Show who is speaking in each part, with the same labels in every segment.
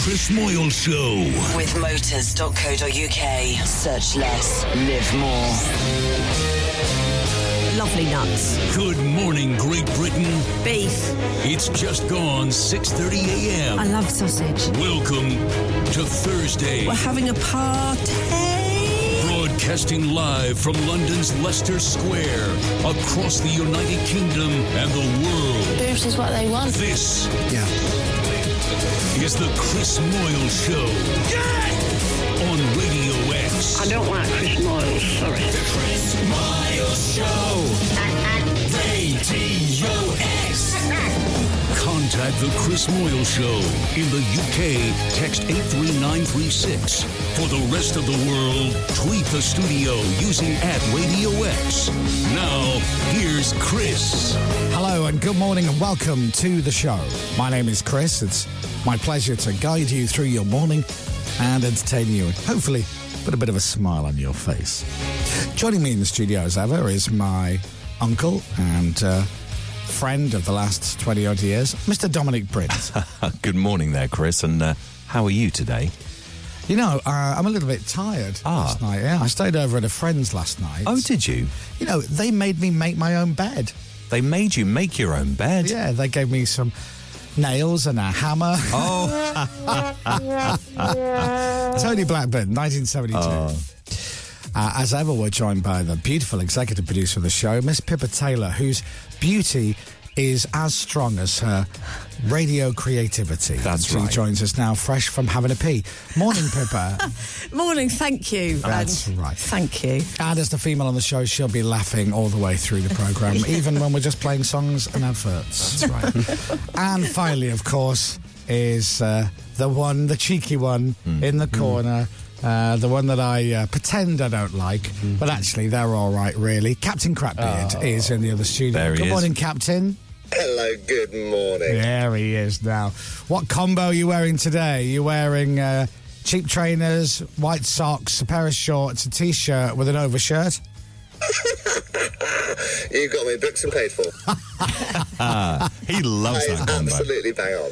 Speaker 1: Chris Moyle Show.
Speaker 2: With motors.co.uk. Search less, live more.
Speaker 3: Lovely nuts.
Speaker 1: Good morning, Great Britain.
Speaker 3: Beef.
Speaker 1: It's just gone 6:30 a.m.
Speaker 3: I love sausage.
Speaker 1: Welcome to Thursday.
Speaker 3: We're having a party.
Speaker 1: Broadcasting live from London's Leicester Square, across the United Kingdom and the world.
Speaker 4: This is what they want.
Speaker 1: This
Speaker 5: yeah.
Speaker 1: is the Chris Moyle Show. Yes! On Radio X.
Speaker 6: I don't like Chris Moyle, sorry.
Speaker 1: The Chris Moyle Show. Radio X. Contact The Chris Moyle Show in the UK. Text 83936. For the rest of the world, tweet the studio using at Radio X. Now, here's Chris.
Speaker 5: Hello, and good morning, and welcome to the show. My name is Chris. It's my pleasure to guide you through your morning and entertain you, and hopefully put a bit of a smile on your face. Joining me in the studio, as ever, is my uncle and. Uh, friend of the last 20 odd years, Mr. Dominic Prince.
Speaker 7: Good morning there, Chris, and uh, how are you today?
Speaker 5: You know, uh, I'm a little bit tired ah. last night. Yeah, I stayed over at a friend's last night.
Speaker 7: Oh, did you?
Speaker 5: You know, they made me make my own bed.
Speaker 7: They made you make your own bed?
Speaker 5: Yeah, they gave me some nails and a hammer.
Speaker 7: Oh.
Speaker 5: Tony Blackburn, 1972. Oh. Uh, as ever, we're joined by the beautiful executive producer of the show, Miss Pippa Taylor, whose beauty is as strong as her radio creativity.
Speaker 7: That's
Speaker 5: she
Speaker 7: right.
Speaker 5: She joins us now, fresh from having a pee. Morning, Pippa.
Speaker 3: Morning. Thank you.
Speaker 5: That's and right.
Speaker 3: Thank you.
Speaker 5: And as the female on the show, she'll be laughing all the way through the program, yeah. even when we're just playing songs and adverts.
Speaker 7: That's right.
Speaker 5: and finally, of course, is uh, the one, the cheeky one mm. in the corner. Mm. Uh, the one that I uh, pretend I don't like, mm-hmm. but actually they're all right, really. Captain Crapbeard oh, is in the other studio. Good
Speaker 7: is.
Speaker 5: morning, Captain.
Speaker 8: Hello, good morning.
Speaker 5: There he is now. What combo are you wearing today? Are you wearing uh, cheap trainers, white socks, a pair of shorts, a t shirt with an overshirt?
Speaker 8: you got me booked and paid for.
Speaker 7: Ah, he loves that combo.
Speaker 8: Absolutely bang on.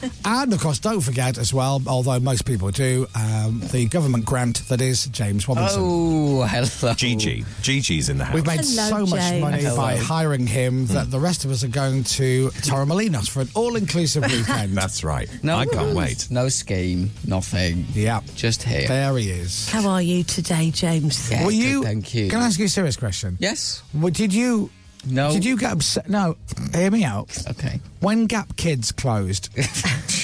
Speaker 5: Yeah. And of course, don't forget as well, although most people do, um, the government grant that is James Robinson.
Speaker 9: Oh, hello.
Speaker 7: Gigi. Gigi's in the house.
Speaker 5: We've made
Speaker 9: hello,
Speaker 5: so much
Speaker 9: James.
Speaker 5: money
Speaker 9: hello. Hmm.
Speaker 5: by hiring him that mm. the rest of us are going to Torremolinos for an all inclusive weekend.
Speaker 7: That's right. No, I can't wait.
Speaker 9: No scheme, nothing.
Speaker 5: Yeah.
Speaker 9: Just here.
Speaker 5: There he is.
Speaker 3: How are you today, James?
Speaker 9: Yeah,
Speaker 5: Were
Speaker 9: good,
Speaker 5: you,
Speaker 9: thank you.
Speaker 5: Can I ask you a serious question?
Speaker 9: Yes.
Speaker 5: Well, did you
Speaker 9: no.
Speaker 5: Did you get upset? No. Hear me out.
Speaker 9: Okay.
Speaker 5: When Gap Kids closed,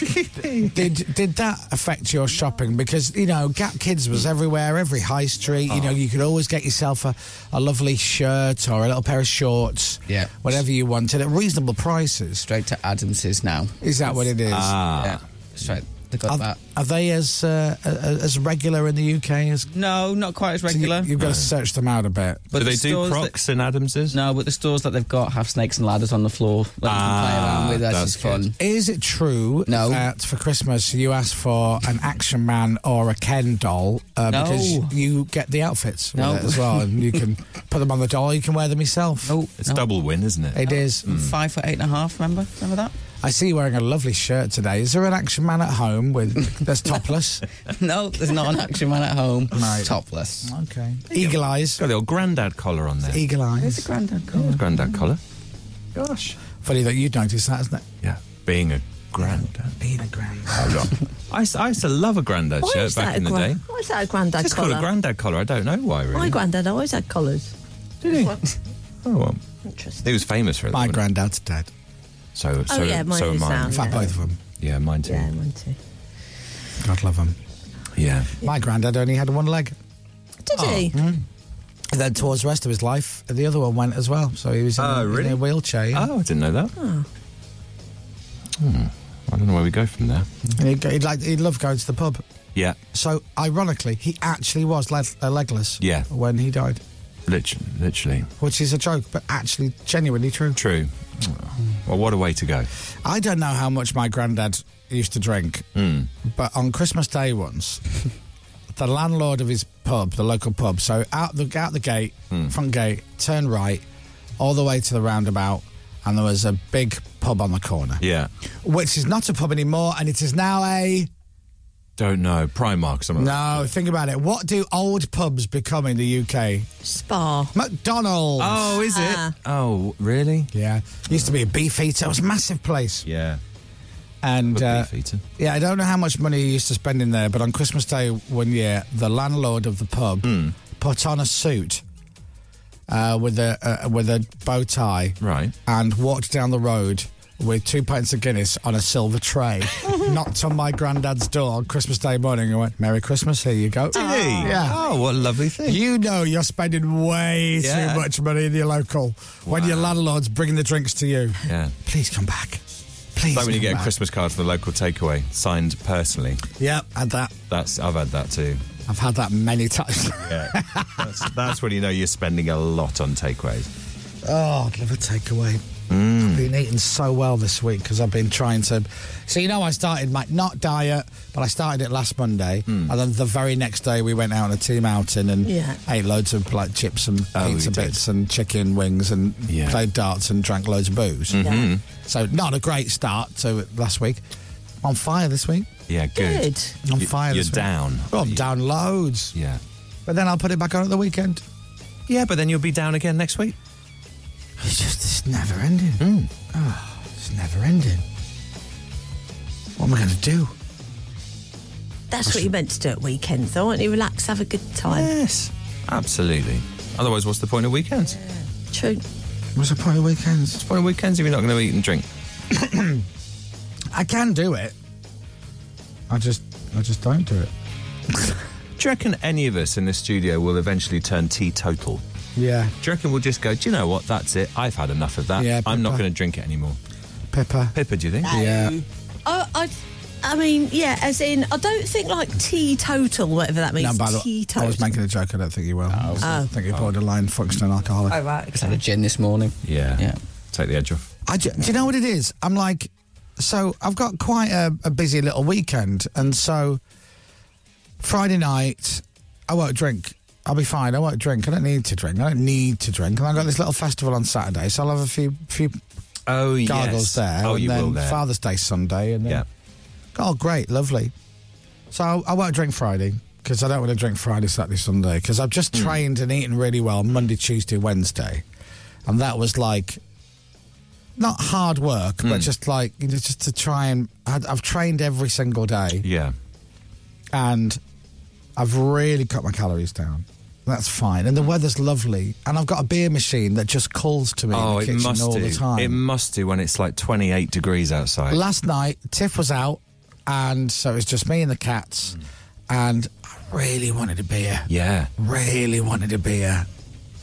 Speaker 5: did did that affect your shopping? Because you know Gap Kids was everywhere, every high street. Oh. You know you could always get yourself a, a lovely shirt or a little pair of shorts.
Speaker 9: Yeah.
Speaker 5: Whatever you wanted at reasonable prices.
Speaker 9: Straight to Adams's now.
Speaker 5: Is that what it is?
Speaker 7: Ah.
Speaker 9: Yeah. Straight.
Speaker 5: Are, are, they as uh, as regular in the UK as?
Speaker 9: No, not quite as regular.
Speaker 5: So you, have got
Speaker 9: no.
Speaker 5: to search them out a bit.
Speaker 7: But do they the do Crocs that, and Adamses?
Speaker 9: No, but the stores that they've got have snakes and ladders on the floor that ah, you can play around with. That's fun.
Speaker 5: Is it true
Speaker 9: no.
Speaker 5: that for Christmas you asked for an Action Man or a Ken doll uh,
Speaker 9: no.
Speaker 5: because you get the outfits
Speaker 9: no.
Speaker 5: as well, and you can put them on the doll. You can wear them yourself.
Speaker 9: Oh,
Speaker 7: it's no. double win, isn't it?
Speaker 5: It is.
Speaker 9: Mm. Five foot eight and a half. Remember? Remember that?
Speaker 5: I see you wearing a lovely shirt today. Is there an action man at home with that's topless?
Speaker 9: no, there's not an action man at home.
Speaker 5: Right.
Speaker 9: Topless.
Speaker 5: Okay. Eagle eyes.
Speaker 7: Got the old grandad collar on there.
Speaker 5: Eagle eyes.
Speaker 9: It's a grandad collar. Yeah.
Speaker 7: Grandad collar.
Speaker 5: Gosh. Funny that you'd notice that, isn't it?
Speaker 7: Yeah. Being a granddad.
Speaker 5: Being a granddad.
Speaker 7: I, used to, I used to love a grandad
Speaker 3: Why
Speaker 7: shirt
Speaker 3: is that
Speaker 7: back
Speaker 3: a
Speaker 7: in the
Speaker 3: gran-
Speaker 7: day.
Speaker 3: Why is that a grandad
Speaker 7: It's
Speaker 3: collar?
Speaker 7: called a grandad collar. I don't know why, really.
Speaker 3: My granddad always had collars.
Speaker 7: Did he?
Speaker 3: What?
Speaker 7: Oh, well.
Speaker 3: Interesting.
Speaker 7: He was famous for it.
Speaker 5: My
Speaker 7: wasn't he?
Speaker 5: granddad's dead.
Speaker 7: So, so,
Speaker 3: Oh, yeah, mine
Speaker 7: so
Speaker 3: is
Speaker 7: mine.
Speaker 5: In fact,
Speaker 3: Yeah.
Speaker 5: both of them.
Speaker 7: Yeah, mine too.
Speaker 3: Yeah, mine too.
Speaker 5: God love them.
Speaker 7: Yeah. Oh. Hmm.
Speaker 5: My granddad only had one leg.
Speaker 3: Did he?
Speaker 5: And then towards the rest of his life, the other one went as well. So he was in,
Speaker 7: Oh,
Speaker 5: a,
Speaker 7: really?
Speaker 5: in a wheelchair. yeah.
Speaker 7: Oh, I didn't know that. Hmm. I don't know where we go from there.
Speaker 5: And he'd, go- he'd like he'd love going to the pub.
Speaker 7: Yeah,
Speaker 5: So ironically, he actually was leg, uh, legless.
Speaker 7: Yeah.
Speaker 5: When he died,
Speaker 7: literally. literally.
Speaker 5: which is a joke, but actually genuinely true.
Speaker 7: True. Well, what a way to go.
Speaker 5: I don't know how much my granddad used to drink,
Speaker 7: Mm.
Speaker 5: but on Christmas Day once, the landlord of his pub, the local pub, so out the out the gate, front gate, turn right, all the way to the roundabout, and there was a big pub on the corner,
Speaker 7: Yeah.
Speaker 5: which is not a pub anymore, and it is now a
Speaker 7: Don't know. Primark, or something.
Speaker 5: No, think about it. What do old pubs become in the UK?
Speaker 3: Spa.
Speaker 5: McDonald's.
Speaker 7: Oh, is it?
Speaker 3: Ah.
Speaker 7: oh, really?
Speaker 5: Yeah, used to be a beef eater. It was a massive place.
Speaker 7: Yeah.
Speaker 5: And
Speaker 7: I'm a
Speaker 5: uh,
Speaker 7: beef eater.
Speaker 5: yeah, I don't know how much money you used to spend in there, but on Christmas Day one year, the landlord of the pub
Speaker 7: Hmm.
Speaker 5: put on a suit uh, with a uh, with a bow tie,
Speaker 7: Right.
Speaker 5: and walked down the road with two pints of Guinness on a silver tray. Knocked on my granddad's door on Christmas Day morning and went, "Merry Christmas, here you go." Did
Speaker 7: Hey.
Speaker 5: Yeah.
Speaker 7: Oh, what a lovely thing.
Speaker 5: You know you're spending way
Speaker 7: Yeah.
Speaker 5: too much money in your local when your landlord's bringing the drinks to you.
Speaker 7: Yeah.
Speaker 5: Please come back. Please.
Speaker 7: Like when you
Speaker 5: come
Speaker 7: get a
Speaker 5: back.
Speaker 7: Christmas card from the local takeaway, signed personally.
Speaker 5: Yeah, had that.
Speaker 7: That's I've had that too.
Speaker 5: I've had that many times.
Speaker 7: Yeah. that's, that's when you know you're spending a lot on takeaways.
Speaker 5: oh, I'd love a takeaway.
Speaker 7: Mm.
Speaker 5: I've been eating so well this week because I've been trying to. So you know, I started my not diet, but I started it last Monday,
Speaker 7: Mm.
Speaker 5: and then the very next day we went out on a team outing and
Speaker 3: Yeah.
Speaker 5: ate loads of like chips and
Speaker 7: Oh, you
Speaker 5: pizza
Speaker 7: did.
Speaker 5: bits and chicken wings and
Speaker 7: Yeah. Mm-hmm.
Speaker 5: played darts and drank loads of booze.
Speaker 3: Yeah.
Speaker 5: So not a great start to last week. On fire this week.
Speaker 7: Yeah, good.
Speaker 3: Good.
Speaker 5: On
Speaker 7: You-
Speaker 5: fire.
Speaker 7: you're
Speaker 5: this week.
Speaker 7: down.
Speaker 5: Oh, I'm down loads.
Speaker 7: Yeah.
Speaker 5: But then I'll put it back on at the weekend.
Speaker 7: Yeah, but then you'll be down again next week.
Speaker 5: It's just it's never ending.
Speaker 7: Hmm.
Speaker 5: Oh, it's never ending. What am I going to do?
Speaker 3: That's what you're meant to do at weekends, though, aren't you? Relax, have a good time.
Speaker 7: Yes. Absolutely. Otherwise, what's the point of weekends?
Speaker 3: True.
Speaker 5: What's the point of weekends?
Speaker 7: What's the point of weekends if you're not going to eat and drink?
Speaker 5: I can do it. I just I just don't do it.
Speaker 7: Do you reckon any of us in this studio will eventually turn teetotal?
Speaker 5: Yeah,
Speaker 7: Do you reckon we'll just go, do you know what? That's it. I've had enough of that.
Speaker 5: Yeah,
Speaker 7: I'm not
Speaker 5: Pippa.
Speaker 7: going to drink it anymore.
Speaker 5: Pippa.
Speaker 7: Pippa, do you think?
Speaker 5: Yeah.
Speaker 3: Oh, I, I mean, yeah, as in, I don't think like teetotal, whatever that means.
Speaker 5: No, by the way,
Speaker 3: teetotal.
Speaker 5: I was making a joke. I don't think you will. I
Speaker 3: Oh.
Speaker 5: think you poured a line functioning alcoholic.
Speaker 3: Oh, right.
Speaker 9: Had a
Speaker 3: Okay.
Speaker 9: gin this morning.
Speaker 7: Yeah.
Speaker 9: Yeah.
Speaker 7: Take the edge off.
Speaker 5: I ju- do you know what it is? I'm like, so I've got quite a, a busy little weekend, and so Friday night I won't drink. I'll be fine. I won't drink. I don't need to drink. I don't need to drink. And I've got this little festival on Saturday, so I'll have a few few
Speaker 7: Oh, yes.
Speaker 5: gargles there.
Speaker 7: Oh,
Speaker 5: and
Speaker 7: you
Speaker 5: then
Speaker 7: will there.
Speaker 5: Father's Day Sunday, and then,
Speaker 7: Yeah.
Speaker 5: oh great, lovely. So I, I won't drink Friday because I don't want to drink Friday, Saturday, Sunday because I've just
Speaker 7: Hmm.
Speaker 5: trained and eaten really well Monday, Tuesday, Wednesday, and that was like not hard work,
Speaker 7: Hmm.
Speaker 5: but just like you know, just to try and I, I've trained every single day
Speaker 7: Yeah.
Speaker 5: and I've really cut my calories down. That's fine,
Speaker 7: Hmm.
Speaker 5: and the weather's lovely, and I've got a beer machine that just calls to me
Speaker 7: Oh,
Speaker 5: in
Speaker 7: it
Speaker 5: the kitchen
Speaker 7: must
Speaker 5: all
Speaker 7: do.
Speaker 5: the time.
Speaker 7: It must do when it's like 28 degrees outside.
Speaker 5: last night tiff was out and so it was just me and the cats
Speaker 7: Hmm.
Speaker 5: and i really wanted a beer
Speaker 7: yeah.
Speaker 5: really wanted a beer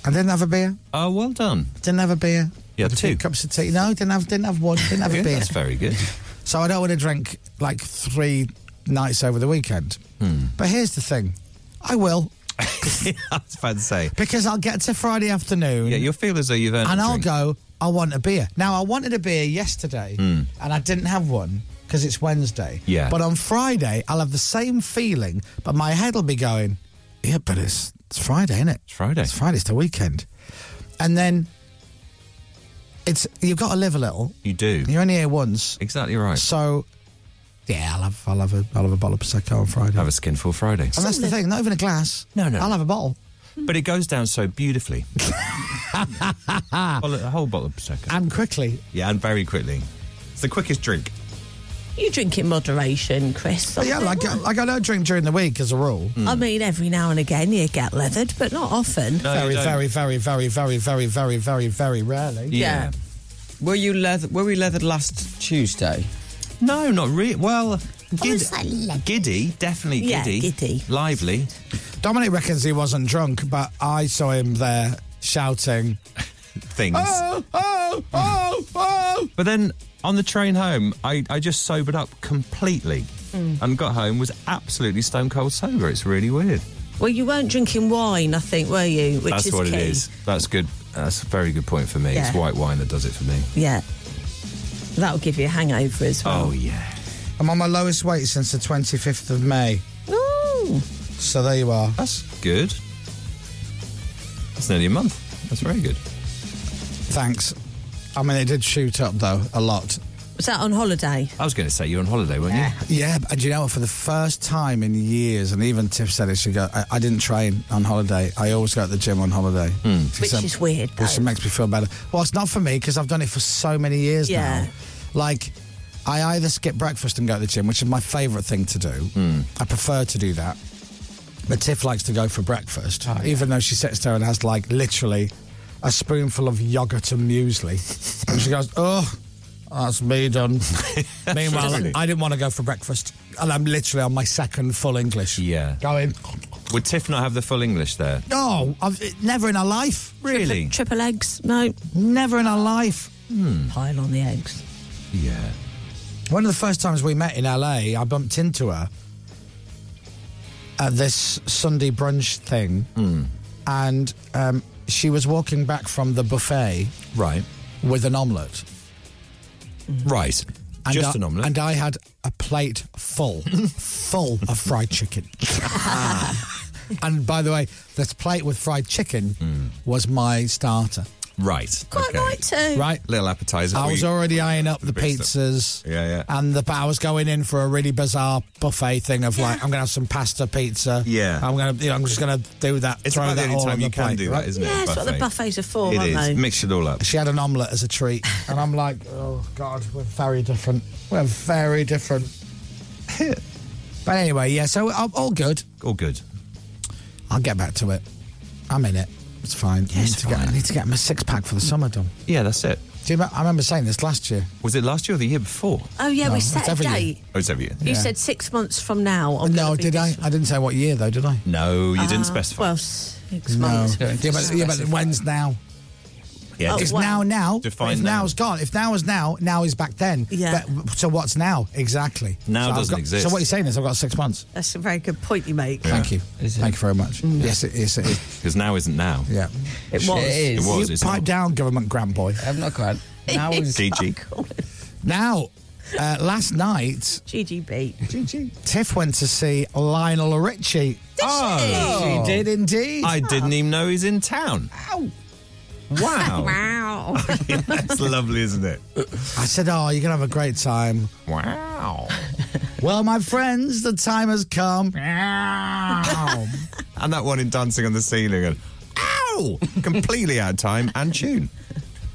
Speaker 5: i didn't have a beer
Speaker 7: Oh, well done.
Speaker 5: didn't have a beer
Speaker 7: You had
Speaker 5: Had a few
Speaker 7: two.
Speaker 5: cups of tea no didn't have didn't have one didn't have a
Speaker 7: Good,
Speaker 5: beer
Speaker 7: That's very good.
Speaker 5: so i don't want to drink like three nights over the weekend but here's the thing i will
Speaker 7: Hmm. I was about to say.
Speaker 5: because i'll get to friday afternoon
Speaker 7: Yeah, you'll feel as though you've earned
Speaker 5: and
Speaker 7: a
Speaker 5: I'll
Speaker 7: drink.
Speaker 5: go. I want a beer. Now I wanted a beer yesterday,
Speaker 7: Hmm.
Speaker 5: and I didn't have one because it's Wednesday.
Speaker 7: Yeah.
Speaker 5: But on Friday, I'll have the same feeling, but my head will be going, "Yeah, but it's it's Friday, isn't it? It's
Speaker 7: Friday.
Speaker 5: It's Friday. It's the weekend." And then it's you've got to live a little.
Speaker 7: You do.
Speaker 5: You're only here once,
Speaker 7: Exactly right.
Speaker 5: so yeah, I'll have I'll have a I'll have a bottle of prosecco on Friday.
Speaker 7: Have a skinful Friday.
Speaker 5: and that's the thing. Not even a glass.
Speaker 7: No, no.
Speaker 5: I'll have a bottle.
Speaker 7: But it goes down so beautifully. Bottle- a whole bottle of Prosecco.
Speaker 5: And quickly,
Speaker 7: Yeah, and very quickly. It's the quickest drink.
Speaker 3: You drink in moderation, Chris.
Speaker 5: But yeah, like, like I don't drink during the week as a rule.
Speaker 7: Hmm.
Speaker 3: I mean, every now and again you get leathered, but not often.
Speaker 7: No, you
Speaker 5: very,
Speaker 7: don't.
Speaker 5: very, very, very, very, very, very, very, very rarely.
Speaker 7: Yeah.
Speaker 3: Yeah.
Speaker 9: Were you leather? Were we leathered last Tuesday?
Speaker 7: No, not really. Well, gid-
Speaker 3: was like leather.
Speaker 7: giddy, definitely
Speaker 3: Yeah,
Speaker 7: giddy.
Speaker 3: giddy.
Speaker 7: Lively.
Speaker 5: Dominic reckons he wasn't drunk, but I saw him there shouting,
Speaker 7: Things.
Speaker 5: "Oh, oh, oh, oh!"
Speaker 7: But then on the train home, I, I just sobered up completely and got home, was absolutely stone cold sober. It's really weird.
Speaker 3: Well, you weren't drinking wine, I think, were you? Which
Speaker 7: That's
Speaker 3: is
Speaker 7: what
Speaker 3: key.
Speaker 7: it is. That's good. That's a very good point for me. It's
Speaker 3: Yeah.
Speaker 7: white wine that does it for me.
Speaker 3: Yeah. That'll give you a hangover as
Speaker 7: Oh,
Speaker 3: well.
Speaker 7: yeah.
Speaker 5: I'm on my lowest weight since the 25th of May.
Speaker 3: Ooh.
Speaker 5: So there you are.
Speaker 7: That's good. That's nearly a month. That's very good.
Speaker 5: Thanks. I mean, it did shoot up though a lot.
Speaker 3: Was that on holiday?
Speaker 7: Oh. I was going to say you're on holiday, weren't you?
Speaker 5: Yeah, and you know what? For the first time in years, and even Tiff said it, she go, I, I didn't train on holiday. I always go to the gym on holiday.
Speaker 7: Hmm.
Speaker 5: She
Speaker 3: Which is weird,
Speaker 5: Which
Speaker 3: though.
Speaker 5: makes me feel better. Well, it's not for me because I've done it for so many years
Speaker 3: Yeah.
Speaker 5: now. Like, I either skip breakfast and go to the gym, which is my favourite thing to do.
Speaker 3: Mm.
Speaker 7: Hmm.
Speaker 5: I prefer to do that. But Tiff likes to go for breakfast,
Speaker 3: Oh,
Speaker 5: even though she sits there and has like literally a spoonful of yogurt and muesli. and she goes, oh, that's me done. Meanwhile,
Speaker 7: Really?
Speaker 5: I didn't want to go for breakfast. And I'm literally on my second full English.
Speaker 7: Yeah.
Speaker 5: Going,
Speaker 7: Would Tiff not have the full English there?
Speaker 5: no, I've, never in our life.
Speaker 7: Really?
Speaker 3: Triple eggs? No.
Speaker 5: Never in our life. Hmm.
Speaker 3: Pile on the eggs.
Speaker 7: Yeah.
Speaker 5: One of the first times we met in LA, I bumped into her at this Sunday brunch thing,
Speaker 7: Hmm.
Speaker 5: and um, she was walking back from the buffet
Speaker 7: Right.
Speaker 5: with an omelette.
Speaker 7: Right.
Speaker 5: And
Speaker 7: Just
Speaker 5: I,
Speaker 7: an omelette.
Speaker 5: And I had a plate full, full of fried chicken.
Speaker 7: Ah.
Speaker 5: and by the way, this plate with fried chicken
Speaker 7: Mm.
Speaker 5: was my starter,
Speaker 7: right.
Speaker 3: Quite eh?
Speaker 7: okay.
Speaker 3: right too.
Speaker 5: right?
Speaker 7: Little appetizer.
Speaker 5: I
Speaker 7: for
Speaker 5: was
Speaker 7: you.
Speaker 5: already eyeing up the
Speaker 7: big stuff.
Speaker 5: pizzas.
Speaker 7: Yeah, yeah.
Speaker 5: And the but I was going in for a really bizarre buffet thing of like, I'm gonna have some pasta pizza.
Speaker 7: Yeah.
Speaker 5: I'm gonna, you know, I'm just gonna do that.
Speaker 7: It's
Speaker 5: throw
Speaker 7: about the
Speaker 5: that
Speaker 7: only
Speaker 5: all on
Speaker 7: time
Speaker 5: the
Speaker 7: you can
Speaker 5: plate,
Speaker 7: do
Speaker 5: right?
Speaker 7: that, isn't it?
Speaker 3: Yeah, it's what the buffets are for,
Speaker 7: It
Speaker 3: aren't
Speaker 7: is.
Speaker 3: they?
Speaker 7: Mix it all up.
Speaker 5: She had an omelette as a treat, and I'm like, oh god, we're very different. We're very different. but anyway, yeah. So uh, all good.
Speaker 7: All good.
Speaker 5: I'll get back to it. I'm in it. It's fine. I, need
Speaker 7: it's
Speaker 5: to Get, I
Speaker 7: fine.
Speaker 5: need to get my six pack for the summer done.
Speaker 7: Yeah, that's it.
Speaker 5: Do you remember, I remember saying this last year.
Speaker 7: Was it last year or the year before?
Speaker 3: Oh yeah,
Speaker 5: No,
Speaker 3: we
Speaker 5: it's
Speaker 3: set a
Speaker 5: every year.
Speaker 3: date.
Speaker 7: Oh, it's every year.
Speaker 3: You said six months from now. I'm
Speaker 5: no,
Speaker 3: gonna be
Speaker 5: did I?
Speaker 3: this-
Speaker 5: I didn't say what year though, did I?
Speaker 7: No, Oh, you
Speaker 3: Ah,
Speaker 7: didn't specify.
Speaker 3: Well, six
Speaker 5: No.
Speaker 3: months.
Speaker 5: Yeah, but, yeah, but when's now?
Speaker 7: yeah,
Speaker 3: oh,
Speaker 5: It's
Speaker 7: just-
Speaker 5: now,
Speaker 3: wow.
Speaker 5: now.
Speaker 7: Define
Speaker 5: if
Speaker 7: now.
Speaker 5: now's gone. If now is now, now is back then.
Speaker 3: Yeah.
Speaker 5: But, so what's now exactly?
Speaker 7: Now
Speaker 5: so I've
Speaker 7: doesn't
Speaker 5: got-
Speaker 7: exist.
Speaker 5: So what you're saying is I've got six months.
Speaker 3: That's a very good point you make. Mm.
Speaker 5: Thank you.
Speaker 9: Is it?
Speaker 5: Thank you very much. Yes, it is. It is.
Speaker 7: because now isn't now.
Speaker 5: Yeah.
Speaker 3: It was.
Speaker 9: It is.
Speaker 7: It was.
Speaker 5: you
Speaker 7: it's
Speaker 5: pipe
Speaker 7: not.
Speaker 5: down, government grand boy.
Speaker 9: I'm not quite. Now is
Speaker 7: DG.
Speaker 5: Now, uh, last night,
Speaker 3: GGB.
Speaker 5: Tiff went to see Lionel Richie.
Speaker 7: Oh,
Speaker 5: She did indeed.
Speaker 7: I didn't even know he's in town.
Speaker 5: Ow.
Speaker 7: Wow.
Speaker 3: Wow.
Speaker 7: That's lovely, isn't it?
Speaker 5: I said, "Oh, you're gonna have a great time."
Speaker 7: Wow.
Speaker 5: well, my friends, the time has come. Ow.
Speaker 7: And that one in Dancing on the Ceiling and ow! Completely out of time and tune.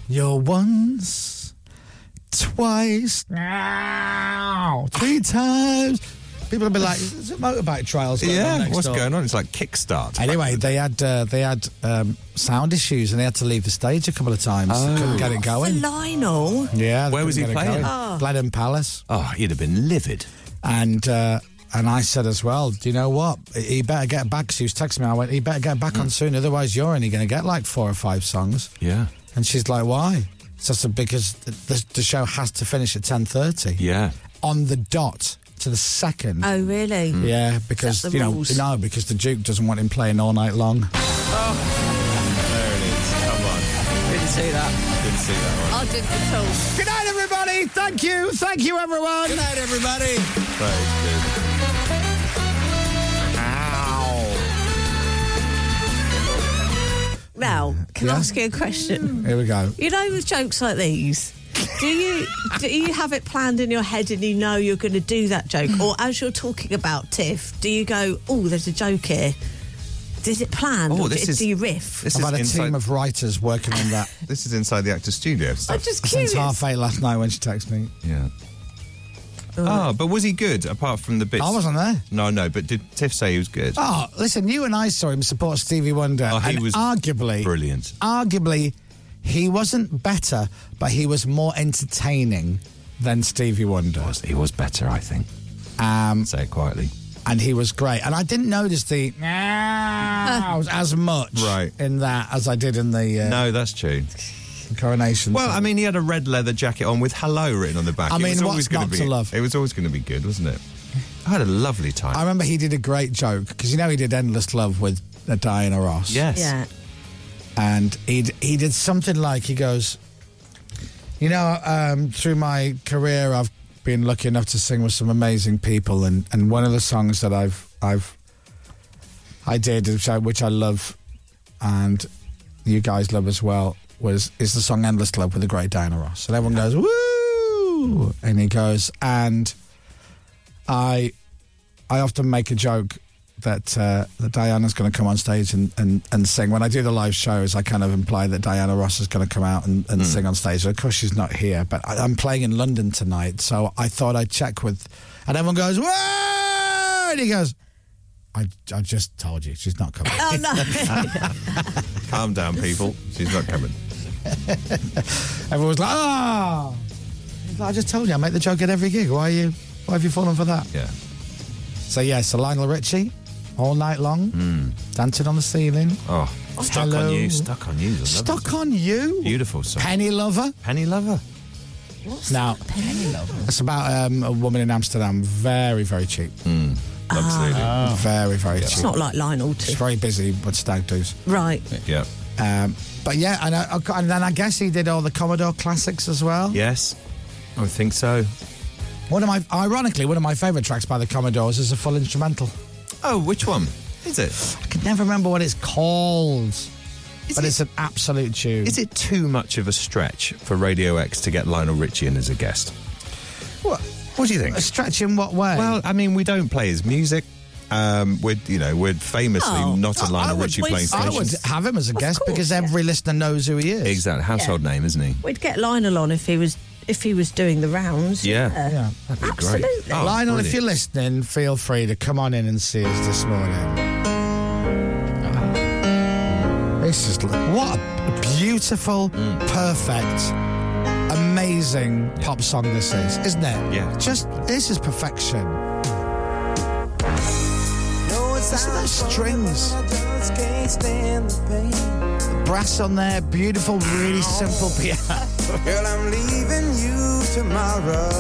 Speaker 5: You're once, twice, now, three times. People have been like, "Is it motorbike trials?" Going on
Speaker 7: Yeah,
Speaker 5: next
Speaker 7: what's
Speaker 5: door?"
Speaker 7: going on? It's like Kickstart.
Speaker 5: Anyway, they had uh, they had um, sound issues and they had to leave the stage a couple of times. Couldn't
Speaker 7: Oh.
Speaker 5: get it
Speaker 3: For
Speaker 5: going.
Speaker 3: Lionel.
Speaker 5: Yeah, they
Speaker 7: Where was
Speaker 5: couldn't
Speaker 7: he
Speaker 5: get it
Speaker 7: playing?
Speaker 5: going. Blenheim Palace,
Speaker 7: Oh, he'd have been livid.
Speaker 5: and uh, and I said as well, do you know what? He better get back. 'cause She was texting me. I went, he better get back on soon, otherwise you're only going to get like four or five songs.
Speaker 7: Mm. Yeah.
Speaker 5: And she's like, "Why?" So I said, "Because the, the, the show has to finish at ten thirty.
Speaker 7: Yeah.
Speaker 5: on the dot to the second.
Speaker 3: Oh really?
Speaker 7: Hmm. Mm.
Speaker 5: Yeah, because
Speaker 3: the
Speaker 5: you know,
Speaker 3: rules?
Speaker 5: no, because the Duke doesn't want him playing all night long.
Speaker 7: There it is. Come on.
Speaker 9: Didn't see that.
Speaker 7: Didn't see that one.
Speaker 3: I did the tool.
Speaker 5: Good night, everybody. Thank you, thank you, everyone. Good night, everybody.
Speaker 7: That is good. Ow.
Speaker 3: Now, can I
Speaker 5: Yeah? Mm.
Speaker 3: ask you a question?
Speaker 5: Here we go.
Speaker 3: You know, with jokes like these, do you do you have it planned in your head and you know you're going to do that joke, or as you're talking about Tiff, do you go, "Oh, there's a joke here"? Is it planned?
Speaker 7: Oh,
Speaker 3: or
Speaker 7: this
Speaker 3: do,
Speaker 7: is-
Speaker 3: do you riff?
Speaker 7: This
Speaker 5: I've had a
Speaker 7: is
Speaker 5: team
Speaker 7: inside,
Speaker 5: of writers working on that
Speaker 7: This is inside the actor's studio
Speaker 3: I'm
Speaker 7: stuff.
Speaker 3: just
Speaker 5: since
Speaker 3: curious.
Speaker 5: half eight last night when she texted me.
Speaker 7: Yeah. Oh, but was he good apart from the bits?
Speaker 5: I wasn't there.
Speaker 7: No, no, but did Tiff say he was good?
Speaker 5: Oh, listen, you and I saw him support Stevie Wonder.
Speaker 7: Oh, he
Speaker 5: and
Speaker 7: was
Speaker 5: arguably
Speaker 7: brilliant.
Speaker 5: Arguably, he wasn't better, but he was more entertaining than Stevie Wonder.
Speaker 7: He was better, I think. Um, say it quietly.
Speaker 5: and he was great. And I didn't notice the meows as much
Speaker 7: Right.
Speaker 5: in that as I did in the uh,
Speaker 7: No, that's true.
Speaker 5: coronation.
Speaker 7: Well,
Speaker 5: thing.
Speaker 7: I mean, he had a red leather jacket on with "Hello" written on the back.
Speaker 5: I
Speaker 7: it
Speaker 5: mean,
Speaker 7: was
Speaker 5: what's
Speaker 7: always gonna
Speaker 5: not
Speaker 7: be,
Speaker 5: to love?
Speaker 7: It was always going to be good, wasn't it? I had a lovely time.
Speaker 5: I remember he did a great joke because you know he did "Endless Love" with uh, Diana Ross.
Speaker 7: yes.
Speaker 3: Yeah.
Speaker 5: and he d- he did something like he goes, you know, um, through my career, I've been lucky enough to sing with some amazing people, and, and one of the songs that I've I've I did, which I which I love, and you guys love as well, was is the song "Endless Love" with the great Diana Ross, and everyone goes woo. ooh, and he goes, and I, I often make a joke that uh, that Diana's going to come on stage and, and, and sing. When I do the live shows, I kind of imply that Diana Ross is going to come out and, and sing on stage. Of course, she's not here, but I, I'm playing in London tonight, so I thought I'd check with. And everyone goes, "Whoa!" and he goes, "I, I just told you she's not coming."
Speaker 3: Oh no!
Speaker 7: Calm down, people. She's not coming.
Speaker 5: Everyone was like, "Oh!" He's like, I just told you, I make the joke at every gig. Why are you? Why have you fallen for that?
Speaker 7: Yeah.
Speaker 5: So yeah, so Lionel Richie, all night long, dancing on the ceiling.
Speaker 7: Hmm. Oh, stuck
Speaker 5: Hello.
Speaker 7: on you. Stuck on you. I love
Speaker 5: Stuck
Speaker 7: it.
Speaker 5: on you.
Speaker 7: Beautiful song.
Speaker 5: Penny lover.
Speaker 7: Penny lover.
Speaker 5: Now, it's about um, a woman in Amsterdam. Very, very cheap.
Speaker 7: Hmm, Absolutely.
Speaker 5: Very, very cheap.
Speaker 3: Ah. it's not like Lionel.
Speaker 5: She's
Speaker 3: Too.
Speaker 5: very busy with stag do's.
Speaker 3: Right.
Speaker 7: yeah.
Speaker 5: Um, but yeah, and, I, I- and then I guess he did all the Commodore classics as well.
Speaker 7: Yes. I think so.
Speaker 5: One of my, ironically, one of my favourite tracks by the Commodores is a full instrumental.
Speaker 7: Oh, which one is it?
Speaker 5: I can never remember what it's called, but
Speaker 7: it-
Speaker 5: it's an absolute tune.
Speaker 7: Is it too much of a stretch for Radio X to get Lionel Richie in as a guest?
Speaker 5: What,
Speaker 7: What do you think?
Speaker 5: a stretch in what way?
Speaker 7: Well, I mean, we don't play his music. Um, we're you know we're famously
Speaker 3: No.
Speaker 7: not a Lionel
Speaker 5: would-
Speaker 7: Richie
Speaker 3: we-
Speaker 7: playing
Speaker 5: Oh, I
Speaker 7: station.
Speaker 5: would have him as a guest
Speaker 3: course,
Speaker 5: because every listener knows who he is.
Speaker 7: Exactly, household name, isn't he?
Speaker 3: We'd get Lionel on if he was if he was doing the rounds.
Speaker 7: Yeah.
Speaker 5: Yeah.
Speaker 7: That'd be
Speaker 3: Absolutely.
Speaker 7: great. Oh,
Speaker 5: Lionel, if
Speaker 7: brilliant.
Speaker 5: you're listening, feel free to come on in and see us this morning. Ah. This is what a beautiful,
Speaker 7: Mm.
Speaker 5: perfect, amazing pop song this is, isn't it?
Speaker 7: Yeah.
Speaker 5: Just this is perfection. Listen to those strings. The brass on there, beautiful, really
Speaker 7: Oh.
Speaker 5: simple piano.
Speaker 4: Girl, I'm leaving you tomorrow.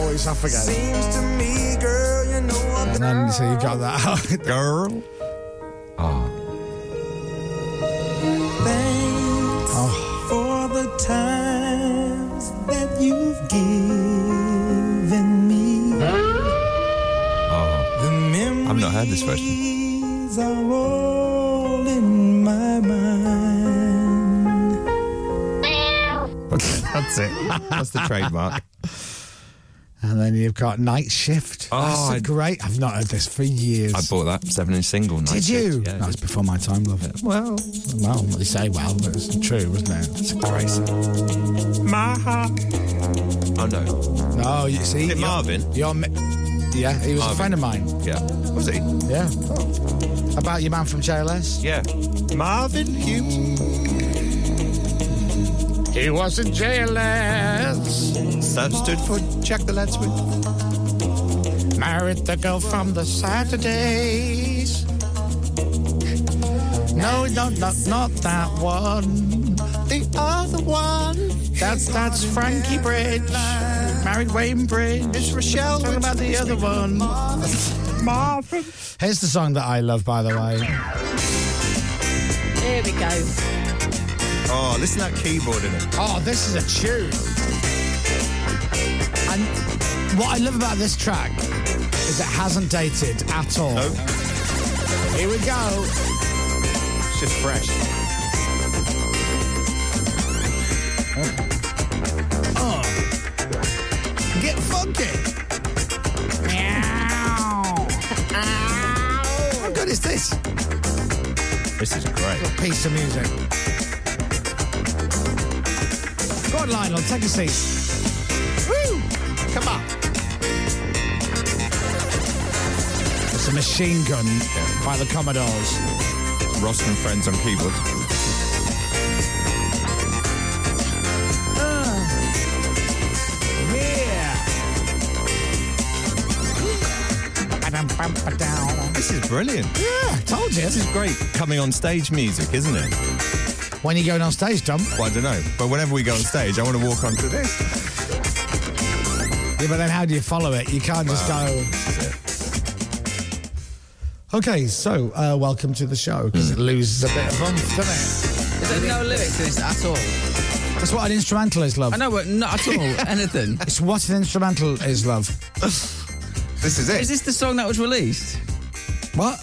Speaker 5: Always I forget.
Speaker 4: Seems to me, girl, you know I'm
Speaker 5: And then so you got that.
Speaker 7: girl. Ah,
Speaker 4: thanks for the times that you've given me.
Speaker 7: Oh,
Speaker 4: The memories
Speaker 7: I've not heard this version.
Speaker 4: are all in my mind.
Speaker 7: That's it. That's the trademark.
Speaker 5: And then you've got Night Shift.
Speaker 7: Oh,
Speaker 5: That's a
Speaker 7: I-
Speaker 5: great. I've not heard this for years.
Speaker 7: I bought that seven-inch single. Night
Speaker 5: Did you?
Speaker 7: Shift. Yeah,
Speaker 5: that was before my time, love. it.
Speaker 7: well,
Speaker 5: Well, they say well, but it's true, wasn't it? It's crazy.
Speaker 7: my heart. Oh no.
Speaker 5: No, you see,
Speaker 7: Is it Marvin?
Speaker 5: You're, mi- yeah, he was a
Speaker 7: Marvin.
Speaker 5: friend of mine.
Speaker 7: Yeah. Was he?
Speaker 5: Yeah. About your man from JLS.
Speaker 7: Yeah. Marvin Hume.
Speaker 5: He was in JLS.
Speaker 7: That stood for Jack the Ladswood.
Speaker 5: Married the girl from the Saturdays. No, no, no, not that one. The other one. That's that's Frankie Bridge. Married Wayne Bridge. It's Rochelle. Talking about the other one. Marvin. Here's the song that I love, by the way.
Speaker 3: There we go.
Speaker 7: Oh, listen to that keyboard in it.
Speaker 5: Oh, this is a tune. And what I love about this track is it hasn't dated at all.
Speaker 7: Nope.
Speaker 5: Here we go.
Speaker 7: It's just fresh.
Speaker 5: oh. Get funky. How good is this
Speaker 7: This is great.
Speaker 5: piece of music? Go on, Lionel, take a seat. Woo! Come on. It's a machine gun by the Commodores.
Speaker 7: Ross and friends on keyboard.
Speaker 3: Ah.
Speaker 5: Yeah. Yeah,
Speaker 7: This is brilliant.
Speaker 5: told you.
Speaker 7: This is great coming on stage music, isn't it?
Speaker 5: When are you going on stage, Dom?
Speaker 7: Well, I don't know. But whenever we go on stage, I want to walk onto this.
Speaker 5: Yeah, but then how do you follow it? You can't just go.
Speaker 7: This is it.
Speaker 5: Okay, so uh, welcome to the show because it loses a bit of oomph, doesn't it?
Speaker 9: There's no lyrics to this at all.
Speaker 5: That's what an instrumental is, love.
Speaker 9: I know, but not at all. Anything.
Speaker 5: It's what an instrumental is, love.
Speaker 7: This is
Speaker 9: Is
Speaker 7: it.
Speaker 9: this the song that was released?
Speaker 5: What?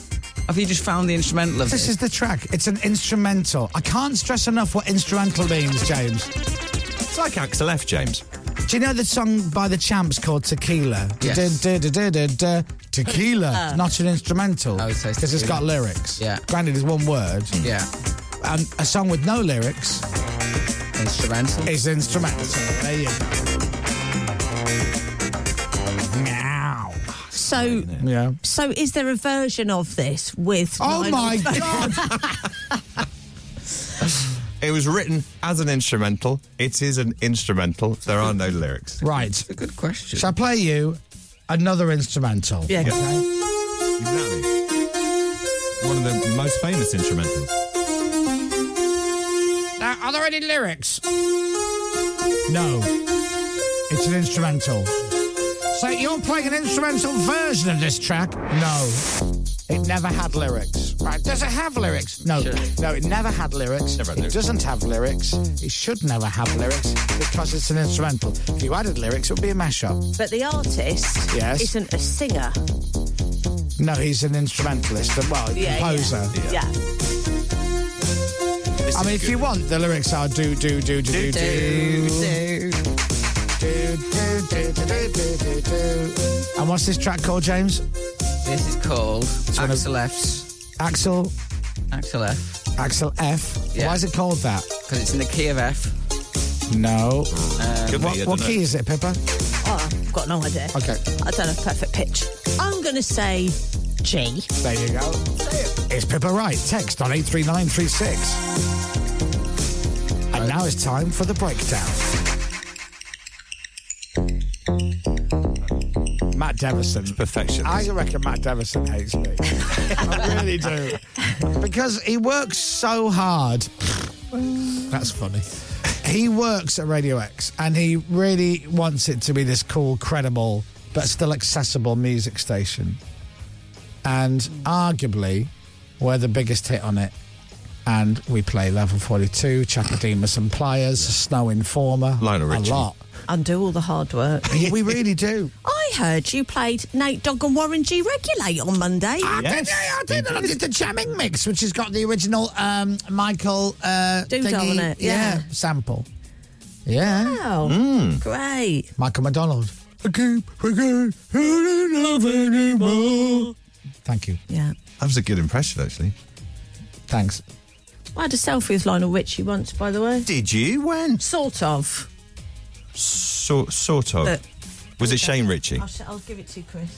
Speaker 9: Have you just found the instrumental of
Speaker 5: This
Speaker 9: this?
Speaker 5: is the track. It's an instrumental. I can't stress enough what instrumental means, James.
Speaker 7: It's like Axel F. James.
Speaker 5: Do you know the song by the Champs called Tequila?
Speaker 9: Yes. Ah.
Speaker 5: Du-du-du-du-du-du. Tequila. It's not an instrumental.
Speaker 9: I would say
Speaker 5: Because it's got
Speaker 9: tequila.
Speaker 5: lyrics.
Speaker 9: Yeah.
Speaker 5: Granted, it's one word.
Speaker 9: Yeah.
Speaker 5: And a song with no lyrics
Speaker 9: Instrumental.
Speaker 5: is instrumental. There you go. Meow.
Speaker 3: So,
Speaker 5: Yeah.
Speaker 3: so is there a version of this with?
Speaker 5: Oh
Speaker 3: Lionel-
Speaker 5: my God.
Speaker 7: It was written as an instrumental. It is an instrumental. There are no lyrics.
Speaker 5: right.
Speaker 9: Good question.
Speaker 5: Shall I play you another instrumental?
Speaker 3: Yeah.
Speaker 7: Exactly. One of the most famous instrumentals.
Speaker 5: Now, Uh, are there any lyrics? No. It's an instrumental. So you're playing an instrumental version of this track? No. It never had lyrics. Right, does it have lyrics? No. No, it never had lyrics.
Speaker 7: Never had
Speaker 5: it
Speaker 7: lyrics.
Speaker 5: doesn't have lyrics. It should never have lyrics because it's an instrumental. If you added lyrics, it would be a mashup.
Speaker 3: But the artist
Speaker 5: Yes.
Speaker 3: isn't a singer.
Speaker 5: No, he's an instrumentalist. Well, a
Speaker 3: Yeah,
Speaker 5: composer.
Speaker 3: Yeah. yeah.
Speaker 5: I mean, if you want, the lyrics are do, do, do, do, do, do. do, do, do, do, do, do, do. And what's this track called, James?
Speaker 9: This is called
Speaker 5: one of-
Speaker 9: Axel F's.
Speaker 5: Axel
Speaker 9: Axel F.
Speaker 5: Axel F.
Speaker 9: Yeah.
Speaker 5: Why is it called that?
Speaker 9: Because it's in the key of F. Um,
Speaker 5: No.
Speaker 7: Could be, I
Speaker 5: What,
Speaker 7: don't
Speaker 5: what
Speaker 7: know.
Speaker 5: key is it, Pippa?
Speaker 3: Oh, I've got no idea.
Speaker 5: Okay.
Speaker 3: I don't have perfect pitch. I'm going to say G.
Speaker 5: There you go. Is Pippa right? Text on 83936. And now it's time for the breakdown. Matt Devison.
Speaker 7: Perfection.
Speaker 5: I reckon Matt Davison hates me. I really do. Because he works so hard. That's funny. He works at Radio X and he really wants it to be this cool, credible, but still accessible music station. And arguably, we're the biggest hit on it. And we play Level 42, Chakademus and Pliers, Snow Informer.
Speaker 7: Lionel Richie.
Speaker 5: A lot.
Speaker 3: Undo all the hard work.
Speaker 5: we really do.
Speaker 3: I heard you played Nate Dogg and Warren G Regulate on Monday.
Speaker 7: Yes.
Speaker 5: I did. I did the jamming mix, which has got the original um, Michael uh,
Speaker 3: Doodle
Speaker 5: thingy-
Speaker 3: on it, yeah.
Speaker 5: sample. Yeah,
Speaker 3: Wow.
Speaker 7: Hmm.
Speaker 3: Great.
Speaker 5: Michael McDonald. I keep forgetting who you love anymore. Thank you.
Speaker 3: Yeah.
Speaker 7: That was a good impression, actually.
Speaker 5: Thanks.
Speaker 3: I had a selfie with Lionel Richie once, by the way.
Speaker 7: Did you? When?
Speaker 3: Sort of.
Speaker 7: So, sort of.
Speaker 3: Look.
Speaker 7: was it Shane Ritchie?
Speaker 3: I'll, sh- I'll give it to you, Chris.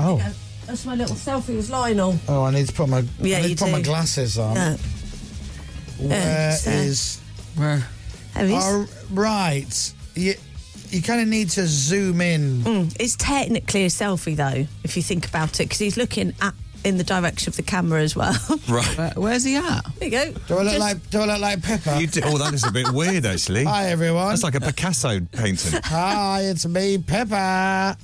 Speaker 5: Oh,
Speaker 3: That's my little selfie with Lionel.
Speaker 5: oh, I need to put my
Speaker 3: Yeah,
Speaker 5: I need
Speaker 3: you
Speaker 5: to put my
Speaker 3: do.
Speaker 5: glasses on.
Speaker 3: Yeah.
Speaker 5: Where
Speaker 3: so-
Speaker 5: is-
Speaker 9: Where?
Speaker 3: There he is.
Speaker 5: Oh, right. You you kind of need to zoom in.
Speaker 3: Mm, It's technically a selfie, though, if you think about it, because he's looking at in the direction of the camera as well.
Speaker 5: Uh,
Speaker 7: Right.
Speaker 9: Where- Where's he at?
Speaker 3: there you go.
Speaker 5: Do I look
Speaker 3: Just-
Speaker 5: like Do I look like Pepper?
Speaker 7: You did. Oh, that is a bit weird, actually.
Speaker 5: Hi everyone.
Speaker 7: That's like a Picasso painting.
Speaker 5: Hi, it's me, Pepper.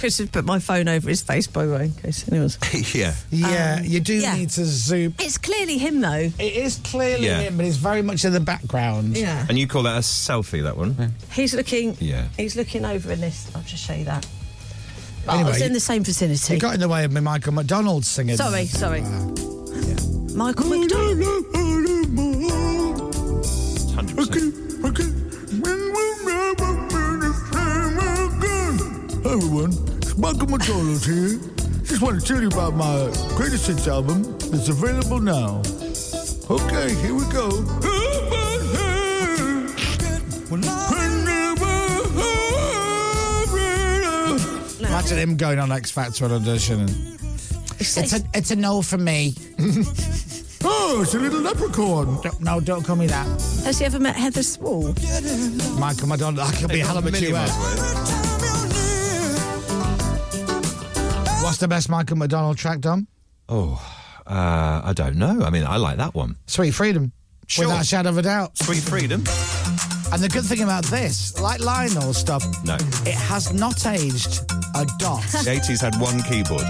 Speaker 3: Chris has put my phone over his face, by the way, in case anyone's.
Speaker 7: yeah.
Speaker 5: Yeah, you do
Speaker 3: Um, yeah.
Speaker 5: need to zoom.
Speaker 3: It's clearly him, though.
Speaker 5: It is clearly
Speaker 7: Yeah.
Speaker 5: him, but it's very much in the background.
Speaker 3: Yeah.
Speaker 7: And you call that a selfie, that one?
Speaker 3: He's looking.
Speaker 7: Yeah.
Speaker 3: He's looking over in this. I'll just show you that. But I
Speaker 5: Anyway,
Speaker 3: was Oh, in the same
Speaker 5: It
Speaker 3: vicinity.
Speaker 5: got in the way of me Michael McDonald singing.
Speaker 3: Sorry, sorry. Michael McDonald.
Speaker 7: 100%.
Speaker 5: Everyone, it's Michael McDonald here. Just want to tell you about my greatest hits album that's available now. Okay, here we go. Imagine him going on X Factor and auditioning. It's a, it's a no for me. oh, it's a little leprechaun. Don't, no, don't call me that.
Speaker 3: Has he ever met Heather Small?
Speaker 5: Michael Madonna, I could be hell of a
Speaker 7: Million
Speaker 5: duet.
Speaker 7: miles away.
Speaker 5: What's the best Michael McDonald track, Dom?
Speaker 7: Oh, uh, I don't know. I mean, I like that one.
Speaker 5: Sweet Freedom.
Speaker 7: Sure.
Speaker 5: Without a shadow of a doubt.
Speaker 7: Sweet Freedom?
Speaker 5: And the good thing about this, like Lionel stuff,
Speaker 7: No.
Speaker 5: it has not aged a dot.
Speaker 7: The 80s had one keyboard.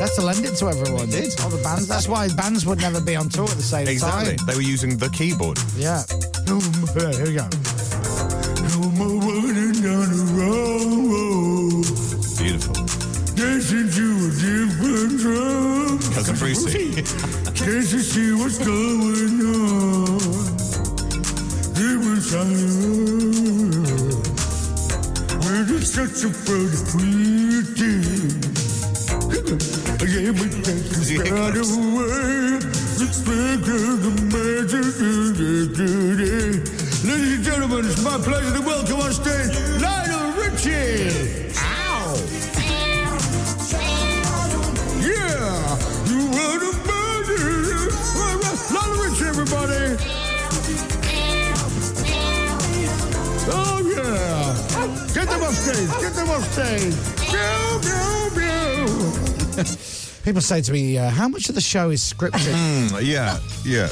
Speaker 5: That's to lend it to everyone.
Speaker 7: It did.
Speaker 5: All the bands. That's why bands would never be on tour at the same
Speaker 7: Exactly.
Speaker 5: time.
Speaker 7: They were using the keyboard.
Speaker 5: Yeah. Yeah, Here we go.
Speaker 7: Beautiful.
Speaker 5: Dancing to a different
Speaker 7: Fruity.
Speaker 4: Can't you see what's going on? Deep inside you. Well, it's such a pretty thing. Yeah, but that's
Speaker 7: Here it
Speaker 4: not a
Speaker 7: comes.
Speaker 4: way. It's bigger than magic. It is beauty. Ladies and gentlemen, it's my pleasure to welcome on stage Lionel Richie. Ow! Yeah, you were the murderer. Lionel Richie, everybody. Oh yeah, get them off stage. Get them off stage. Go, go, go.
Speaker 5: People say to me, uh, how much of the show is scripted?
Speaker 7: Mm, yeah, yeah.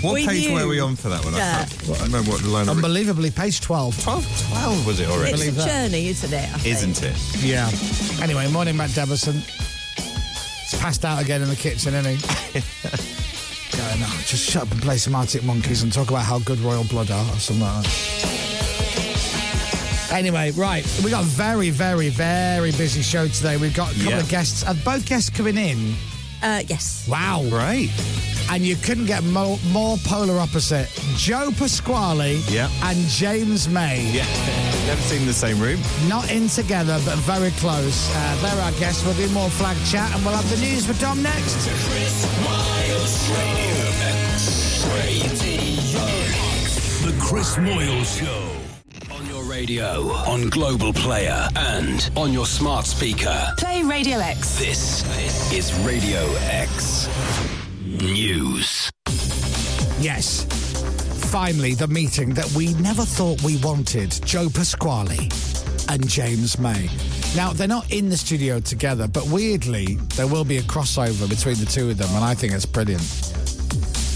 Speaker 7: What
Speaker 3: We
Speaker 7: page
Speaker 3: knew.
Speaker 7: were we on for that one? I,
Speaker 3: Yeah.
Speaker 7: can't, I don't know what line. Number
Speaker 5: Unbelievably, page 12.
Speaker 7: 12, 12 was it already?
Speaker 3: It's a
Speaker 5: believe that.
Speaker 3: journey, isn't it? I think?
Speaker 7: Isn't it?
Speaker 5: Yeah. Anyway, morning, Matt Davison. He's passed out again in the kitchen, isn't he? Going, oh, just shut up and play some Arctic Monkeys and talk about how good Royal Blood are or something like that. Anyway, right, we got a very, very, very busy show today. We've got a couple
Speaker 7: Yeah.
Speaker 5: of guests. Are both guests coming in?
Speaker 3: Uh, yes.
Speaker 5: Wow. Right. And you couldn't get more, more polar opposite. Joe Pasquale
Speaker 7: Yeah.
Speaker 5: and James May.
Speaker 7: Yeah. Never seen the same room.
Speaker 5: Not in together, but very close. Uh, they're our guests. We'll do more flag chat and we'll have the news with Dom next.
Speaker 1: The Chris Moyle Show.
Speaker 10: On your radio, on Global Player, and on your smart speaker.
Speaker 2: Play Radio X.
Speaker 10: This is Radio X News.
Speaker 5: Yes. Finally, the meeting that we never thought we wanted Joe Pasquale and James May. Now, they're not in the studio together, but weirdly, there will be a crossover between the two of them, and I think it's brilliant.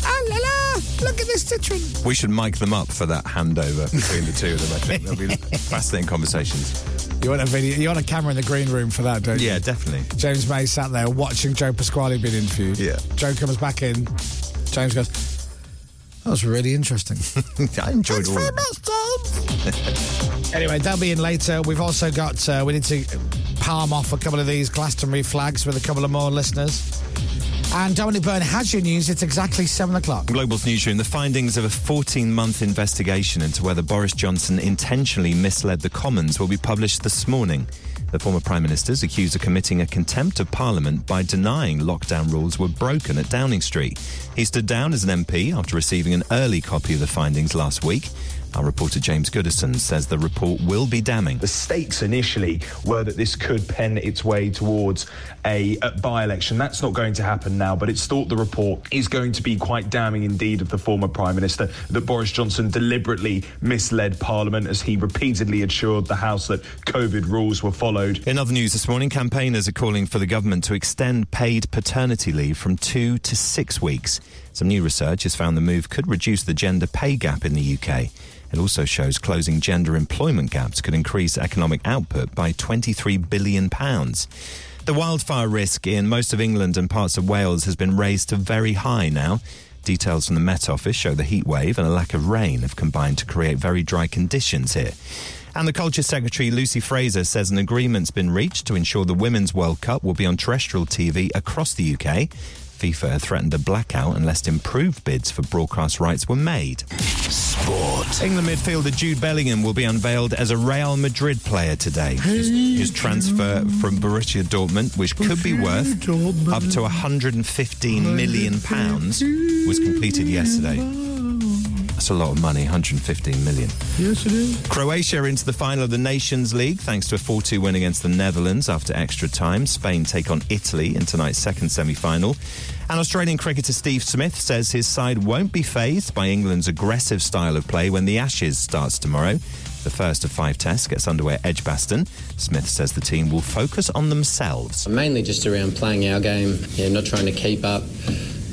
Speaker 5: Ah, la, la, look at this citron.
Speaker 7: We should mic them up for that handover between the two of them. I think they'll be fascinating conversations.
Speaker 5: You want a video? You want a camera in the green room for that, don't you?
Speaker 7: Yeah, definitely.
Speaker 5: James May sat there watching Joe Pasquale being interviewed.
Speaker 7: Yeah.
Speaker 5: Joe comes back in. James goes, That was really interesting.
Speaker 7: I enjoyed all. of them.
Speaker 5: anyway, they'll be in later. We've also got, uh, we need to palm off a couple of these Glastonbury flags with a couple of more listeners. And Dominic Byrne has your news. It's exactly seven o'clock.
Speaker 7: Global's newsroom, the findings of a 14 month investigation into whether Boris Johnson intentionally misled the Commons will be published this morning. The former Prime Minister's accused of committing a contempt of Parliament by denying lockdown rules were broken at Downing Street. He stood down as an MP after receiving an early copy of the findings last week. Our reporter James Goodison says the report will be damning.
Speaker 11: The stakes initially were that this could pen its way towards a, a by-election. That's not going to happen now, but it's thought the report is going to be quite damning indeed of the former prime minister that Boris Johnson deliberately misled Parliament as he repeatedly assured the House that COVID rules were followed.
Speaker 7: In other news this morning, campaigners are calling for the government to extend paid paternity leave from two to six weeks. Some new research has found the move could reduce the gender pay gap in the UK. It also shows closing gender employment gaps could increase economic output by £23 billion. The wildfire risk in most of England and parts of Wales has been raised to very high now. Details from the Met Office show the heat wave and a lack of rain have combined to create very dry conditions here. And the Culture Secretary Lucy Fraser says an agreement's been reached to ensure the Women's World Cup will be on terrestrial TV across the UK. FIFA had threatened a blackout unless improved bids for broadcast rights were made.
Speaker 10: Sport.
Speaker 7: England midfielder Jude Bellingham will be unveiled as a Real Madrid player today. His, his transfer from Borussia Dortmund, which could be worth up to 115 million pounds, was completed yesterday. That's a lot of money, 115 million. Croatia into the final of the Nations League thanks to a 4 2 win against the Netherlands after extra time. Spain take on Italy in tonight's second semi final. And Australian cricketer Steve Smith says his side won't be phased by England's aggressive style of play when the Ashes starts tomorrow. The first of five tests gets underway at Edgbaston. Smith says the team will focus on themselves.
Speaker 9: Mainly just around playing our game, yeah, not trying to keep up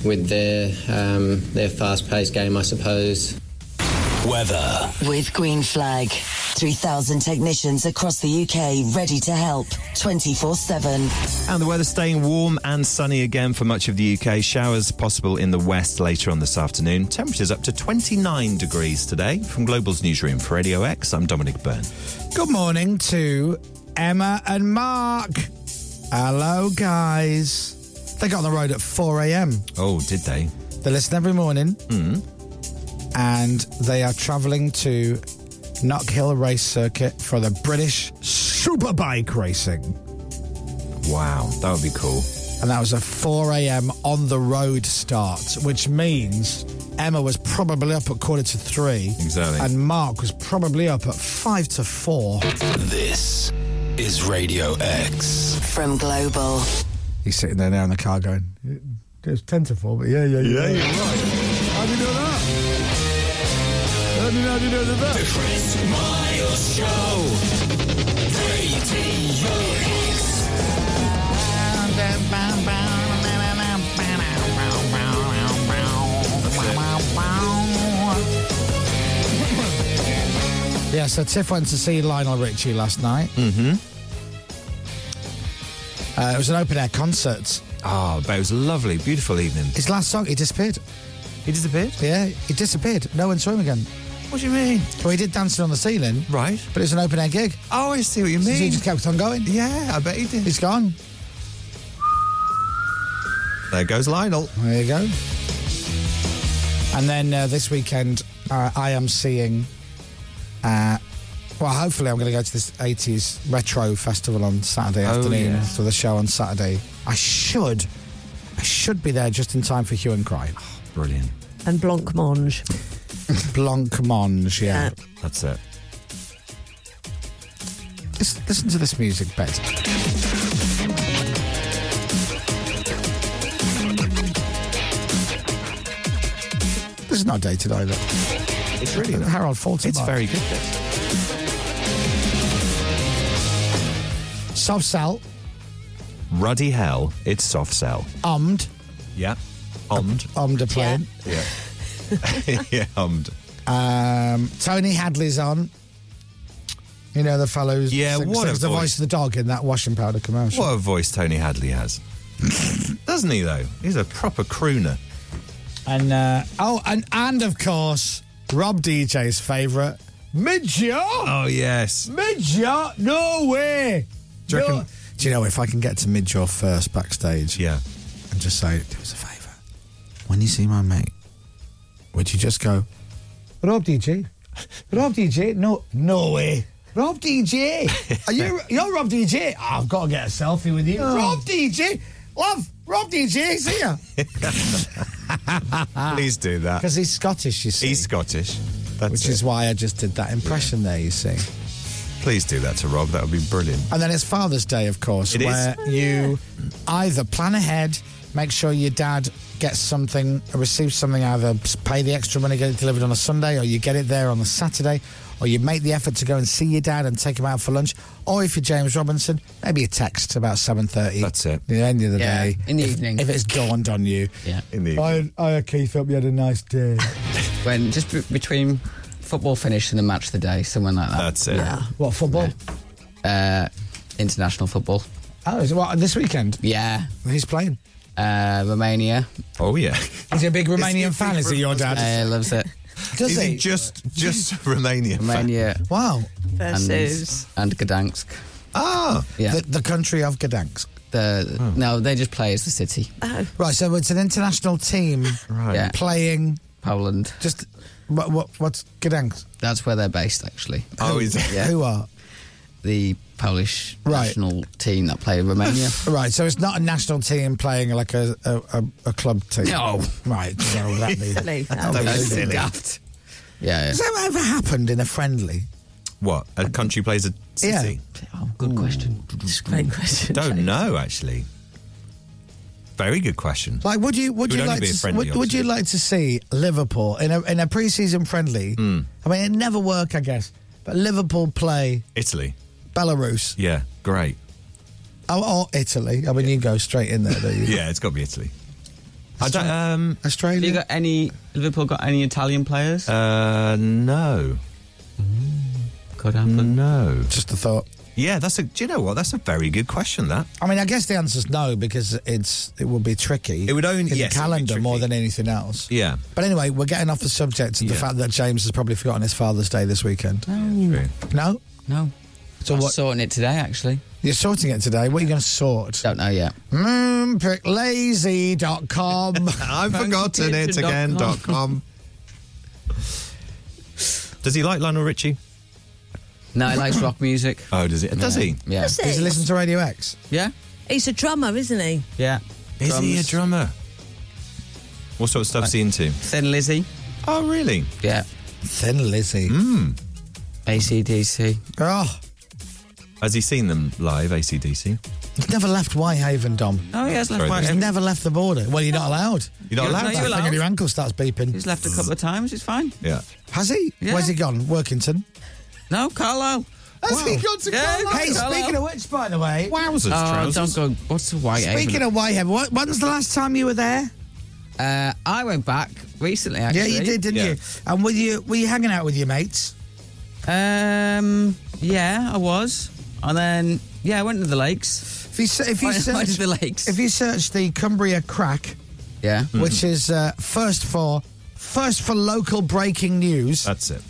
Speaker 9: with their um, their fast-paced game, I suppose.
Speaker 10: Weather.
Speaker 2: With Green Flag. 3,000 technicians across the UK ready to help 24 7.
Speaker 7: And the weather staying warm and sunny again for much of the UK. Showers possible in the west later on this afternoon. Temperatures up to 29 degrees today. From Global's newsroom for Radio X, I'm Dominic Byrne.
Speaker 5: Good morning to Emma and Mark. Hello, guys. They got on the road at 4 a.m.
Speaker 7: Oh, did they? Hmm.
Speaker 5: They listen every morning, and they are travelling to Knock Hill Race Circuit for the British Superbike Racing.
Speaker 7: Wow, that would be cool.
Speaker 5: And that was a 4 a.m. on the road start, which means Emma was probably up at quarter to three.
Speaker 7: Exactly.
Speaker 5: And Mark was probably up at five to four.
Speaker 10: This is Radio X.
Speaker 2: From Global.
Speaker 5: He's sitting there now in the car going, it's 10 to 4, but yeah, yeah, yeah.
Speaker 4: you're How do you do that? How do you, how do you do that? The Chris Miles Show.
Speaker 5: Yeah, so Tiff went to see Lionel Richie last night. Mm-hmm. Uh, it was an open air concert.
Speaker 7: Oh, but it was a lovely, beautiful evening.
Speaker 5: His last song, he disappeared.
Speaker 7: He disappeared?
Speaker 5: Yeah, he disappeared. No one saw him again.
Speaker 7: What do you mean?
Speaker 5: Well, he did dancing on the ceiling.
Speaker 7: Right.
Speaker 5: But it was an open air gig.
Speaker 7: Oh, I see what you
Speaker 5: So he
Speaker 7: mean.
Speaker 5: just kept on going.
Speaker 7: Yeah, I bet he did.
Speaker 5: He's gone.
Speaker 7: There goes Lionel.
Speaker 5: There you go. And then uh, this weekend, uh, I am seeing. Uh, well, hopefully, I'm going to go to this 80s retro festival on Saturday
Speaker 7: Oh,
Speaker 5: afternoon
Speaker 7: yeah.
Speaker 5: for the show on Saturday. I should, I should be there just in time for Hue and Cry.
Speaker 7: Brilliant.
Speaker 3: And Blancmange.
Speaker 5: Blancmange, yeah.
Speaker 7: That's it.
Speaker 5: Listen, listen to this music, Bet. This is not dated either.
Speaker 7: It's really nice.
Speaker 5: Harold Faltermark.
Speaker 7: It's very good. This.
Speaker 5: Soft Cell,
Speaker 7: Ruddy hell. It's soft sell.
Speaker 5: Ummed,
Speaker 7: Yeah. Omd.
Speaker 5: Ummed are playing.
Speaker 7: Yeah. yeah, ummed.
Speaker 5: Um, Tony Hadley's on. You know the fellow who's
Speaker 7: Yeah,
Speaker 5: sings-
Speaker 7: what a
Speaker 5: sings the
Speaker 7: voice.
Speaker 5: voice of the dog in that washing powder commercial.
Speaker 7: What a voice Tony Hadley has. Doesn't he, though? He's a proper crooner.
Speaker 5: And uh, oh, and and of course Rob DJ's favourite Midja.
Speaker 7: Oh, yes.
Speaker 5: Midja, no way.
Speaker 7: Do you
Speaker 5: No-
Speaker 7: reckon-
Speaker 5: Do you know if I can get to Midja first backstage?
Speaker 7: Yeah.
Speaker 5: and just say, do us a favour. When you see my mate, would you just go, Rob DJ? Rob DJ? No, no way. Rob DJ? Are you, you're Rob DJ? "Oh, I've got to get a selfie with you.
Speaker 7: Oh.
Speaker 5: Rob DJ? Love, Rob DJ is here.
Speaker 7: Please do that.
Speaker 5: Because he's Scottish, you see.
Speaker 7: He's Scottish. That's
Speaker 5: which
Speaker 7: it.
Speaker 5: is why I just did that impression there, you see.
Speaker 7: Please do that to Rob. That would be brilliant.
Speaker 5: And then it's Father's Day, of course,
Speaker 7: It is.
Speaker 5: where
Speaker 9: Oh,
Speaker 5: you either plan ahead, make sure your dad gets something, receives something, either pay the extra money, get it delivered on a Sunday, or you get it there on a Saturday, or you make the effort to go and see your dad and take him out for lunch, or if you're James Robinson, maybe a text about seven thirty.
Speaker 7: That's it.
Speaker 5: The end of the
Speaker 9: Yeah,
Speaker 5: day,
Speaker 9: in the
Speaker 5: if,
Speaker 9: evening.
Speaker 5: if it's dawned on you.
Speaker 9: Yeah.
Speaker 7: In the
Speaker 5: I, I, Keith, hope you had a nice day.
Speaker 9: When just b- between football finish and the match of the day, something like that.
Speaker 7: That's it.
Speaker 5: what football?
Speaker 9: Uh, international football.
Speaker 5: Oh, is it what this weekend?
Speaker 9: Yeah.
Speaker 5: He's playing.
Speaker 9: Uh, Romania.
Speaker 7: Oh yeah.
Speaker 5: Is he a big
Speaker 7: he
Speaker 5: Romanian
Speaker 7: a
Speaker 5: fan?
Speaker 7: big
Speaker 5: Is he your dad?
Speaker 9: Uh, loves it.
Speaker 5: Does
Speaker 7: Is he just just Romania? fan?
Speaker 9: Romania
Speaker 5: Wow.
Speaker 9: and,
Speaker 3: Versus.
Speaker 9: and Gdansk.
Speaker 7: Ah,
Speaker 9: Yeah.
Speaker 5: The, the country of Gdansk. Hmm.
Speaker 9: The, No, they just play as the city.
Speaker 5: Right, so it's an international team
Speaker 7: Right.
Speaker 9: Yeah.
Speaker 5: playing
Speaker 9: Poland.
Speaker 5: just what, what what's Gdansk?
Speaker 9: That's where they're based, actually.
Speaker 7: oh, is it?
Speaker 9: Yeah.
Speaker 5: Who are?
Speaker 9: The Polish
Speaker 5: Right.
Speaker 9: national team that play Romania.
Speaker 5: Right, so it's not a national team playing like a a, a, a club team.
Speaker 9: No.
Speaker 5: Right, so that'd be
Speaker 3: Silly.
Speaker 5: that'd
Speaker 7: That
Speaker 5: be
Speaker 7: was
Speaker 5: silly.
Speaker 7: silly.
Speaker 5: daft.
Speaker 9: yeah.
Speaker 5: Has that ever happened in a friendly?
Speaker 7: What? A country plays a city?
Speaker 9: yeah. Oh, good question.
Speaker 3: It's a great question.
Speaker 7: Don't know actually. Very good question.
Speaker 5: Like, would you would
Speaker 7: It would
Speaker 5: you
Speaker 7: only
Speaker 5: like
Speaker 7: be
Speaker 5: to
Speaker 7: a
Speaker 5: s-
Speaker 7: friendly,
Speaker 5: would, would you
Speaker 7: obviously.
Speaker 5: like to see Liverpool in a in a preseason friendly?
Speaker 7: Hmm.
Speaker 5: I mean, it never work, I guess. But Liverpool play
Speaker 7: Italy.
Speaker 5: Belarus
Speaker 7: Yeah, great.
Speaker 5: or, or Italy. I mean, you go straight in there, do you?
Speaker 7: Yeah, it's got to be Italy. I don't. Um.
Speaker 9: Have
Speaker 5: Australia.
Speaker 9: you got any Liverpool got any Italian players?
Speaker 7: Uh. No.
Speaker 9: Could happen.
Speaker 7: No.
Speaker 5: Just a thought.
Speaker 7: Yeah, that's a. Do you know what? That's a very good question. That.
Speaker 5: I mean, I guess the answer's no because it's it would be tricky.
Speaker 7: It would only-
Speaker 5: in the
Speaker 7: yes, it would be
Speaker 5: calendar more
Speaker 7: tricky.
Speaker 5: than anything else.
Speaker 7: Yeah.
Speaker 5: But anyway, we're getting off the subject of the
Speaker 7: Yeah. Oh.
Speaker 5: fact that James has probably forgotten his Father's Day this weekend.
Speaker 7: True.
Speaker 5: No,
Speaker 9: No.
Speaker 5: So what?
Speaker 12: Sorting it today, actually.
Speaker 5: You're sorting it today. What are you going to sort?
Speaker 12: Don't know yet.
Speaker 5: Moonpricklazy.com.
Speaker 7: I've forgotten it again. Dot com. Does he like Lionel Richie?
Speaker 12: No, he likes rock music.
Speaker 7: Oh, does he? Does he?
Speaker 12: Yeah.
Speaker 3: Does he? Does he
Speaker 5: listen to Radio X?
Speaker 12: Yeah.
Speaker 3: He's a drummer, isn't he?
Speaker 12: Yeah.
Speaker 7: Is he a
Speaker 12: Drums.
Speaker 7: drummer? What sort of stuff's he into?
Speaker 12: Thin Lizzy.
Speaker 7: Oh, really?
Speaker 12: Yeah.
Speaker 5: Thin Lizzy.
Speaker 7: Mm.
Speaker 12: ACDC.
Speaker 5: Oh,
Speaker 7: Has he seen them live, ACDC?
Speaker 5: he's never left Whitehaven, Dom.
Speaker 12: Oh, he has left
Speaker 7: Sorry,
Speaker 12: Whitehaven.
Speaker 5: He's never left the border. Well, you're not allowed.
Speaker 7: You're not
Speaker 12: You're-
Speaker 7: allowed
Speaker 12: no,
Speaker 7: to.
Speaker 5: I
Speaker 12: you're
Speaker 5: think
Speaker 12: allowed.
Speaker 5: if your ankle starts beeping.
Speaker 12: He's left a couple of times. It's fine.
Speaker 7: Yeah.
Speaker 5: Has he?
Speaker 12: Yeah.
Speaker 5: Where's he gone? Workington.
Speaker 12: No, Carlisle.
Speaker 5: Has
Speaker 12: Wow.
Speaker 5: he gone to
Speaker 12: Yeah,
Speaker 5: Carlisle? Hey,
Speaker 12: Carlisle.
Speaker 5: speaking of which, by the way.
Speaker 7: Wowzers,
Speaker 12: Oh,
Speaker 7: trousers.
Speaker 12: don't go. What's the white?
Speaker 5: Speaking of Whitehaven, what, when was the last time you were there?
Speaker 12: uh, I went back recently.
Speaker 5: Yeah,
Speaker 12: Actually,
Speaker 5: you did, didn't
Speaker 7: Yeah.
Speaker 5: you? And were you were you hanging out with your mates?
Speaker 12: Um, yeah, I was, and then yeah, I went to the lakes.
Speaker 5: If you, se- if you
Speaker 12: Why- why
Speaker 5: search
Speaker 12: did the lakes?
Speaker 5: if you search the Cumbria Crack,
Speaker 12: Yeah, Hmm.
Speaker 5: which is uh, first for first for local breaking news.
Speaker 7: That's it.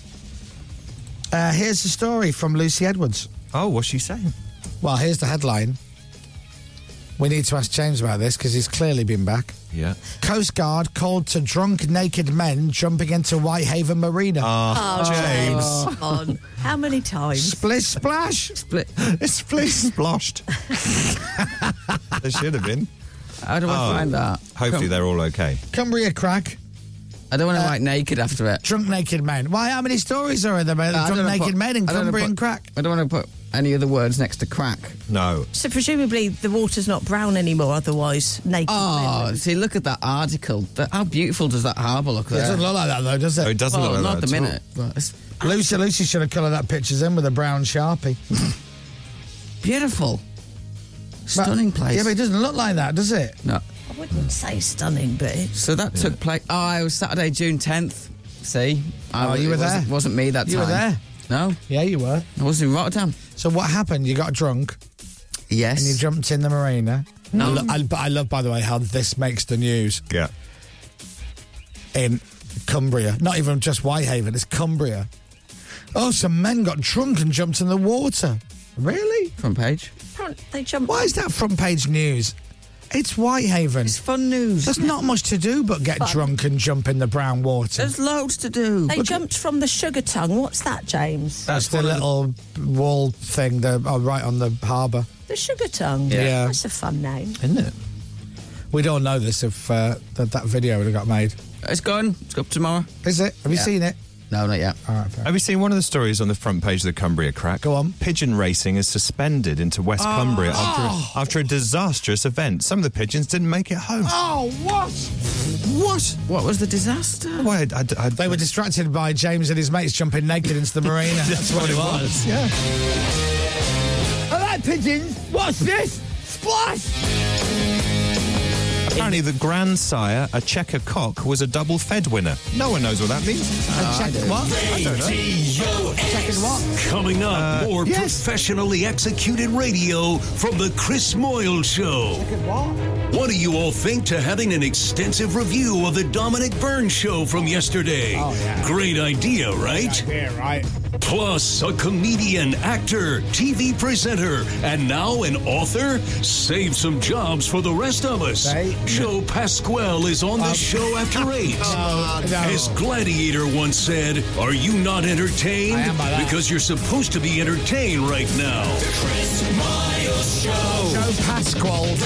Speaker 5: Uh, here's a story from Lucy Edwards.
Speaker 7: Oh, what's she saying?
Speaker 5: Well, here's the headline. We need to ask James about this because he's clearly been back.
Speaker 7: Yeah.
Speaker 5: Coast Guard called to drunk naked men jumping into Whitehaven Marina.
Speaker 7: Ah,
Speaker 3: Oh, James. Come on. How many times?
Speaker 5: Splish splash.
Speaker 12: split.
Speaker 7: It's please splashed. there should have been. Oh,
Speaker 12: How do I find that?
Speaker 7: Hopefully they're all okay.
Speaker 5: Cumbria Crack. Uh,
Speaker 12: I don't want to like naked after it.
Speaker 5: Drunk naked men. Why? How many stories are there about
Speaker 12: I don't
Speaker 5: drunk
Speaker 12: wanna
Speaker 5: naked
Speaker 12: put-
Speaker 5: men in
Speaker 12: I don't wanna
Speaker 5: Cumbria
Speaker 12: put-
Speaker 5: Crack?
Speaker 12: I don't want to put any other words next to crack.
Speaker 7: No.
Speaker 3: So presumably the water's not brown anymore. Otherwise, naked.
Speaker 12: Oh, see, look at that article. That, how beautiful does that harbour look
Speaker 5: It
Speaker 12: there?
Speaker 5: doesn't look like that though, does it?
Speaker 7: Oh, it doesn't
Speaker 12: well,
Speaker 7: look like
Speaker 12: not
Speaker 7: that
Speaker 12: the
Speaker 7: at all.
Speaker 12: minute. It's
Speaker 5: Lucy, Lucy should have coloured that pictures in with a brown sharpie.
Speaker 12: beautiful, stunning
Speaker 5: But-
Speaker 12: place.
Speaker 5: Yeah, but it doesn't look like that, does it?
Speaker 12: no.
Speaker 3: I wouldn't say stunning, but it's
Speaker 12: So that took place. Oh, it was Saturday, June tenth. See, I,
Speaker 5: Oh, you
Speaker 12: it
Speaker 5: were
Speaker 12: wasn't,
Speaker 5: there.
Speaker 12: Wasn't me that time.
Speaker 5: You were there.
Speaker 12: No,
Speaker 5: Yeah, you were.
Speaker 12: I was in Rotterdam.
Speaker 5: So what happened? You got drunk
Speaker 12: Yes.
Speaker 5: and you jumped in the marina.
Speaker 12: No.
Speaker 5: I, lo- I, but I love, by the way, how this makes the news
Speaker 7: Yeah.
Speaker 5: in Cumbria. Not even just Whitehaven, it's Cumbria. Oh, some men got drunk and jumped in the water. Really?
Speaker 12: Front page.
Speaker 3: apparent they jump.
Speaker 5: Why is that front page news? It's Whitehaven.
Speaker 12: It's fun news.
Speaker 5: There's not much to do but get drunk and jump in the brown water.
Speaker 12: There's loads to do.
Speaker 3: They jumped from the sugar tongue. What's that, James?
Speaker 5: That's the little wall thing there, oh, right on the harbour.
Speaker 3: The sugar tongue.
Speaker 5: Yeah.
Speaker 3: That's a fun name.
Speaker 5: Isn't it? We'd all know this if uh, that, that video would have got made.
Speaker 12: It's gone. It's up tomorrow.
Speaker 5: Is it? Have you
Speaker 12: Yeah.
Speaker 5: seen it?
Speaker 12: No, not yet.
Speaker 5: All right, fair.
Speaker 7: Have you seen one of the stories on the front page of the Cumbria Crack?
Speaker 5: Go on. Ah.
Speaker 7: Pigeon racing is suspended into West Cumbria
Speaker 5: Oh.
Speaker 7: after, after a disastrous event. Some of the pigeons didn't make it home.
Speaker 5: Oh, what? What?
Speaker 12: What was the disaster?
Speaker 7: Why, I, I- I-
Speaker 5: They were distracted by James and his mates jumping naked into the marina. That's what it was. Yeah. All right, pigeons. What's this? Splash!
Speaker 7: apparently the grandsire, a checker cock, was a double fed winner. No one knows what that means.
Speaker 12: Ah,
Speaker 5: what?
Speaker 1: Coming up, more
Speaker 5: Uh, yes.
Speaker 1: professionally executed radio from the Chris Moyle Show. What do you all think to having an extensive review of the Dominic Byrne Show from yesterday?
Speaker 5: Oh, yeah.
Speaker 1: Great idea, right?
Speaker 5: Yeah, right.
Speaker 1: Plus, a comedian, actor, TV presenter, and now an author? Save some jobs for the rest of us.
Speaker 5: Right.
Speaker 1: Joe Pasquale is on the
Speaker 5: Um,
Speaker 1: show after eight.
Speaker 5: Oh, no.
Speaker 1: As Gladiator once said, are you not entertained?
Speaker 5: I am by that.
Speaker 1: Because you're supposed to be entertained right now. The Chris Miles Show.
Speaker 5: Joe Pasquale.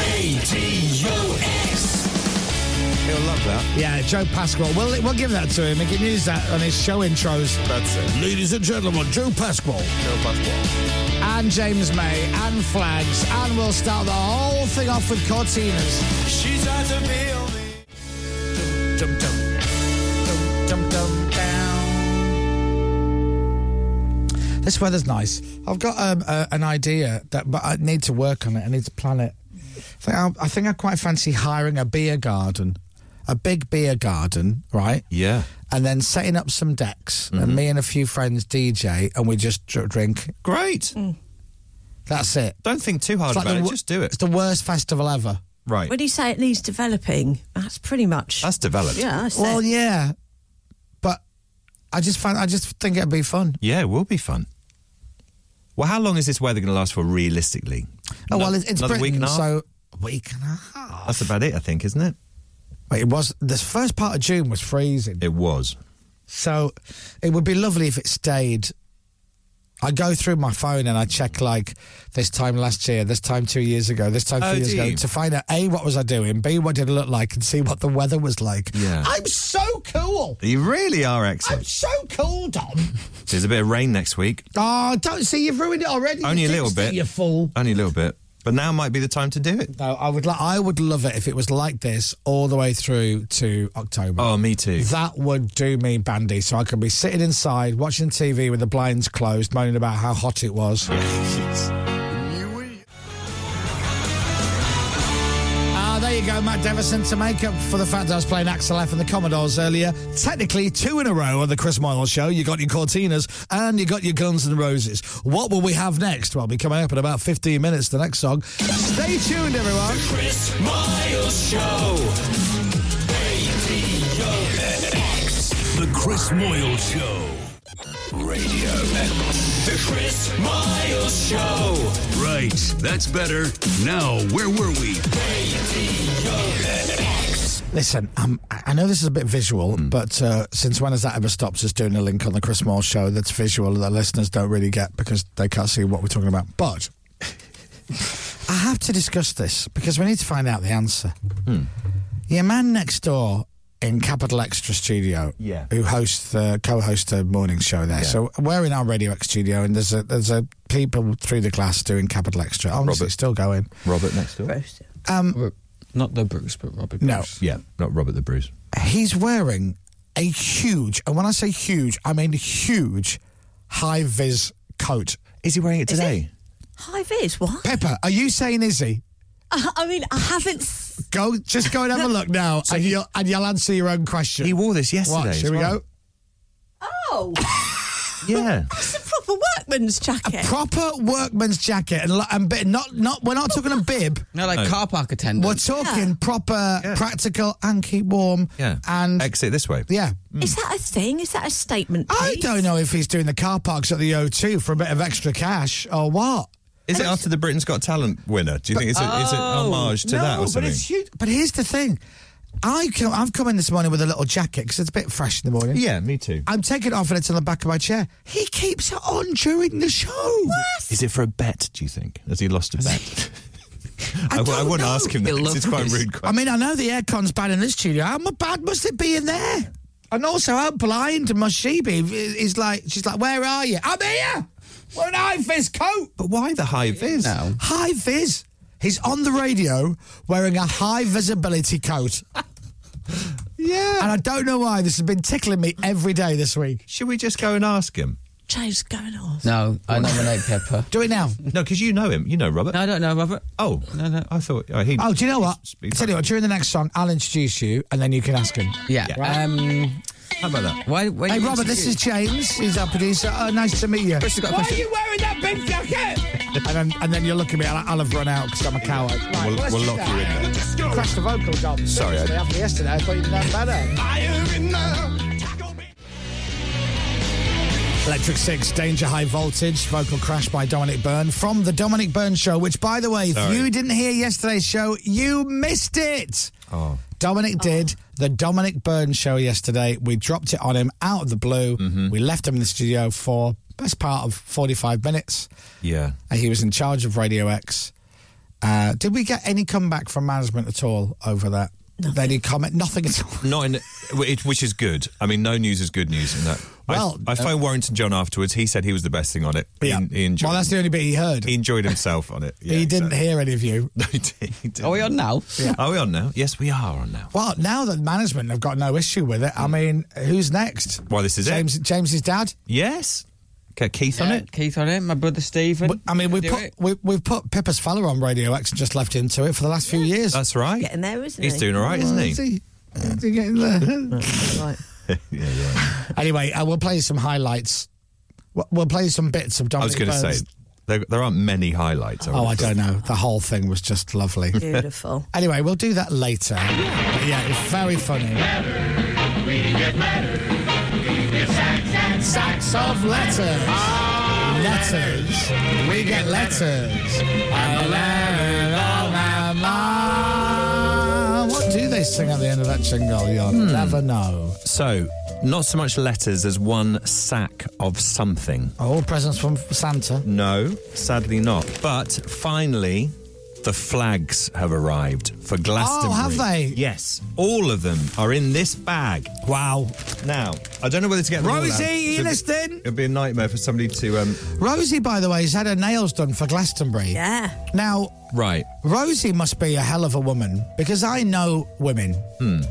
Speaker 7: He'll love that.
Speaker 5: Yeah, Joe Pasquale. We'll, we'll give that to him. He can use that on his show intros.
Speaker 7: That's it.
Speaker 5: Ladies and gentlemen, Joe Pasquale.
Speaker 7: No passport.
Speaker 5: and James May and Flags, and we'll start the whole thing off with Cortinas. She's had to be on the. Dum, dum, dum. Dum, dum, dum, down. This weather's nice. I've got um, uh, an idea that, but I need to work on it. I need to plan it. I think I, I think I quite fancy hiring a beer garden, a big beer garden, right?
Speaker 7: Yeah.
Speaker 5: And then setting up some decks,
Speaker 7: Mm-hmm.
Speaker 5: and me and a few friends DJ, and we just dr- drink.
Speaker 7: Great.
Speaker 5: That's it.
Speaker 7: Don't think too hard
Speaker 5: It's like
Speaker 7: about
Speaker 5: the
Speaker 7: it.
Speaker 5: wo-
Speaker 7: Just do it.
Speaker 5: It's the worst festival ever.
Speaker 7: Right.
Speaker 3: When you say it needs developing, that's pretty much.
Speaker 7: That's developed.
Speaker 3: yeah, that's
Speaker 5: Well,
Speaker 3: it.
Speaker 5: yeah, but I just find I just think it'd be fun.
Speaker 7: Yeah, it will be fun. Well, how long is this weather going to last for realistically?
Speaker 5: Oh,
Speaker 7: Ano-
Speaker 5: well, it's, it's
Speaker 7: another
Speaker 5: Britain,
Speaker 7: week and a half?
Speaker 5: so a week and a half.
Speaker 7: That's about it, I think, isn't it?
Speaker 5: But it was the first part of June was freezing.
Speaker 7: It was.
Speaker 5: So it would be lovely if it stayed. I go through my phone and I check like this time last year, this time two years ago, this time
Speaker 13: Oh,
Speaker 5: three years
Speaker 13: do
Speaker 5: ago
Speaker 13: you?
Speaker 5: to find out a what was I doing, b what did it look like, and c what the weather was like.
Speaker 7: Yeah.
Speaker 5: I'm so cool.
Speaker 7: You really are excellent.
Speaker 5: I'm so cool, Dom.
Speaker 7: There's a bit of rain next week.
Speaker 5: Oh, don't see you've ruined it already.
Speaker 7: Only
Speaker 5: You
Speaker 7: a little
Speaker 5: jinxed it,
Speaker 7: bit.
Speaker 5: You fool.
Speaker 7: Only a little bit. But now might be the time to do it.
Speaker 5: No, I would. Li- I would love it if it was like this all the way through to October.
Speaker 7: Oh, me too.
Speaker 5: That would do me bandy. So I could be sitting inside watching TV with the blinds closed, moaning about how hot it was. Ah, there you go, Matt Devison, to make up for the fact that I was playing Axel F and the Commodores earlier. Technically, two in a row on the Chris Moyle show. You got your Cortinas and you got your Guns N' Roses. What will we have next? Well, we coming up in about 15 minutes, the next song. Stay tuned, everyone.
Speaker 10: The Chris Miles Show.
Speaker 1: Radio X. The Chris Moyle Show. Radio X. The Chris Moyle Show. Right, that's better. Now, where were we? Radio X.
Speaker 5: Listen, um, I I know this is a bit visual, but uh, since when has that ever stopped us doing a link on the Chris Moore show that's visual that listeners don't really get because they can't see what we're talking about? But I have to discuss this because we need to find out the answer.
Speaker 7: Hmm.
Speaker 5: Your man next door in Capital Extra Studio,
Speaker 7: Yeah.
Speaker 5: who hosts the co-hosts the morning show there. So we're in our Radio X studio, and there's a there's a people through the glass doing Capital Extra. Honestly,
Speaker 7: Robert.
Speaker 5: it's still going.
Speaker 7: Robert next door.
Speaker 5: Um,
Speaker 12: Not the Bruce, but Robert.
Speaker 5: No.
Speaker 7: Yeah, not Robert the Bruce.
Speaker 5: he's wearing a huge, and when I say huge, I mean huge high vis coat.
Speaker 7: Is he wearing it today?
Speaker 3: Hi, Viz. What?
Speaker 5: Pepper, are you saying is he?
Speaker 3: I I mean, I haven't. s-
Speaker 5: Go, just go and have a look now, and you'll and you'll answer your own question. He
Speaker 7: wore this yesterday
Speaker 5: Watch,
Speaker 7: as
Speaker 5: here we
Speaker 7: well.
Speaker 5: go.
Speaker 3: Oh,
Speaker 7: Yeah.
Speaker 3: it's a proper workman's jacket.
Speaker 5: Proper workman's jacket and, li- and bit, not not we're not talking a bib.
Speaker 12: No, like
Speaker 7: No.
Speaker 12: car park attendant.
Speaker 5: We're talking proper, practical, and keep warm.
Speaker 7: Yeah.
Speaker 5: And
Speaker 7: Exit this way.
Speaker 5: yeah.
Speaker 3: Is that a thing? Is that a statement?
Speaker 5: I don't know if he's doing the car parks at the O2 for a bit of extra cash or what.
Speaker 7: Is it after the Britain's Got Talent winner? Do you think it's, a, it's an
Speaker 12: Oh.
Speaker 7: homage to
Speaker 5: no,
Speaker 7: that or
Speaker 5: but
Speaker 7: something?
Speaker 5: it's huge. But here's the thing. I come, I've come in this morning with a little jacket because it's a bit fresh in the morning.
Speaker 7: Yeah, me too.
Speaker 5: I'm taking it off and it's on the back of my chair. He keeps it on during the show.
Speaker 7: Is it for a bet, do you think? Has he lost a bet? I,
Speaker 5: don't
Speaker 7: I wouldn't
Speaker 5: know.
Speaker 7: ask him that. 'cause It's quite a rude
Speaker 5: I
Speaker 7: question.
Speaker 5: mean, I know the aircon's bad in this studio. How mu- bad must it be in there? And also, how blind must she be? Is like she's like, where are you? I'm here. We're an high vis coat.
Speaker 7: But why the high vis?
Speaker 12: No.
Speaker 5: High vis. He's on the radio wearing a high visibility coat.
Speaker 7: Yeah.
Speaker 5: And I don't know why this has been tickling me every day this week.
Speaker 7: Should we just go and ask him?
Speaker 3: James going on.
Speaker 12: No, I nominate Pepper.
Speaker 5: Do it now.
Speaker 7: No, because you know him. You know Robert.
Speaker 12: No, I don't know Robert.
Speaker 7: Oh,
Speaker 12: No, no.
Speaker 7: I thought oh, he.
Speaker 5: Oh, do you know what?
Speaker 7: Speak
Speaker 5: Tell you what, during the next song, I'll introduce you and then you can ask him.
Speaker 12: Yeah. Um,
Speaker 7: How about that?
Speaker 12: why, why
Speaker 5: Hey,
Speaker 12: you-
Speaker 5: Robert, this is James. He's our producer. Oh, nice to meet you.
Speaker 12: Chris has got a question.
Speaker 5: you wearing that big jacket? and, then, and then you'll look at me and I- I'll have run out because I'm a coward. Right,
Speaker 7: We'll-
Speaker 5: let's
Speaker 7: we'll
Speaker 5: do
Speaker 7: lock
Speaker 5: that.
Speaker 7: you in there.
Speaker 5: Let's go. Crashed the vocal, Dom.
Speaker 7: Sorry, I-
Speaker 5: Seriously, After yesterday, I thought you'd done better. Electric Six, Danger High Voltage, vocal crash by Dominic Byrne from the Dominic Byrne Show, which, by the way,
Speaker 7: Sorry.
Speaker 5: if you didn't hear yesterday's show, you missed it.
Speaker 7: Oh.
Speaker 5: Dominic did the Dominic Byrne show yesterday. We dropped it on him out of the blue. We left him in the studio for best part of 45 minutes.
Speaker 7: Yeah.
Speaker 5: And he was in charge of Radio X. Uh, did we get any comeback from management at all over that? They did comment nothing at all.
Speaker 7: Not in, it- which is good. I mean, no news is good news in that.
Speaker 5: Well, uh,
Speaker 7: I, I phoned Warrington John afterwards. He said he was the best thing on it. He, he enjoyed.
Speaker 5: well, that's the only bit he heard.
Speaker 7: he enjoyed himself on it. Yeah,
Speaker 5: he didn't
Speaker 7: exactly.
Speaker 5: hear any of you.
Speaker 7: No, he did- he didn't.
Speaker 12: Are we on now?
Speaker 7: Are we on now? Yes, we are on now.
Speaker 5: Well, now that management have got no issue with it, I mean, who's next?
Speaker 7: Hmm. Well, this is it.
Speaker 5: James, James's dad.
Speaker 7: Yes. Okay, Keith on
Speaker 12: Yeah,
Speaker 7: it.
Speaker 12: Keith on it. My brother Stephen.
Speaker 5: I mean, we've
Speaker 12: Do
Speaker 5: put
Speaker 12: it.
Speaker 5: we, we've put Pippa's fella on Radio X and just left him to it for the last few years.
Speaker 7: That's right.
Speaker 3: Getting there, isn't
Speaker 7: He's
Speaker 3: he?
Speaker 7: doing all right, isn't he?
Speaker 5: Is he getting there?
Speaker 3: Right.
Speaker 7: Yeah, yeah.
Speaker 5: anyway, uh, we'll play some highlights. We'll, we'll play some bits of
Speaker 7: I
Speaker 5: Dominic.
Speaker 7: was going to
Speaker 5: Byrne's-
Speaker 7: say there, there aren't many highlights.
Speaker 5: Oh, I
Speaker 7: would've thought.
Speaker 5: don't know. The whole thing was just lovely.
Speaker 3: Beautiful.
Speaker 5: Anyway, we'll do that later. But yeah, it's very funny. Sacks of letters.
Speaker 10: Ah,
Speaker 5: letters. We get letters. A letter of our mom. What do they sing at the end of that jingle? You'll never know.
Speaker 7: So, not so much letters as one sack of something.
Speaker 5: All Oh, presents from Santa.
Speaker 7: No, sadly not. But finally, the flags have arrived for Glastonbury.
Speaker 5: Oh, have they?
Speaker 7: Yes, all of them are in this bag.
Speaker 5: Wow.
Speaker 7: Now, I don't know whether to get them all out.
Speaker 5: Rosie,
Speaker 7: It'd be-
Speaker 5: Eniston!
Speaker 7: It'd be a nightmare for somebody to. Um,
Speaker 5: Rosie, by the way, has had her nails done for Glastonbury.
Speaker 3: Yeah.
Speaker 5: Now,
Speaker 7: right.
Speaker 5: Rosie must be a hell of a woman because I know women.
Speaker 7: Hmm.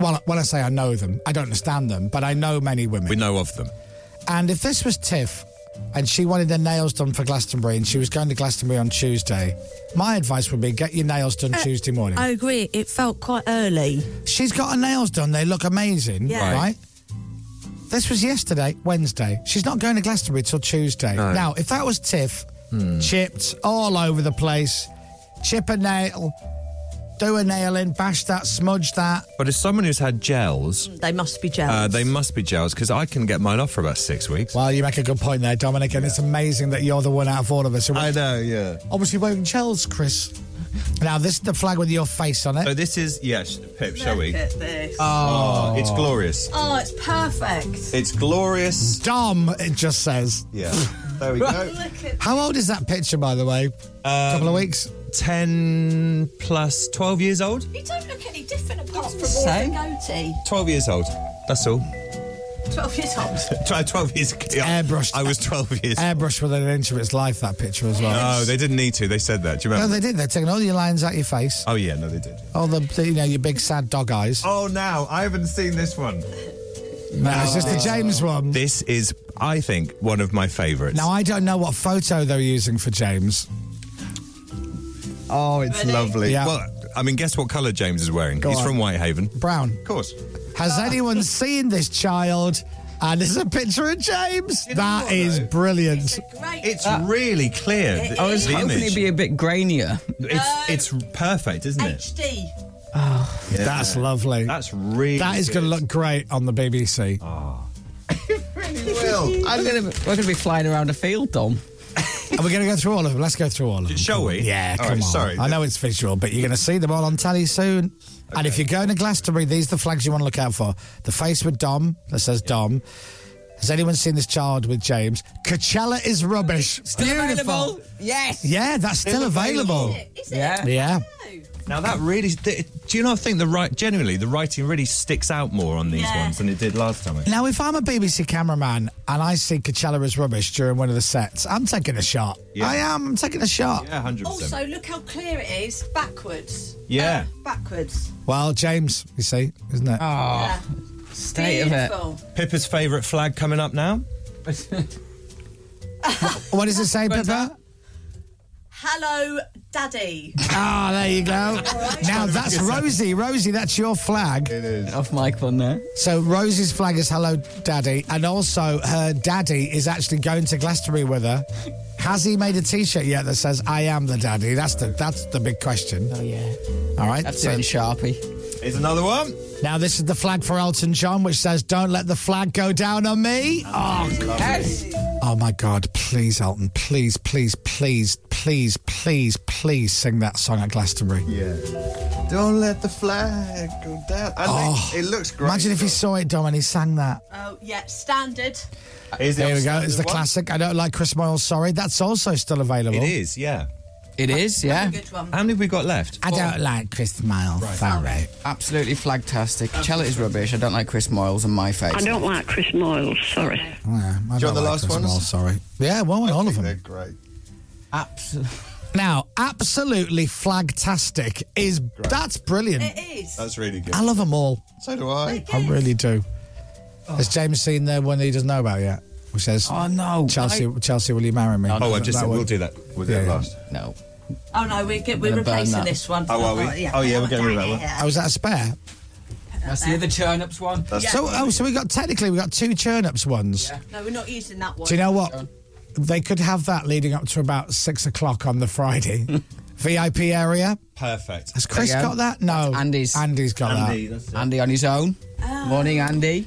Speaker 5: Well, when I say I know them, I don't understand them, but I know many women.
Speaker 7: We know of them.
Speaker 5: And if this was Tiff and she wanted her nails done for Glastonbury and she was going to Glastonbury on Tuesday, my advice would be get your nails done Tuesday morning.
Speaker 3: Uh, I agree. It felt quite early.
Speaker 5: She's got her nails done, they look amazing,
Speaker 3: Yeah.
Speaker 5: right?
Speaker 3: Right.
Speaker 5: This was yesterday, Wednesday. She's not going to Glastonbury till Tuesday.
Speaker 13: No.
Speaker 5: Now, if that was Tiff, chipped all over the place, chip a nail, do a nail in, bash that, smudge that.
Speaker 7: But as someone who's had gels,
Speaker 3: They must be jealous.
Speaker 7: uh, they must be gels because I can get mine off for about six weeks.
Speaker 5: Well, you make a good point there, Dominic, and it's amazing that you're the one out of all of us. who-
Speaker 7: I know, yeah.
Speaker 5: Obviously wearing gels, Chris. Now this is the flag with your face on it.
Speaker 7: So this is yes, Pip. Shall we?
Speaker 3: this.
Speaker 7: Oh, it's glorious.
Speaker 3: Oh, it's perfect.
Speaker 7: It's glorious.
Speaker 5: Dom, it just says.
Speaker 7: Yeah. There we go. Uh,
Speaker 5: How old is that picture, by the way? A couple of weeks.
Speaker 7: Ten plus twelve years old.
Speaker 3: You don't look any different apart
Speaker 7: all
Speaker 3: from
Speaker 7: the same.
Speaker 3: goatee.
Speaker 7: Twelve years old. That's all.
Speaker 3: 12 years old.
Speaker 7: Tw- twelve years. Airbrushed. I was twelve years.
Speaker 5: Airbrushed within an inch of its life. That picture as well.
Speaker 7: No, Oh, they didn't need to. They said that. Do you
Speaker 5: No,
Speaker 7: remember?
Speaker 5: they did. They're taking all your lines out your face.
Speaker 7: Oh yeah, no, they did.
Speaker 5: All the, the- you know your big sad dog eyes.
Speaker 7: Oh, now I haven't seen this one.
Speaker 5: No, it's just the James one.
Speaker 7: This is, I think, one of my favourites.
Speaker 5: Now I don't know what photo they're using for James.
Speaker 7: Oh, it's lovely.
Speaker 5: Yeah.
Speaker 7: Well, I mean, guess what colour James is wearing?
Speaker 5: Go
Speaker 7: He's
Speaker 5: on.
Speaker 7: from Whitehaven.
Speaker 5: Brown.
Speaker 7: Of course. Ah.
Speaker 5: Has anyone seen this child? And it's a picture of James. That is brilliant.
Speaker 7: It's really clear.
Speaker 12: It
Speaker 7: th-
Speaker 12: I was
Speaker 7: the
Speaker 12: hoping
Speaker 7: image.
Speaker 12: it'd be a bit grainier.
Speaker 7: It's, it's perfect, isn't it?
Speaker 3: HD.
Speaker 7: Yeah.
Speaker 5: Oh, That's lovely.
Speaker 7: That's really. Ah.
Speaker 5: That is going to look great on the BBC.
Speaker 12: I'm gonna, we're going to be flying around a field, Dom.
Speaker 5: Are we going to go through all of them? Let's go through all of them.
Speaker 7: Shall we?
Speaker 5: Yeah,
Speaker 7: All
Speaker 5: come
Speaker 7: right,
Speaker 5: on.
Speaker 7: sorry.
Speaker 5: I know it's visual, but you're going to see them all on telly soon. And if you're going to Glastonbury, these are the flags you want to look out for. The face with Dom that says Dom. Has anyone seen this child with James? Coachella is rubbish.
Speaker 12: Available? Yes.
Speaker 5: Yeah, that's still,
Speaker 12: Still
Speaker 5: available.
Speaker 12: available. Is it? Yeah.
Speaker 5: Yeah.
Speaker 7: Now that really. th- Do you not think the right? Genuinely, the writing really sticks out more on these
Speaker 5: Yeah.
Speaker 7: ones than it did last time. I think.
Speaker 5: Now, if I'm a BBC cameraman and I see Coachella is rubbish during one of the sets, I'm taking a shot.
Speaker 7: Yeah.
Speaker 5: I am. I'm taking a shot.
Speaker 7: Yeah, hundred percent.
Speaker 3: Also, look how clear it is backwards.
Speaker 5: Yeah.
Speaker 3: Backwards.
Speaker 5: Well, James, you see, isn't it?
Speaker 12: Ah,
Speaker 7: Ah.
Speaker 3: Yeah. Beautiful.
Speaker 7: Pippa's favourite flag coming up now.
Speaker 5: What does it say, Pippa?
Speaker 3: Hello, Daddy.
Speaker 5: Ah, there you go. Now
Speaker 3: Trying to
Speaker 5: that's
Speaker 3: make it sound-
Speaker 5: Rosie. Rosie, that's your flag. It
Speaker 7: is.
Speaker 5: Off mic one there. So Rosie's flag is hello, daddy, and also her daddy is actually going to Glastonbury with her. Has he made a T-shirt yet that says "I am the daddy"? That's the that's the big question. Oh yeah. All right.
Speaker 12: That's it in
Speaker 5: sharpie.
Speaker 7: Here's another one.
Speaker 5: Now this is the flag for Elton John, which says "Don't let the flag go down on me." Oh,
Speaker 12: Yes.
Speaker 5: oh my God! Please, Elton, please, please, please, please, please, please sing that song at Glastonbury.
Speaker 7: Yeah. Don't let the flag go down. I
Speaker 5: Oh.
Speaker 7: think it looks great.
Speaker 5: Imagine if he saw it, Dom, and he sang that.
Speaker 3: Oh, yeah, standard.
Speaker 7: Here's the
Speaker 5: there we go.
Speaker 7: outstanding
Speaker 5: It's the
Speaker 7: one.
Speaker 5: classic. I don't like Chris Moyle's Sorry. That's also still available.
Speaker 7: It is, yeah.
Speaker 12: It is, yeah.
Speaker 7: How many have we got left?
Speaker 5: I don't like Chris Moyle. Sorry.
Speaker 12: Absolutely flagtastic. Chella is rubbish. I don't like Chris Moyles and my face.
Speaker 6: I don't like Chris Miles, sorry.
Speaker 5: Yeah, I
Speaker 7: Do you want
Speaker 5: don't
Speaker 7: the
Speaker 5: like
Speaker 7: last
Speaker 5: Chris
Speaker 7: ones?
Speaker 5: Moyle, sorry. Yeah, well, all of them. They're
Speaker 7: great.
Speaker 12: Absolutely.
Speaker 5: Now, absolutely flagtastic is that's brilliant.
Speaker 3: It is.
Speaker 7: That's really good.
Speaker 5: I love them all.
Speaker 7: So do I. Oh.
Speaker 5: I really do. Has James seen the one that he doesn't know about yet? Which says,
Speaker 12: "Oh no,
Speaker 5: Chelsea, Chelsea, will you marry me?"
Speaker 7: Oh, I've just
Speaker 5: That
Speaker 7: said
Speaker 5: one.
Speaker 7: we'll do that. We'll do
Speaker 5: Yeah,
Speaker 7: that
Speaker 5: yeah.
Speaker 7: last.
Speaker 12: No.
Speaker 3: Oh, no, we're, get, we're
Speaker 12: gonna burn
Speaker 3: replacing
Speaker 12: that.
Speaker 3: this one.
Speaker 7: Oh, are we? Oh, yeah, we're getting rid of that one.
Speaker 5: Oh, is that a spare?
Speaker 12: That's the other turnips one.
Speaker 5: So, oh, so we got technically we got two churn-ups ones.
Speaker 3: No, we're not using that one.
Speaker 5: Do you know what? They could have that leading up to about six o'clock on the Friday. VIP area.
Speaker 7: Perfect.
Speaker 5: Has Chris
Speaker 12: There you go.
Speaker 5: got that? No.
Speaker 12: Andy's.
Speaker 5: Andy's got
Speaker 7: Andy,
Speaker 5: that.
Speaker 7: that's it.
Speaker 12: Andy on
Speaker 3: Ah.
Speaker 12: his own. Morning, Andy.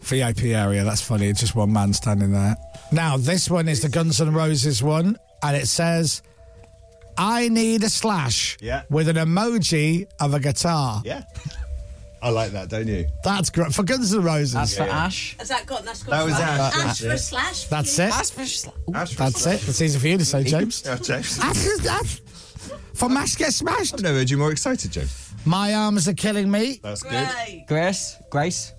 Speaker 5: VIP area. That's funny. Just one man standing there. Now, this one is the Guns N' Roses one, and it says, I need a slash
Speaker 13: Yeah.
Speaker 5: with an emoji of a guitar.
Speaker 13: Yeah. I like that, don't you?
Speaker 5: That's great. For Guns N' Roses.
Speaker 13: That's for Yeah, yeah. Ash.
Speaker 3: Has that got that's got
Speaker 13: That was
Speaker 3: slash?
Speaker 13: Ash.
Speaker 3: Ash for a slash.
Speaker 5: That's
Speaker 3: please.
Speaker 5: it. Ash for That's it. That's easy for you to say, James.
Speaker 13: Yeah, James.
Speaker 5: Ash is Ash. For Mash Get Smashed.
Speaker 13: I've never heard you more excited, James.
Speaker 5: My arms are killing me.
Speaker 13: That's good.
Speaker 12: Grace, Grace.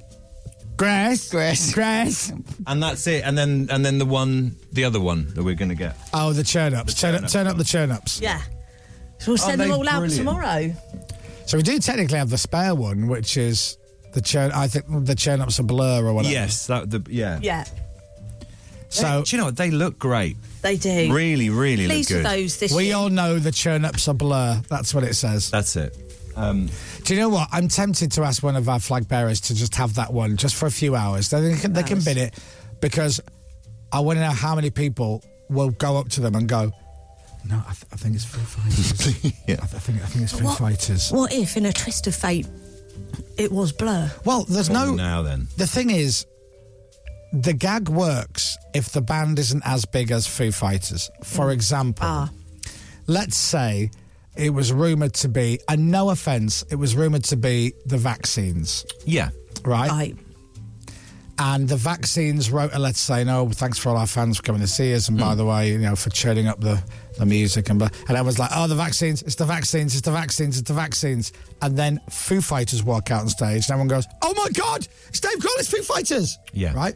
Speaker 5: Grace.
Speaker 12: Grace.
Speaker 5: Grace.
Speaker 7: And that's it. And then and then the one, the other one that we're going to get.
Speaker 5: Oh, the churn ups. Turn, up, turn up the churn ups.
Speaker 3: Yeah. So we'll
Speaker 5: Aren't
Speaker 3: send them
Speaker 5: they
Speaker 3: all out
Speaker 5: Oh, brilliant?
Speaker 3: tomorrow.
Speaker 5: So we do technically have the spare one, which is the churn. I think the churn ups are blur or whatever. Oh.
Speaker 7: Yes, that the yeah.
Speaker 3: Yeah,
Speaker 5: So
Speaker 7: do you know what? They look great.
Speaker 3: they do.
Speaker 7: Really, really look
Speaker 3: Pleased with
Speaker 7: good.
Speaker 3: those this
Speaker 5: we
Speaker 3: year.
Speaker 5: all know the churn ups are blur. That's what it says.
Speaker 7: That's it. Um,
Speaker 5: Do you know what? I'm tempted to ask one of our flag bearers to just have that one just for a few hours. Then they can, they can bin it because I want to know how many people will go up to them and go, No, I, th- I think it's Foo Fighters. yeah. I, th- I think I think it's Foo
Speaker 3: What-
Speaker 5: Fighters.
Speaker 3: What if, in a twist of fate, it was Blur?
Speaker 5: Well, there's
Speaker 7: Well,
Speaker 5: no.
Speaker 7: now then.
Speaker 5: The thing is, the gag works if the band isn't as big as Foo Fighters. For example, let's say it was rumored to be, and no offense, it was rumored to be the vaccines,
Speaker 7: yeah.
Speaker 5: right? And the vaccines wrote a letter saying, "Oh, thanks for all our fans for coming to see us, and by the way, you know, for churning up the, the music and blah." And I was like, "Oh, the vaccines! It's the vaccines! It's the vaccines! It's the vaccines!" And then Foo Fighters walk out on stage, and everyone goes, "Oh my God! It's Dave Grohl! It's Foo Fighters!"
Speaker 7: Yeah.
Speaker 5: right.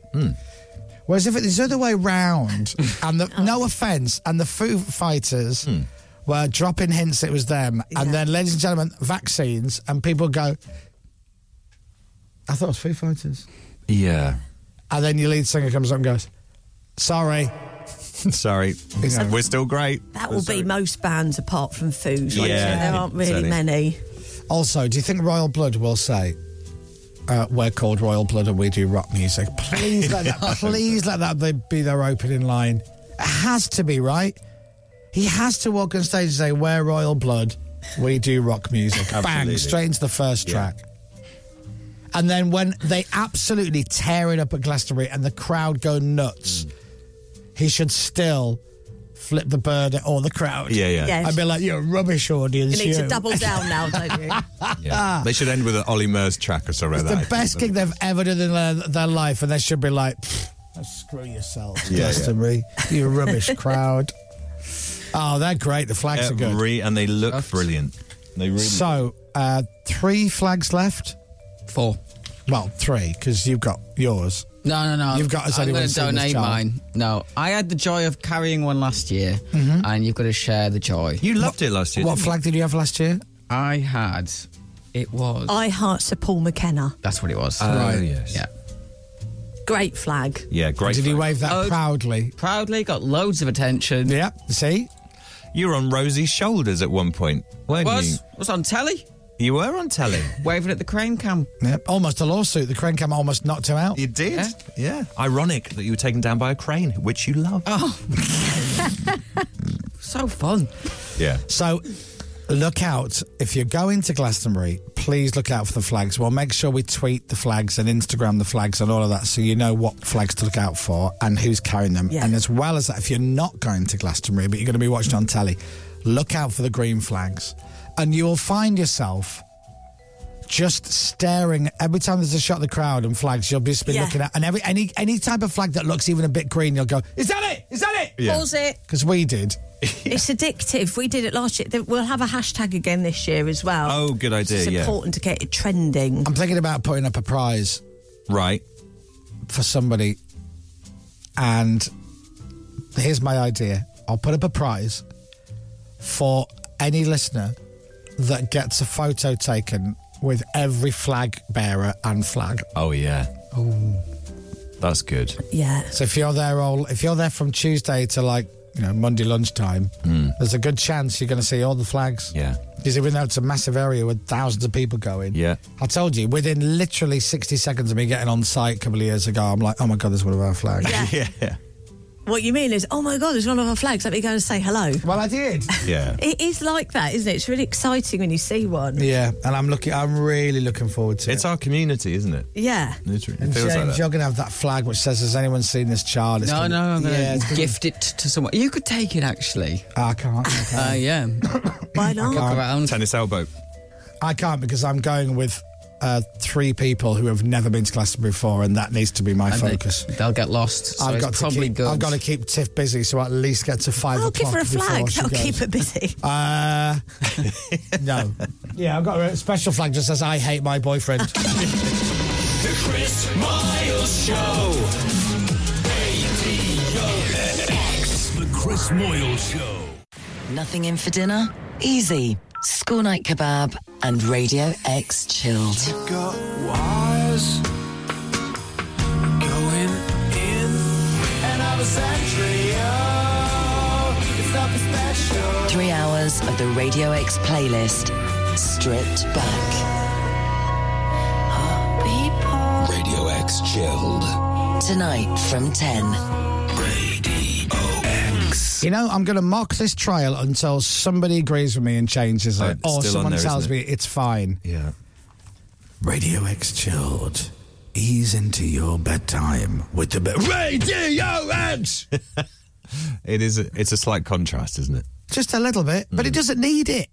Speaker 5: Whereas if it's the other way round, and the, no offense, and the Foo Fighters were dropping hints it was them, and then, ladies and gentlemen, vaccines, and people go, I thought it was Foo Fighters.
Speaker 7: Yeah.
Speaker 5: And then your lead singer comes up and goes, Sorry.
Speaker 7: Sorry.
Speaker 5: know.
Speaker 7: We're still great.
Speaker 3: That will be most bands apart from Foos. Like
Speaker 7: Yeah,
Speaker 3: yeah, there aren't really
Speaker 7: exactly.
Speaker 3: many.
Speaker 5: Also, do you think Royal Blood will say, uh, We're called Royal Blood and we do rock music? Please let that, please let that be- be their opening line. It has to be, right? He has to walk on stage and say, We're Royal Blood, we do rock music. Bang,
Speaker 13: Absolutely.
Speaker 5: straight into the first track. And then when they absolutely tear it up at Glastonbury and the crowd go
Speaker 7: Mm.
Speaker 5: nuts, he should still flip the bird at all the crowd.
Speaker 7: Yeah, yeah. Yes.
Speaker 5: I'd be like, you're a rubbish audience.
Speaker 3: You need to
Speaker 5: you."
Speaker 3: double down now, don't you?
Speaker 7: Yeah. they should end with an Ollie Murs track or
Speaker 5: Ah.
Speaker 7: something
Speaker 5: It's
Speaker 7: like that.
Speaker 5: the best gig they've ever done in their, their life, and they should be like, "Pfft, screw yourself,
Speaker 7: Yeah,
Speaker 5: Glastonbury, you rubbish crowd. Oh, they're great. The flags are good.
Speaker 7: Every- and they look brilliant. They really
Speaker 5: So, uh, three flags left. Four. Well, three because you've got yours.
Speaker 12: No, no, no.
Speaker 5: You've got us
Speaker 12: I'm
Speaker 5: anyone
Speaker 12: going to
Speaker 5: seen this
Speaker 12: donate
Speaker 5: child?
Speaker 12: mine. No, I had the joy of carrying one last year,
Speaker 5: Mm-hmm.
Speaker 12: and you've got to share the joy.
Speaker 7: You loved it last year.
Speaker 5: What
Speaker 7: didn't
Speaker 5: flag did you have last year?
Speaker 12: I had. It was.
Speaker 3: I heart Sir Paul McKenna.
Speaker 12: That's what it was.
Speaker 7: Oh, Right. yes.
Speaker 12: Yeah.
Speaker 3: Great flag.
Speaker 7: you? Yeah, great.
Speaker 5: Did you
Speaker 7: flag.
Speaker 5: wave that
Speaker 12: Oh,
Speaker 5: proudly?
Speaker 12: Proudly got loads of attention.
Speaker 5: Yeah. See,
Speaker 7: You were on Rosie's shoulders at one point, weren't
Speaker 12: Was was on telly,
Speaker 7: you? You were on telly.
Speaker 12: waving at the crane cam.
Speaker 5: Yep. Almost a lawsuit. The crane cam almost knocked him out.
Speaker 7: You did?
Speaker 12: Yeah.
Speaker 7: Ironic that you were taken down by a crane, which you love.
Speaker 12: Oh. so fun.
Speaker 7: Yeah.
Speaker 5: So look out. If you're going to Glastonbury, please look out for the flags. We'll make sure we tweet the flags and Instagram the flags and all of that so you know what flags to look out for and who's carrying them.
Speaker 3: Yeah.
Speaker 5: And as well as that, if you're not going to Glastonbury but you're going to be watching on telly, look out for the green flags. And you'll find yourself just staring every time there's a shot of the crowd and flags you'll just be
Speaker 3: Yeah.
Speaker 5: looking at and every any any type of flag that looks even a bit green you'll go is that it is that it
Speaker 7: Yeah.
Speaker 3: Pause it.
Speaker 5: because we did
Speaker 3: It's addictive. We did it last year. Th- We'll have a hashtag again this year as well.
Speaker 7: Oh, good idea,
Speaker 3: It's
Speaker 7: yeah.
Speaker 3: important to get it trending.
Speaker 5: i'm thinking about putting up a prize
Speaker 7: Right.
Speaker 5: for somebody. And here's my idea I'll put up a prize for any listener that gets a photo taken with every flag bearer and flag.
Speaker 7: Oh, yeah. Oh. That's good.
Speaker 3: Yeah.
Speaker 5: So if you're there all if you're there from Tuesday to like, you know, Monday lunchtime, there's a good chance you're gonna see all the flags.
Speaker 7: Hmm. Yeah.
Speaker 5: Because even though it's a massive area with thousands of people going,
Speaker 7: Yeah.
Speaker 5: I told you, within literally 60 seconds of me getting on site a couple of years ago, I'm like, oh my God, there's one of our flags.
Speaker 3: Yeah.
Speaker 7: Yeah.
Speaker 3: What you mean is, oh my God, there's one of our flags. Let me go and say hello.
Speaker 5: Well, I did.
Speaker 7: Yeah.
Speaker 3: It is like that, isn't it? It's really exciting when you see one.
Speaker 5: Yeah, and I'm looking. I'm really looking forward to it.
Speaker 7: It's our community, isn't it?
Speaker 3: Yeah.
Speaker 7: Literally.
Speaker 5: And
Speaker 7: It feels
Speaker 5: James,
Speaker 7: like that.
Speaker 5: you're gonna have that flag which says, "Has anyone seen this child?"
Speaker 12: no,
Speaker 5: gonna-
Speaker 12: no, I'm going to
Speaker 5: Yeah, it's gonna- Ah,
Speaker 12: gift it to someone. You could take it, actually.
Speaker 5: I can't. I can't.
Speaker 12: Uh, yeah.
Speaker 3: Why
Speaker 5: not? can't.
Speaker 7: Tennis elbow.
Speaker 5: I can't because I'm going with uh, three people who have never been to Glastonbury before, and that needs to be my
Speaker 12: And they-
Speaker 5: focus.
Speaker 12: They'll get lost. So
Speaker 5: I've got
Speaker 12: it's
Speaker 5: to
Speaker 12: probably
Speaker 5: keep.
Speaker 12: good.
Speaker 5: I've got to keep Tiff busy, so I at least get to five
Speaker 3: I'll give
Speaker 5: o'clock
Speaker 3: her a
Speaker 5: before
Speaker 3: flag.
Speaker 5: she
Speaker 3: That'll
Speaker 5: goes.
Speaker 3: keep her busy.
Speaker 5: Uh, no. Yeah, I've got a special flag that says "I hate my boyfriend."
Speaker 10: The Chris Miles Show.
Speaker 1: The Chris Moyle Show.
Speaker 2: Nothing in for dinner? Easy. School night kebab and Radio X chilled.
Speaker 10: Got wires going in. Another century. Oh, it's nothing special.
Speaker 2: Three hours of the Radio X playlist, stripped back.
Speaker 10: Radio X chilled.
Speaker 2: Tonight from 10.
Speaker 5: You know, I'm going to mock this trial until somebody agrees with me and changes it,
Speaker 7: Oh, it's
Speaker 5: or
Speaker 7: still on
Speaker 5: someone
Speaker 7: there, isn't
Speaker 5: tells
Speaker 7: it?
Speaker 5: me it's fine.
Speaker 7: Yeah.
Speaker 5: Radio X chilled. Ease into your bedtime with the bed. Radio X.
Speaker 7: It is. A, it's a slight contrast, isn't it?
Speaker 5: Just a little bit, but
Speaker 12: Mm.
Speaker 5: it doesn't need it.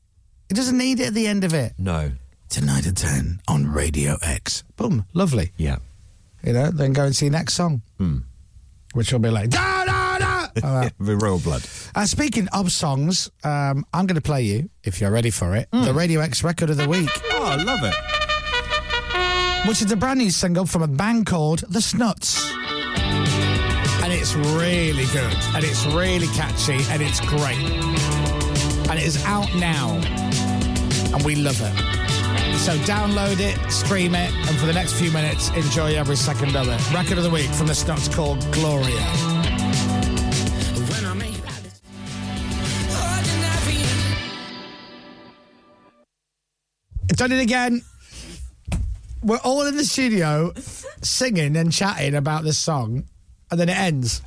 Speaker 5: It doesn't need it at the end of it.
Speaker 7: No.
Speaker 5: Tonight at ten on Radio X. Boom, lovely.
Speaker 7: Yeah. Hmm.
Speaker 5: You know, then go and see next song, which will be like. Da, da, da! All right.
Speaker 7: The royal blood.
Speaker 5: Uh, speaking of songs, um, I'm going to play you, if you're ready for it,
Speaker 7: Hmm.
Speaker 5: the Radio X record of the week,
Speaker 7: Oh, I love it.
Speaker 5: which is a brand new single from a band called The Snuts. And it's really good, and it's really catchy, and it's great. And it is out now, and we love it. So download it, stream it, and for the next few minutes, enjoy every second of it. Record of the week from The Snuts called Gloria. done it again. We're all in the studio singing and chatting about this song, and then it ends.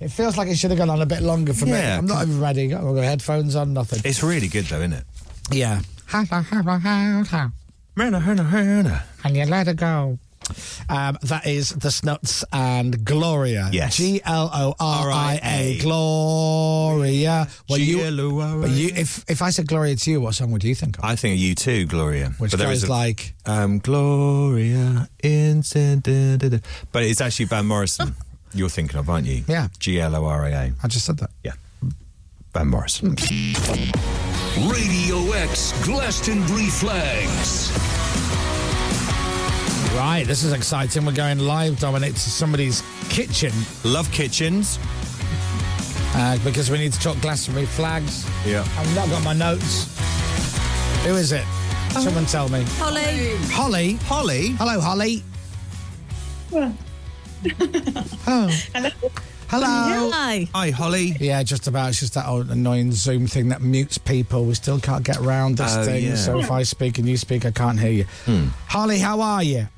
Speaker 5: It feels like it should have gone on a bit longer for me.
Speaker 7: Yeah.
Speaker 5: I'm not even ready. I've got headphones on, nothing.
Speaker 7: It's really good, though, isn't it?
Speaker 5: Yeah. And you let it go. Um, that is The Snuts and Gloria.
Speaker 7: Yes.
Speaker 5: G L O R I
Speaker 7: R.I.A..
Speaker 5: A. Gloria. Well, you-
Speaker 7: G.L.O.R.I.A..
Speaker 5: but you, if, if I said Gloria to you, what song would you think of?
Speaker 7: I think you too, Gloria.
Speaker 5: Which
Speaker 7: there
Speaker 5: goes
Speaker 7: is a-
Speaker 5: like-
Speaker 7: um, Gloria Instant. da, da, da. But it's actually Van Morrison. You're thinking of, aren't you?
Speaker 5: Yeah.
Speaker 7: G L O R A A.
Speaker 5: I just said that.
Speaker 7: Yeah. Van Morrison.
Speaker 10: Radio X Glastonbury flags.
Speaker 5: Right, this is exciting. We're going live, Dominic, to somebody's kitchen
Speaker 7: Love kitchens.
Speaker 5: uh, because we need to talk Glastonbury flags.
Speaker 7: Yeah.
Speaker 5: I've not got my notes. Who is it? Someone tell me.
Speaker 3: Holly.
Speaker 5: Holly. Holly. Hello, Holly. oh. Hello.
Speaker 3: Hi.
Speaker 7: Hi, Holly.
Speaker 5: Yeah, just about. It's just that old annoying Zoom thing that mutes people. We still can't get around this
Speaker 7: Oh,
Speaker 5: thing.
Speaker 7: yeah. Hmm.
Speaker 5: So if I speak and you speak, I can't hear you. Holly, how are you?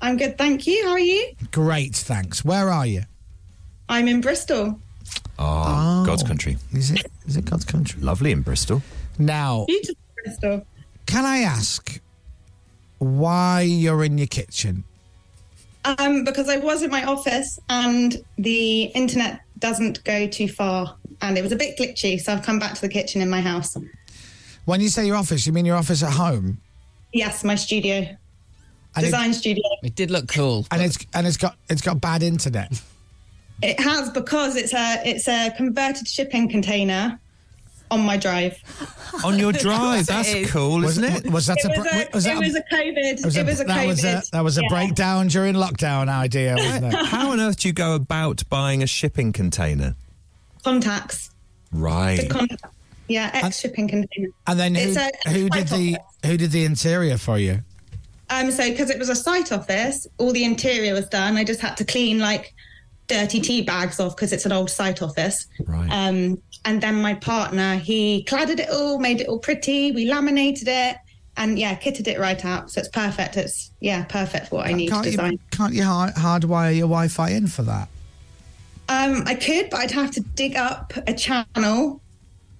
Speaker 14: I'm good, thank you. How are you?
Speaker 5: Great, thanks. Where are you?
Speaker 14: I'm in Bristol.
Speaker 7: Oh, God's country.
Speaker 5: Is it is it God's country?
Speaker 7: Lovely in Bristol. Oh.
Speaker 5: Now,
Speaker 14: Beautiful Bristol.
Speaker 5: Can I ask why you're in your kitchen?
Speaker 14: Um, because I was in my office and the internet doesn't go too far, and it was a bit glitchy, so I've come back to the kitchen in my house.
Speaker 5: When you say your office, you mean your office at home?
Speaker 14: Yes, my studio,
Speaker 5: And it-
Speaker 14: design studio.
Speaker 12: It did look cool.
Speaker 5: and it's and it's got it's got bad internet.
Speaker 14: It has because it's a it's a converted shipping container on my drive.
Speaker 7: On your
Speaker 3: course
Speaker 7: drive.
Speaker 3: it
Speaker 7: That's
Speaker 3: is.
Speaker 7: cool,
Speaker 5: Was,
Speaker 7: isn't it?
Speaker 5: was that
Speaker 14: It
Speaker 5: a
Speaker 14: was
Speaker 5: br-
Speaker 14: a,
Speaker 5: was that
Speaker 14: it
Speaker 5: a-
Speaker 14: was a COVID.
Speaker 5: it was a-
Speaker 14: it was a
Speaker 5: that
Speaker 14: COVID.
Speaker 5: was a that was a
Speaker 14: yeah.
Speaker 5: breakdown during lockdown idea, wasn't it?
Speaker 7: How on earth do you go about buying a shipping container?
Speaker 14: Contacts.
Speaker 7: Right.
Speaker 14: Contacts. Yeah, ex shipping container.
Speaker 5: And then who,
Speaker 14: It's a-
Speaker 5: who did
Speaker 14: quite
Speaker 5: the
Speaker 14: complex.
Speaker 5: who did the interior for you?
Speaker 14: Um, so because it was a site office, all the interior was done. I just had to clean like dirty tea bags off because it's an old site office.
Speaker 7: Right.
Speaker 14: Um, and then my partner, he cladded it all, made it all pretty. We laminated it, and yeah, kitted it right out. So it's perfect. It's yeah, perfect for what I need to
Speaker 5: Can't you
Speaker 14: design.
Speaker 5: can't you hard, hardwire your Wi-Fi in for that?
Speaker 14: Um, I could, but I'd have to dig up a channel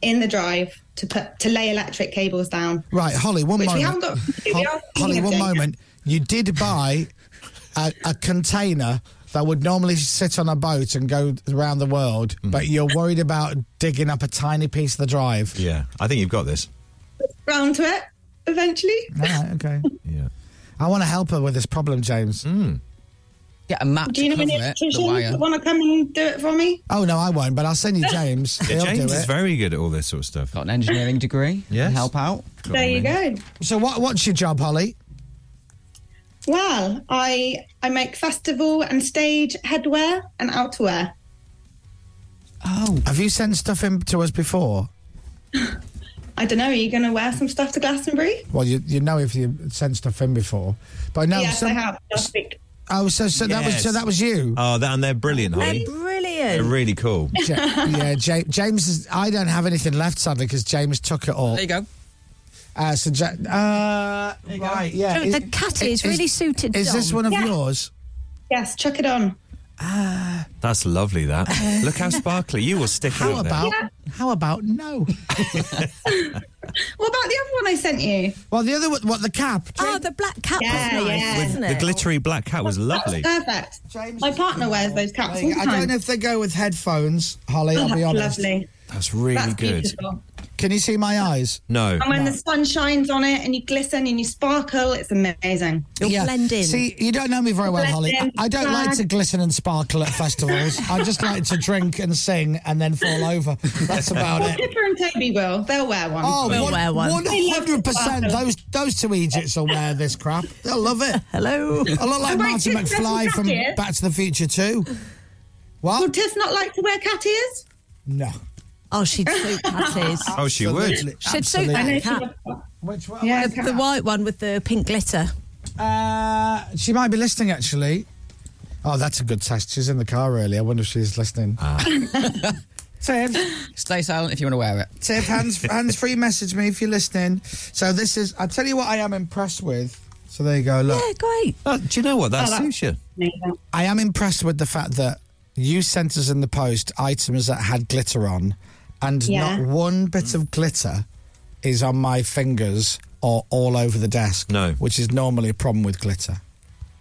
Speaker 14: in the drive to put to lay electric cables down.
Speaker 5: Right, Holly, one
Speaker 14: Which we
Speaker 5: moment.
Speaker 14: haven't got- we
Speaker 5: Hol-
Speaker 14: are
Speaker 5: Holly,
Speaker 14: thinking of
Speaker 5: one
Speaker 14: doing.
Speaker 5: moment. You did buy a, a container that would normally sit on a boat and go around the world, but you're worried about digging up a tiny piece of the drive.
Speaker 7: Yeah, I think you've got this.
Speaker 14: Round to it eventually.
Speaker 5: All right, okay.
Speaker 7: yeah.
Speaker 5: I want to help her with this problem, James.
Speaker 12: Get a map
Speaker 14: Do you know any electricians that want to come and do it for me?
Speaker 5: Oh no, I won't. But I'll send you James.
Speaker 7: Yeah,
Speaker 5: He'll
Speaker 7: James
Speaker 5: do
Speaker 7: is
Speaker 5: it.
Speaker 7: very good at all this sort of stuff. Got
Speaker 12: an engineering degree.
Speaker 7: Yes.
Speaker 12: Help out.
Speaker 14: There you go.
Speaker 5: So what? What's your job, Holly?
Speaker 14: Well, I I make festival and stage headwear and outerwear.
Speaker 5: Oh, have you sent stuff in to us before?
Speaker 14: I don't know. Are you going to wear some stuff to Glastonbury?
Speaker 5: Well, you you know if you sent stuff in before, but no.
Speaker 14: yes,
Speaker 5: some-
Speaker 14: I have. Last week.
Speaker 5: Oh, so so that was so
Speaker 7: Yes.
Speaker 5: that was you.
Speaker 7: Oh, that, and they're brilliant, Holly. They're
Speaker 3: brilliant.
Speaker 7: really cool.
Speaker 5: Ja- yeah, Ja- James is. I don't have anything left sadly because James took it all. There you
Speaker 12: go.
Speaker 5: Uh, so ja- uh, right, yeah.
Speaker 3: The cat is really suited,
Speaker 5: Is this
Speaker 3: Dom.
Speaker 5: one of
Speaker 3: Yeah.
Speaker 5: yours?
Speaker 14: Yes, chuck it on.
Speaker 7: That's lovely, that. Look how sparkly. You will stick
Speaker 5: How
Speaker 7: out there.
Speaker 5: about how about no?
Speaker 14: What about the other one I sent you? Ah,
Speaker 5: Well, the other one, what the cap?
Speaker 3: Oh, the black cat
Speaker 14: Yeah,
Speaker 3: was nice,
Speaker 14: yeah.
Speaker 3: wasn't
Speaker 7: The
Speaker 3: it?
Speaker 7: glittery black cat was lovely.
Speaker 14: Perfect. My partner wears those caps all the
Speaker 5: I
Speaker 14: time.
Speaker 5: don't know if they go with headphones, Holly.
Speaker 14: Oh,
Speaker 5: I'll be honest.
Speaker 14: that's Lovely.
Speaker 7: That's really
Speaker 14: That's
Speaker 7: good.
Speaker 14: beautiful.
Speaker 5: Can you see my eyes?
Speaker 7: No.
Speaker 14: And when the sun shines on it and you glisten and you sparkle, it's amazing.
Speaker 5: See, you don't know me very well,
Speaker 14: Blend
Speaker 5: Holly.
Speaker 14: in,
Speaker 5: I don't like
Speaker 14: flag.
Speaker 5: to glisten and sparkle at festivals. I just like to drink and sing and then fall over. That's about
Speaker 14: Well,
Speaker 5: it.
Speaker 14: Pippa and Toby will. They'll wear one.
Speaker 5: Oh,
Speaker 3: We'll wear one.
Speaker 5: hundred percent. Those those two Egypts will wear this crap. They'll love it.
Speaker 3: Hello.
Speaker 5: I look like
Speaker 14: Oh, wait,
Speaker 5: Marty
Speaker 14: Chris,
Speaker 5: McFly
Speaker 14: that's
Speaker 5: from
Speaker 14: jacket.
Speaker 5: Back to the Future too.
Speaker 14: Would
Speaker 5: What?
Speaker 14: Tess not like to wear cat ears?
Speaker 5: No.
Speaker 3: Oh, she'd suit cat ears.
Speaker 7: Oh, she would.
Speaker 5: Absolutely.
Speaker 3: She'd suit
Speaker 5: Absolutely.
Speaker 3: that cat.
Speaker 5: Which one?
Speaker 14: Yeah,
Speaker 3: The white one with the pink glitter.
Speaker 5: Uh, she might be listening actually. Oh, that's a good test. She's in the car early. I wonder if she's listening.
Speaker 7: Ah.
Speaker 5: Tiff,
Speaker 12: Stay silent if you want to wear it.
Speaker 5: Tiff, hands hands free. Message me if you're listening. So this is. I tell you what, I am impressed with. So there you go. Look,
Speaker 3: Yeah, great.
Speaker 7: Oh, do you know what? That suits you.
Speaker 14: Amazing.
Speaker 5: I am impressed with the fact that you sent us in the post items that had glitter on, and
Speaker 14: Yeah.
Speaker 5: not one bit of glitter is on my fingers or all over the desk.
Speaker 7: No.
Speaker 5: which is normally a problem with glitter.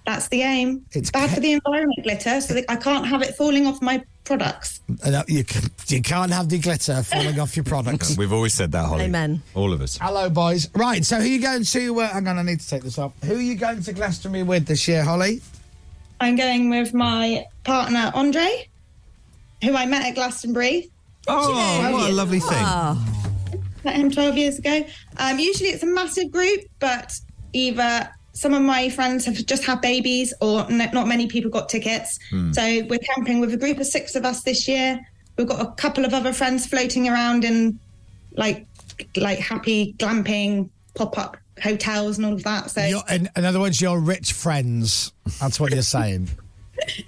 Speaker 14: That's the aim.
Speaker 5: It's
Speaker 14: It's bad
Speaker 5: pe-
Speaker 14: for the environment, glitter, so that I can't have it falling off my products.
Speaker 5: And that- you can, you can't have the glitter falling off your products.
Speaker 7: We've always said that, Holly.
Speaker 3: Amen.
Speaker 7: All of us.
Speaker 5: Hello, boys. Right, so who are you going to? Uh, hang on, I need to take this off. Who are you going to Glastonbury with this year, Holly?
Speaker 14: I'm going with my partner, Andre, who I met at Glastonbury.
Speaker 7: Oh, what a lovely thing.
Speaker 3: Ah,
Speaker 14: Met him 12 years ago. Um, usually it's a massive group, but either some of my friends have just had babies or n- not many people got tickets.
Speaker 7: Hmm.
Speaker 14: So we're camping with a group of six of us this year. We've got a couple of other friends floating around in like like happy glamping pop up hotels and all of that. So
Speaker 5: You're, in, in other words, your rich friends. That's what you're saying.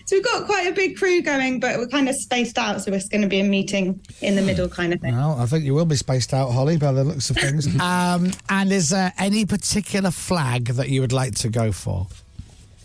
Speaker 14: So we've got quite a big crew going, but we're kind of spaced out, so it's going to be a meeting in the middle kind of thing.
Speaker 5: well, I think you will be spaced out, Holly, by the looks of things. um, and is there any particular flag that you would like to go for?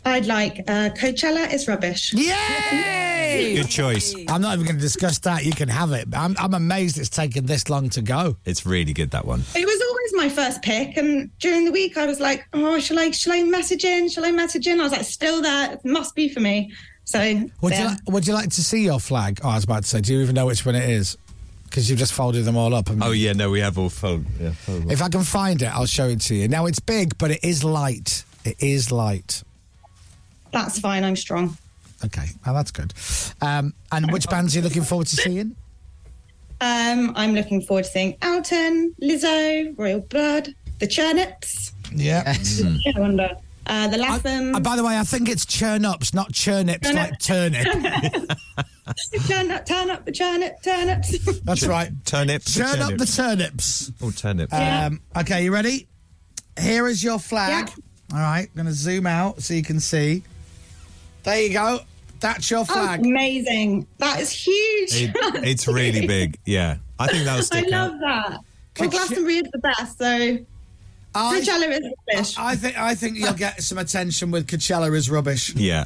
Speaker 14: I'd like uh, Coachella is rubbish.
Speaker 5: Yay!
Speaker 7: Good choice.
Speaker 5: I'm not even going to discuss that. You can have it. I'm, I'm amazed it's taken this long to go.
Speaker 7: It's really good, that one.
Speaker 14: It was always my first pick, and during the week I was like, "Oh, shall I? Shall I message in? Shall I message in?" I was like, "Still there? It must be for me." So
Speaker 5: Would
Speaker 14: there.
Speaker 5: you like, Would you like to see your flag? Oh, I was about to say, do you even know which one it is? Because you've just folded them all up. haven't you?
Speaker 7: Oh, yeah, no, we have all phone. Yeah, phone.
Speaker 5: If I can find it, I'll show it to you. Now it's big, but it is light. It is light.
Speaker 14: That's fine. I'm strong.
Speaker 5: Okay, well, that's good. Um, and which bands are you looking forward to seeing?
Speaker 14: Um, I'm looking forward to seeing Elton, Lizzo, Royal Blood, the Churnips.
Speaker 5: Yeah.
Speaker 14: I wonder. Uh, the Latham.
Speaker 5: And by the way, I think it's churn ups, not churnips,
Speaker 14: Churn
Speaker 5: like turnip.
Speaker 14: turn up, turn up, the Churnip, Turnips.
Speaker 5: That's right.
Speaker 7: Turnip.
Speaker 5: Churn up the turnips.
Speaker 7: Oh, turnip.
Speaker 5: Um, okay, you ready? Here is your flag. All right, I'm going to zoom out so you can see. There you go. That's your
Speaker 14: That's
Speaker 5: flag.
Speaker 14: amazing. That is huge.
Speaker 7: It- it's really big. Yeah. I think that'll
Speaker 14: I
Speaker 7: stick out.
Speaker 14: love that. Well,
Speaker 5: Could
Speaker 14: Glastonbury is the best, so
Speaker 5: I-
Speaker 14: Coachella is rubbish.
Speaker 5: I think I think you'll get some attention with Coachella is rubbish. Um,
Speaker 7: Yeah.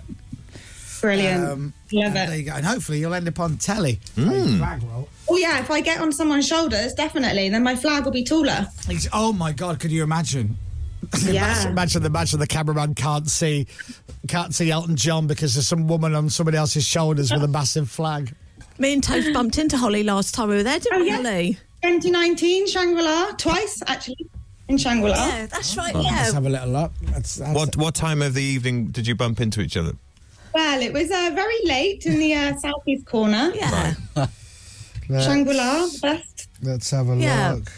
Speaker 14: Brilliant. Love
Speaker 5: and
Speaker 14: it.
Speaker 5: There you go. And hopefully you'll end up on telly. Flag roll.
Speaker 14: Oh yeah, if I get on someone's shoulders, definitely, then my flag will be taller.
Speaker 5: It's- oh my God! Could you imagine? imagine,
Speaker 14: Yeah.
Speaker 5: imagine the match where the cameraman can't see, can't see Elton John because there's some woman on somebody else's shoulders with a massive flag.
Speaker 3: Me and Toast bumped into Holly last time we were there,
Speaker 14: Oh,
Speaker 3: didn't we, Holly?
Speaker 14: 2019 Shangri-La twice actually in Shangri-La.
Speaker 3: Yeah, that's right.
Speaker 7: Oh. yeah.
Speaker 5: have a little look. That's, that's
Speaker 7: What what time of the evening did you bump into each other?
Speaker 14: Well, it was uh, very late in the uh, southeast corner.
Speaker 3: Yeah.
Speaker 14: Shangri-La, best.
Speaker 5: Let's have a
Speaker 3: Yeah.
Speaker 5: look.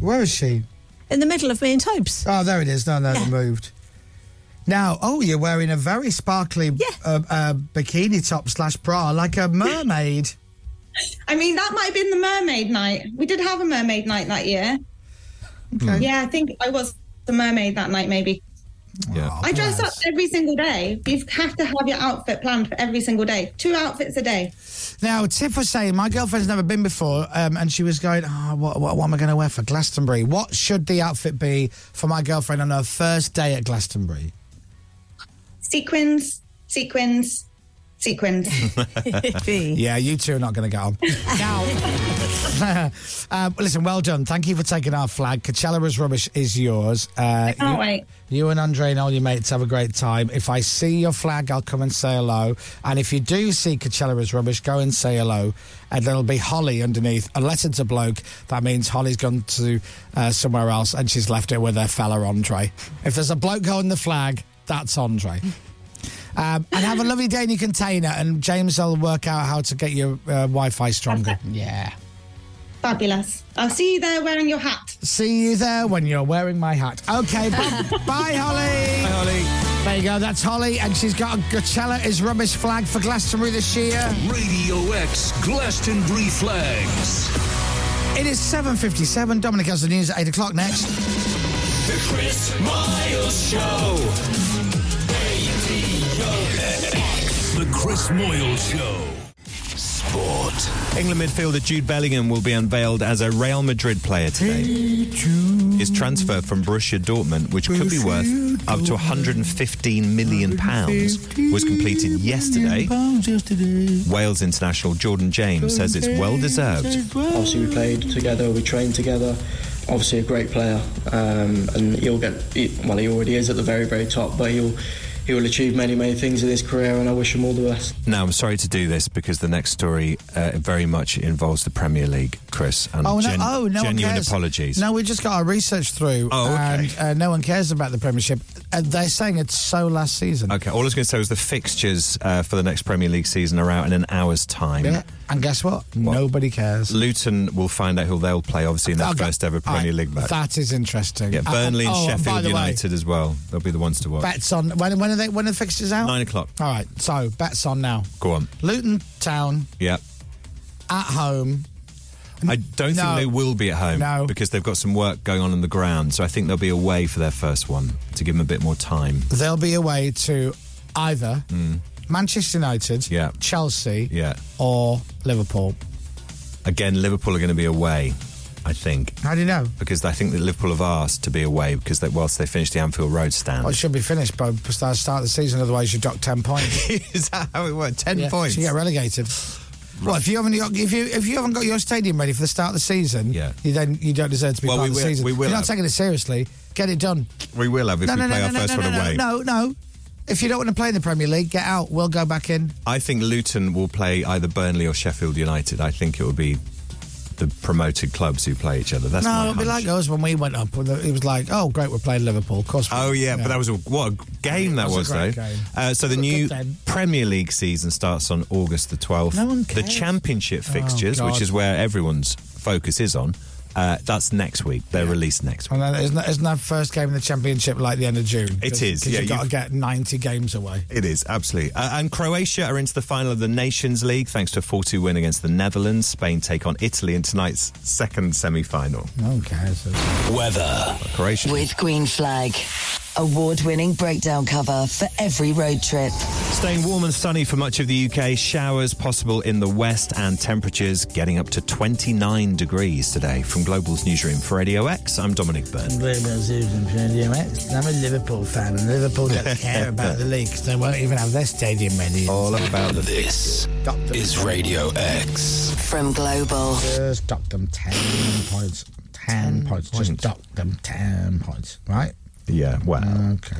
Speaker 5: Where is she?
Speaker 3: In the middle of me and Tobes.
Speaker 5: Oh, there it is. No, no, it moved. Now, oh, you're wearing a very sparkly uh, uh, bikini top slash bra, like a mermaid.
Speaker 14: I mean, that might have been the mermaid night. We did have a mermaid night that year.
Speaker 5: Okay.
Speaker 14: Yeah, I think I was the mermaid that night, maybe.
Speaker 7: Yeah.
Speaker 14: I dress up every single day. You have to have your outfit planned for every single day. Two outfits a day.
Speaker 5: Now, Tiff was saying my girlfriend's never been before, um, and she was going, oh, what, what, what am I going to wear for Glastonbury? What should the outfit be for my girlfriend on her first day at Glastonbury?
Speaker 14: Sequins, sequins, sequins.
Speaker 5: yeah, you two are not going to get on. um, listen, well done. Thank you for taking our flag. Coachella is rubbish is yours. Uh,
Speaker 14: can't
Speaker 5: you,
Speaker 14: wait.
Speaker 5: You and Andre and all your mates have a great time. If I see your flag, I'll come and say hello. And if you do see Coachella is rubbish, go and say hello. And there'll be Holly underneath. Unless it's a bloke, that means Holly's gone to uh, somewhere else and she's left it with her fella Andre. If there's a bloke holding the flag, that's Andre. Um, and have a lovely day in your container, and James will work out how to get your uh, Wi Fi stronger. Yeah.
Speaker 14: Fabulous. I'll see you there wearing your hat.
Speaker 5: See you there when you're wearing my hat. Okay, bye, bye Holly. Bye, Holly. There you go, that's Holly, and she's got a Coachella is rubbish flag for Glastonbury this year.
Speaker 10: Radio X Glastonbury Flags.
Speaker 5: It is 7.57. Dominic has the news at 8 o'clock next.
Speaker 10: The Chris Miles Show.
Speaker 1: The Chris Moyle Show. Sport.
Speaker 7: England midfielder Jude Bellingham will be unveiled as a Real Madrid player today. His transfer from Borussia Dortmund, which could be worth up to 115 million pounds, was completed yesterday. Wales international Jordan James says it's well deserved.
Speaker 9: Obviously, we played together, we trained together. Obviously, a great player, um, and he'll get he, well. He already is at the very, very top, but he'll he will achieve many, many things in his career, and I wish him all the best.
Speaker 7: Now, I'm sorry to do this because the next story uh, very much involves the Premier League, Chris. And
Speaker 5: oh, no,
Speaker 7: gen-
Speaker 5: oh, no one
Speaker 7: genuine
Speaker 5: cares.
Speaker 7: apologies.
Speaker 5: No, we just got our research through,
Speaker 7: Oh, okay.
Speaker 5: and uh, no one cares about the Premiership. Uh, they're saying it's so last season.
Speaker 7: Okay, all I was going to say was the fixtures uh, for the next Premier League season are out in an hour's time.
Speaker 5: Yeah, and guess what? Nobody cares.
Speaker 7: Luton will find out who they'll play, obviously, in their
Speaker 5: Okay.
Speaker 7: first ever Premier
Speaker 5: All right,
Speaker 7: League match.
Speaker 5: That is interesting.
Speaker 7: yeah,
Speaker 5: Uh,
Speaker 7: Burnley and
Speaker 5: oh, by
Speaker 7: Sheffield
Speaker 5: the way,
Speaker 7: United as well. They'll be the ones to watch.
Speaker 5: bets on when when are they when are the fixtures out?
Speaker 7: Nine o'clock.
Speaker 5: All right, so bets on now.
Speaker 7: Go on.
Speaker 5: Luton Town
Speaker 7: Yeah.
Speaker 5: at home.
Speaker 7: I don't
Speaker 5: No.
Speaker 7: think they will be at home
Speaker 5: No.
Speaker 7: because they've got some work going on on the ground. So I think they'll be away for their first one to give them a bit more time.
Speaker 5: They'll be away to either Manchester United,
Speaker 7: Hmm. Yeah.
Speaker 5: Chelsea,
Speaker 7: Yeah.
Speaker 5: or Liverpool.
Speaker 7: Again, Liverpool are going to be away, I think.
Speaker 5: How do you know?
Speaker 7: Because I think that Liverpool have asked to be away because they, whilst they finished the Anfield Road stand.
Speaker 5: Well, it should be finished by the start start of the season, otherwise you dock ten points.
Speaker 7: Is that how it worked? Ten
Speaker 5: Yeah,
Speaker 7: points.
Speaker 5: So you get relegated. Well, if you haven't got if you if you haven't got your stadium ready for the start of the season, yeah. you then you don't deserve to be
Speaker 7: Well,
Speaker 5: part
Speaker 7: we
Speaker 5: of the
Speaker 7: will-
Speaker 5: season.
Speaker 7: we will
Speaker 5: You're not
Speaker 7: have-
Speaker 5: taking it seriously. Get it done.
Speaker 7: We will have if we play our first
Speaker 5: no,
Speaker 7: one
Speaker 5: no,
Speaker 7: away.
Speaker 5: No, no. If you don't want to play in the Premier League, get out. We'll go back in.
Speaker 7: I think Luton will play either Burnley or Sheffield United. I think it will be the promoted clubs who play each other. That's
Speaker 5: no,
Speaker 7: my
Speaker 5: it'll be like
Speaker 7: hunch.
Speaker 5: us when we went up. It was like, oh, great, we're playing Liverpool. Of course. we-
Speaker 7: Oh yeah, but that was a what a game that
Speaker 5: It
Speaker 7: was,
Speaker 5: was a great
Speaker 7: though.
Speaker 5: game.
Speaker 7: Uh, so the new Premier League season starts on August the twelfth.
Speaker 5: No one
Speaker 7: The
Speaker 5: cares.
Speaker 7: Championship
Speaker 5: Oh,
Speaker 7: fixtures,
Speaker 5: God.
Speaker 7: which is where everyone's focus is on, uh, that's next week. They're released next.
Speaker 5: And then isn't, that- isn't that first game in the Championship like the end of June?
Speaker 7: It is,
Speaker 5: Because
Speaker 7: yeah,
Speaker 5: you've got to
Speaker 7: you've-
Speaker 5: get 90 games away.
Speaker 7: It is, absolutely. Uh, and Croatia are into the final of the Nations League thanks to a 4 2 win against the Netherlands. Spain take on Italy in tonight's second semi final.
Speaker 5: No one cares.
Speaker 7: Weather. Croatia.
Speaker 2: With Green Flag. award winning breakdown cover for every road trip.
Speaker 7: Staying warm and sunny for much of the UK, showers possible in the west, and temperatures getting up to 29 degrees today. From Global's newsroom for Radio X, I'm Dominic Byrne.
Speaker 5: Very well, Susan from Radio X. I'm a Liverpool fan, and Liverpool don't care about the league 'cause they won't even have their stadium ready.
Speaker 7: All about the
Speaker 4: This is Radio X.
Speaker 2: From Global.
Speaker 5: Just dock them 10 points. 10 points. Just dock them 10 points, right?
Speaker 7: Yeah, well.
Speaker 5: Okay.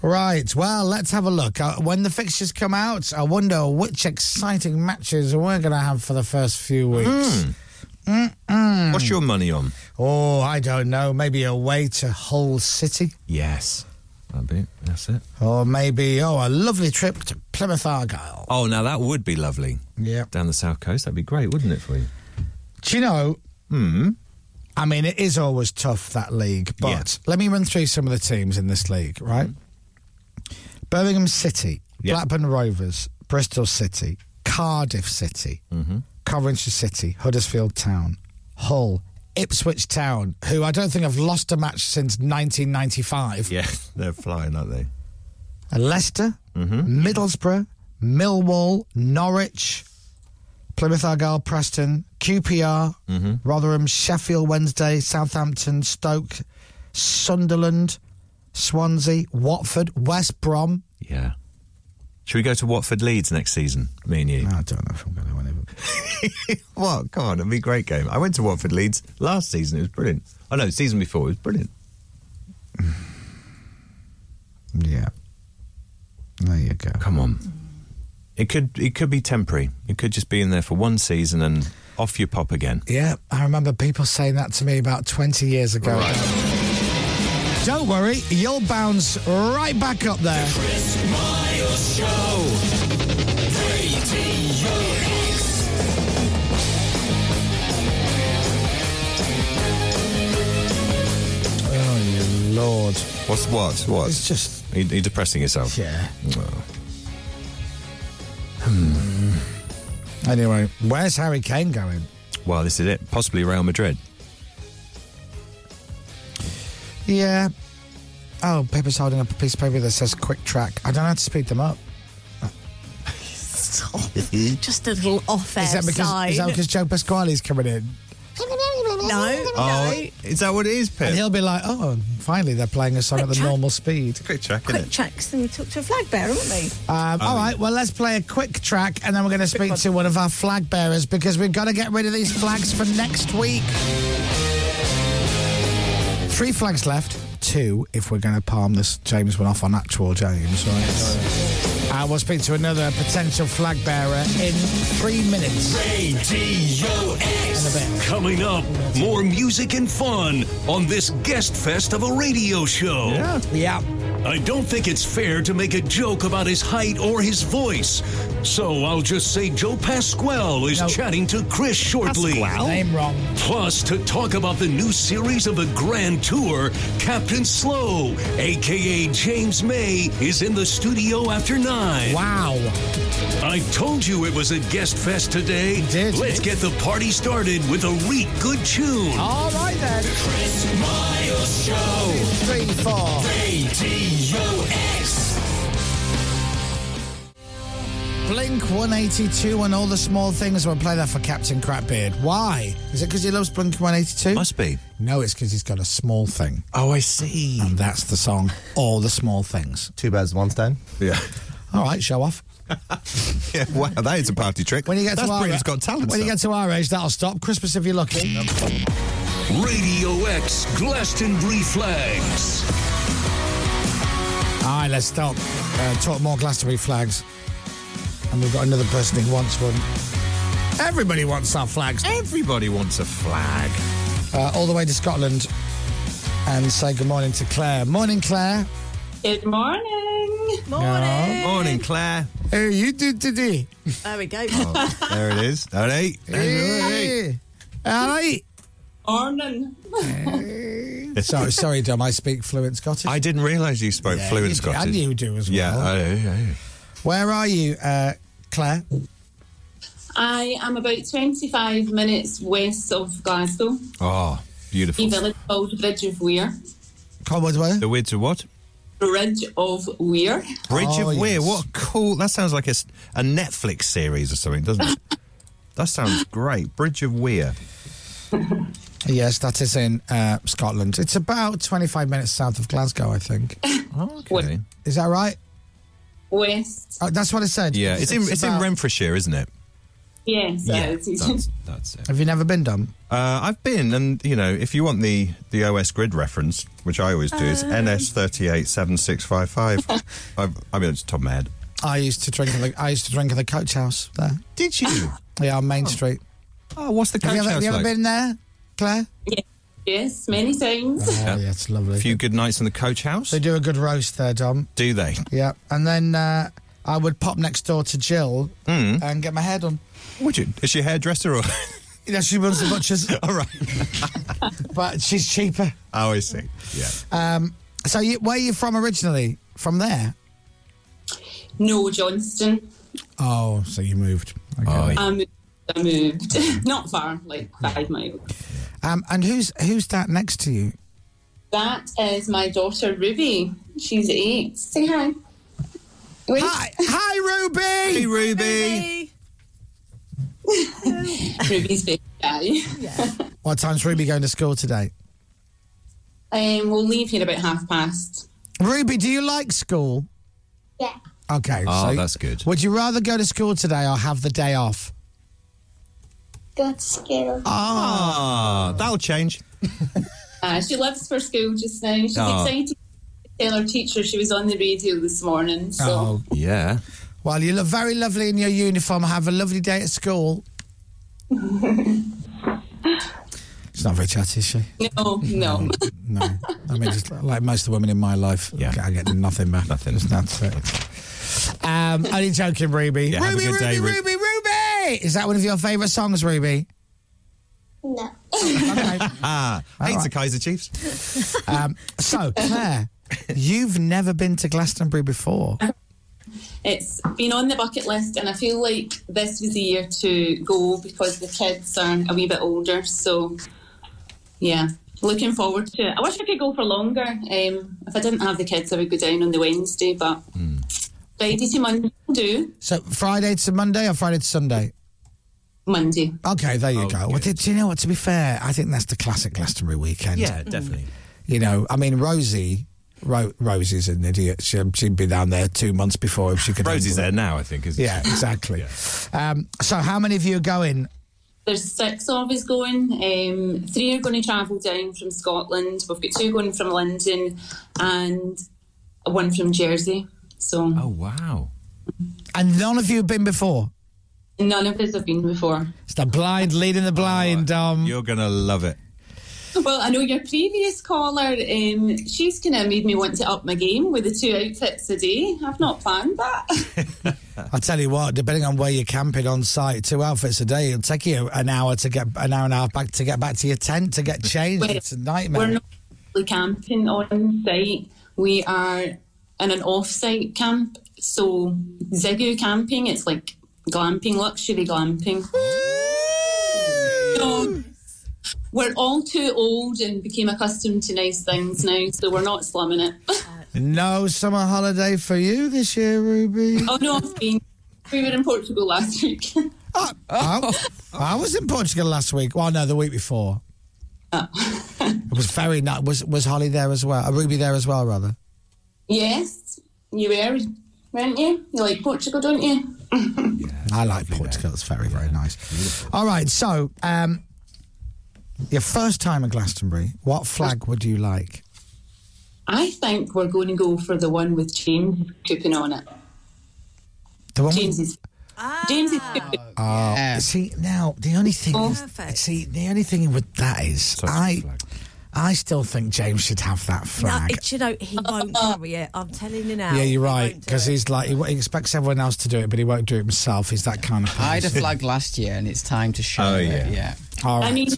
Speaker 5: Right, well, let's have a look. Uh, when the fixtures come out, I wonder which exciting matches we're going to have for the first few weeks. Mm-mm.
Speaker 7: Hmm. What's your money on?
Speaker 5: Oh, I don't know. Maybe away to Hull City.
Speaker 7: Yes. That'd be, that's it.
Speaker 5: Or maybe, oh, a lovely trip to Plymouth Argyle.
Speaker 7: Oh, now that would be lovely.
Speaker 5: Yeah.
Speaker 7: Down the south coast, that'd be great, wouldn't it, for you?
Speaker 5: Do you know? Hmm. I mean, it is always tough, that league, but let me run through some of the teams in this league, right?
Speaker 7: Mm-hmm.
Speaker 5: Birmingham City, Blackburn Rovers, Bristol City, Cardiff City,
Speaker 7: Mm-hmm.
Speaker 5: Coventry City, Huddersfield Town, Hull, Ipswich Town, who I don't think have lost a match since 1995.
Speaker 7: Yeah, they're flying, aren't they?
Speaker 5: And Leicester, Middlesbrough, Millwall, Norwich, Plymouth Argyle, Preston, QPR, Rotherham, Sheffield Wednesday, Southampton, Stoke, Sunderland, Swansea, Watford, West Brom.
Speaker 7: Yeah. Should we go to Watford Leeds next season? Me and you.
Speaker 5: I don't know if I'm going to win
Speaker 7: it. what? Come on, it'd be a great game. I went to Watford Leeds last season. It was brilliant. Oh no, season before it was brilliant.
Speaker 5: yeah. There you go.
Speaker 7: Come on. It could it could be temporary. It could just be in there for one season and off you pop again.
Speaker 5: Yeah, I remember people saying that to me about 20 years ago. Don't worry, you'll bounce right back up there.
Speaker 1: Miles Show. Radio X.
Speaker 5: Oh, you lord.
Speaker 7: What's what? What? It's
Speaker 5: just.
Speaker 7: Are you, are you depressing yourself?
Speaker 5: Yeah.
Speaker 7: Oh.
Speaker 5: Anyway, where's Harry Kane going?
Speaker 7: Well, this is it. Possibly Real Madrid.
Speaker 5: Yeah. Oh, paper's holding up a piece of paper that says quick track. I don't know how to speed them up.
Speaker 3: Just a little off air
Speaker 5: Is that because, is that because Joe Pasquale's coming in?
Speaker 3: No.
Speaker 7: Oh, is that what it is, Pip?
Speaker 5: And he'll be like, oh, finally they're playing a song at the normal speed.
Speaker 7: Quick track,
Speaker 3: Quick tracks, and we talked to a flag bearer, haven't we?
Speaker 5: Um, all right, well, let's play a quick track and then we're going to speak to one of our flag bearers because we've got to get rid of these flags for next week. Three flags left, two if we're going to palm this James one off on actual James, right? Uh, we'll speak to another potential flag bearer in three minutes.
Speaker 1: Radio X. Coming up, more music and fun on this guest fest of a radio show. Yeah. I don't think it's fair to make a joke about his height or his voice. So I'll just say Joe Pasquale is chatting to Chris shortly.
Speaker 5: Name wrong.
Speaker 1: Plus, to talk about the new series of the Grand Tour, Captain Slow, aka James May, is in the studio after nine.
Speaker 5: Wow.
Speaker 1: I told you it was a guest fest today. Let's get the party started with a reek good tune.
Speaker 4: Oh.
Speaker 5: All right then. The
Speaker 1: Chris Miles Show.
Speaker 5: Three, four.
Speaker 1: Radio X.
Speaker 5: Blink 182 and all the small things. We'll play that for Captain Crapbeard. Why? Is it because he loves Blink 182? Must
Speaker 7: be.
Speaker 5: No, it's because he's got a small thing.
Speaker 7: Oh, I see.
Speaker 5: And that's the song, All the Small Things.
Speaker 15: Two birds, one stone.
Speaker 7: Yeah.
Speaker 5: All right, show off.
Speaker 7: yeah, wow, that is a party trick.
Speaker 5: When you get
Speaker 7: That's
Speaker 5: to our
Speaker 7: Britain's Got Talent.
Speaker 5: when you get to our age, that'll stop. Christmas if you're lucky.
Speaker 1: Radio X Glastonbury Flags.
Speaker 5: All right, let's stop. Uh, talk more Glastonbury flags. And we've got another person who wants one. Everybody wants our flags.
Speaker 7: Everybody wants a flag.
Speaker 5: Uh, all the way to Scotland. And say good morning to Claire. Morning, Claire.
Speaker 16: Good morning.
Speaker 5: Morning.
Speaker 7: Morning, Claire.
Speaker 5: How are you doing today?
Speaker 3: There we go.
Speaker 7: There it is. All right.
Speaker 5: Oh. Hey. All right.
Speaker 16: Morning.
Speaker 5: sorry, sorry, Dom. I speak fluent Scottish.
Speaker 7: I didn't realise you spoke
Speaker 5: Yeah,
Speaker 7: fluent
Speaker 5: you do.
Speaker 7: Scottish.
Speaker 5: And you do as
Speaker 7: Yeah,
Speaker 5: well.
Speaker 7: I, I-
Speaker 5: Where are you, uh, Claire?
Speaker 16: I am about 25 minutes west of Glasgow,
Speaker 7: I- Oh, beautiful.
Speaker 16: a village called Bridge of Weir.
Speaker 5: Conway's Way?
Speaker 7: The Weird to what?
Speaker 16: Bridge of Weir.
Speaker 7: Bridge
Speaker 5: Oh,
Speaker 7: of Weir. What a cool. That sounds like a, s- a Netflix series or something, doesn't it? that sounds great. Bridge of Weir.
Speaker 5: Yes, that is in uh, Scotland. It's about 25 minutes south of Glasgow, I think.
Speaker 7: Okay.
Speaker 5: Is that right?
Speaker 16: West.
Speaker 5: Oh, that's what it said.
Speaker 7: Yeah, it's, in it's in
Speaker 5: about-
Speaker 7: Renfrewshire, isn't it?
Speaker 16: Yes,
Speaker 7: Yeah,
Speaker 16: it is.
Speaker 7: that's, that's it.
Speaker 5: Have you never been done?
Speaker 7: Uh, I've been, and you know, if you want the the OS grid reference, which I always do, it's
Speaker 5: Um.
Speaker 7: NS thirty eight seven six five five. I I mean, it's top of my head.
Speaker 5: I used to drink. At the, I used to drink at the coach house there.
Speaker 7: Did you?
Speaker 5: yeah, on Main Street.
Speaker 7: Oh, what's the
Speaker 5: have you
Speaker 7: Coach
Speaker 5: ever,
Speaker 7: House
Speaker 5: Have you ever
Speaker 7: like?
Speaker 5: been there, Claire?
Speaker 16: Yes, many times.
Speaker 5: Oh, yeah, it's lovely.
Speaker 7: A few good nights in the coach house.
Speaker 5: They do a good roast there, Dom.
Speaker 7: Do they?
Speaker 5: Yeah, and then uh, I would pop next door to Jill
Speaker 7: Mm.
Speaker 5: and get my hair done.
Speaker 7: Would you? Is she a hairdresser or?
Speaker 5: You know, she runs the butchers.
Speaker 7: All right,
Speaker 5: but she's cheaper.
Speaker 7: oh, I see. Yeah.
Speaker 5: Um, so, you, where are you from originally? From there?
Speaker 16: No, Johnston.
Speaker 5: Oh, so you moved. Okay.
Speaker 7: Oh,
Speaker 16: I moved. I moved. Not far, like five miles.
Speaker 5: Um, and who's who's that next to you?
Speaker 16: That is my daughter Ruby. She's eight. Say hi. Wait. Hi,
Speaker 5: hi, Ruby. Hey,
Speaker 7: Ruby.
Speaker 16: Ruby's big guy.
Speaker 5: What time's Ruby going to school today?
Speaker 16: Um, we'll leave here about half past.
Speaker 5: Ruby, do you like school?
Speaker 16: Yeah.
Speaker 5: Okay.
Speaker 7: Oh,
Speaker 5: so
Speaker 7: that's good.
Speaker 5: Would you rather go to school today or have the day off?
Speaker 16: Go to school.
Speaker 7: Ah, that'll change.
Speaker 16: Uh, she lives for school just now. She's
Speaker 7: Oh.
Speaker 16: excited to tell her teacher she was on the radio this morning. So
Speaker 5: Oh.
Speaker 7: Yeah.
Speaker 5: Well, you look very lovely in your uniform. Have a lovely day at school. She's not very chatty, is she?
Speaker 16: no, no.
Speaker 5: No. I mean, just like most of the women in my life, yeah. I get nothing back. Nothing. That's it. Um, only joking, Ruby.
Speaker 7: Yeah, have a
Speaker 5: Ruby,
Speaker 7: good
Speaker 5: Ruby,
Speaker 7: day, Ru-
Speaker 5: Ruby, Ruby! Is that one of your favourite songs, Ruby?
Speaker 16: No.
Speaker 7: Ah, hates the Kaiser Chiefs.
Speaker 5: Um, so, Claire, you've never been to Glastonbury before.
Speaker 16: It's been on the bucket list, and I feel like this was the year to go because the kids are a wee bit older. So, yeah, looking forward to it. I wish I could go for longer. Um, if I didn't have the kids, I would go down on the Wednesday, but Friday to Monday will do.
Speaker 5: So, Friday to Monday or Friday to Sunday?
Speaker 16: Monday.
Speaker 5: Okay, there
Speaker 7: Oh,
Speaker 5: you go. Well, do, do you know what? To be fair, I think that's the classic Glastonbury weekend. Mm.
Speaker 7: Yeah, definitely.
Speaker 5: You know, I mean, Rosie, Ro- Rosie's an idiot. She, she'd be down there two months before if she could.
Speaker 7: Rosie's
Speaker 5: handle
Speaker 7: there
Speaker 5: it.
Speaker 7: now, I think. Isn't
Speaker 5: Yeah,
Speaker 7: she?
Speaker 5: exactly. Um, so, how many of you are going?
Speaker 16: There's six of us going. Um, three are going to travel down from Scotland. We've got two going from London and one from Jersey. So,
Speaker 7: Oh wow.
Speaker 5: And none of you have been before.
Speaker 16: none of us have been before.
Speaker 5: It's the blind leading the blind. um,
Speaker 7: Oh, You're gonna love it.
Speaker 16: Well, I know your previous caller, um, she's kind of made me want to up my game with the two outfits a day. I've not planned that.
Speaker 5: I tell you what, depending on where you're camping on site, two outfits a day, it'll take you an hour to get an hour and a half back to get back to your tent to get changed. it's a nightmare.
Speaker 16: We're not really camping on site. We are in an off-site camp. So Zigu camping, it's like glamping, luxury glamping. So we're all too old and became accustomed to nice things now, so we're not slumming it.
Speaker 5: No summer holiday for you this year, Ruby.
Speaker 16: oh no, I've been. We were in Portugal last week.
Speaker 5: Oh, I was in Portugal last week. Well, no, the week before.
Speaker 16: Oh.
Speaker 5: it was very nice. Was was Holly there as well? Uh, Ruby there as well, rather.
Speaker 16: Yes, you were, weren't you? You like Portugal, don't you?
Speaker 5: I like Portugal. It's very very nice. All right, so um, your first time at Glastonbury. What flag would you like?
Speaker 16: I think we're going to go for the one with James Cooping on it.
Speaker 5: The one.
Speaker 16: James is. James is. Cooping.
Speaker 5: Oh, see now the only thing. is- See the only thing with that is I, I still think James should have that
Speaker 3: No,
Speaker 5: flag.
Speaker 3: it, you know, he won't carry it. I'm telling you now.
Speaker 5: Yeah, you're right. Because he's like he, he expects everyone else to do it, but he won't do it himself. He's that kind of person.
Speaker 12: I had a flag last year, and it's time to show.
Speaker 5: Oh,
Speaker 12: it,
Speaker 5: yeah.
Speaker 12: yeah.
Speaker 5: All
Speaker 16: I
Speaker 5: right.
Speaker 16: mean,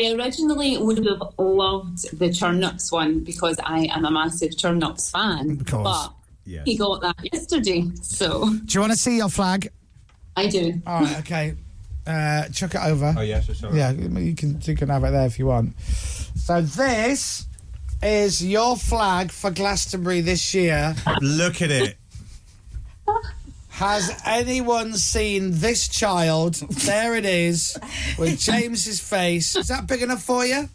Speaker 16: I originally would have loved the Turnips one because I am a massive Turnips fan.
Speaker 5: course.
Speaker 16: But
Speaker 5: Yes.
Speaker 16: he got that yesterday, so
Speaker 5: do you want to see your flag?
Speaker 16: I do.
Speaker 5: All right. Okay. Uh, chuck it over.
Speaker 7: Oh, yeah, sure, sure.
Speaker 5: Yeah, you can you can have it there if you want. So this is your flag for Glastonbury this year?
Speaker 4: Look at it.
Speaker 5: Has anyone seen this child? There it is, with James's face. Is that big enough for you?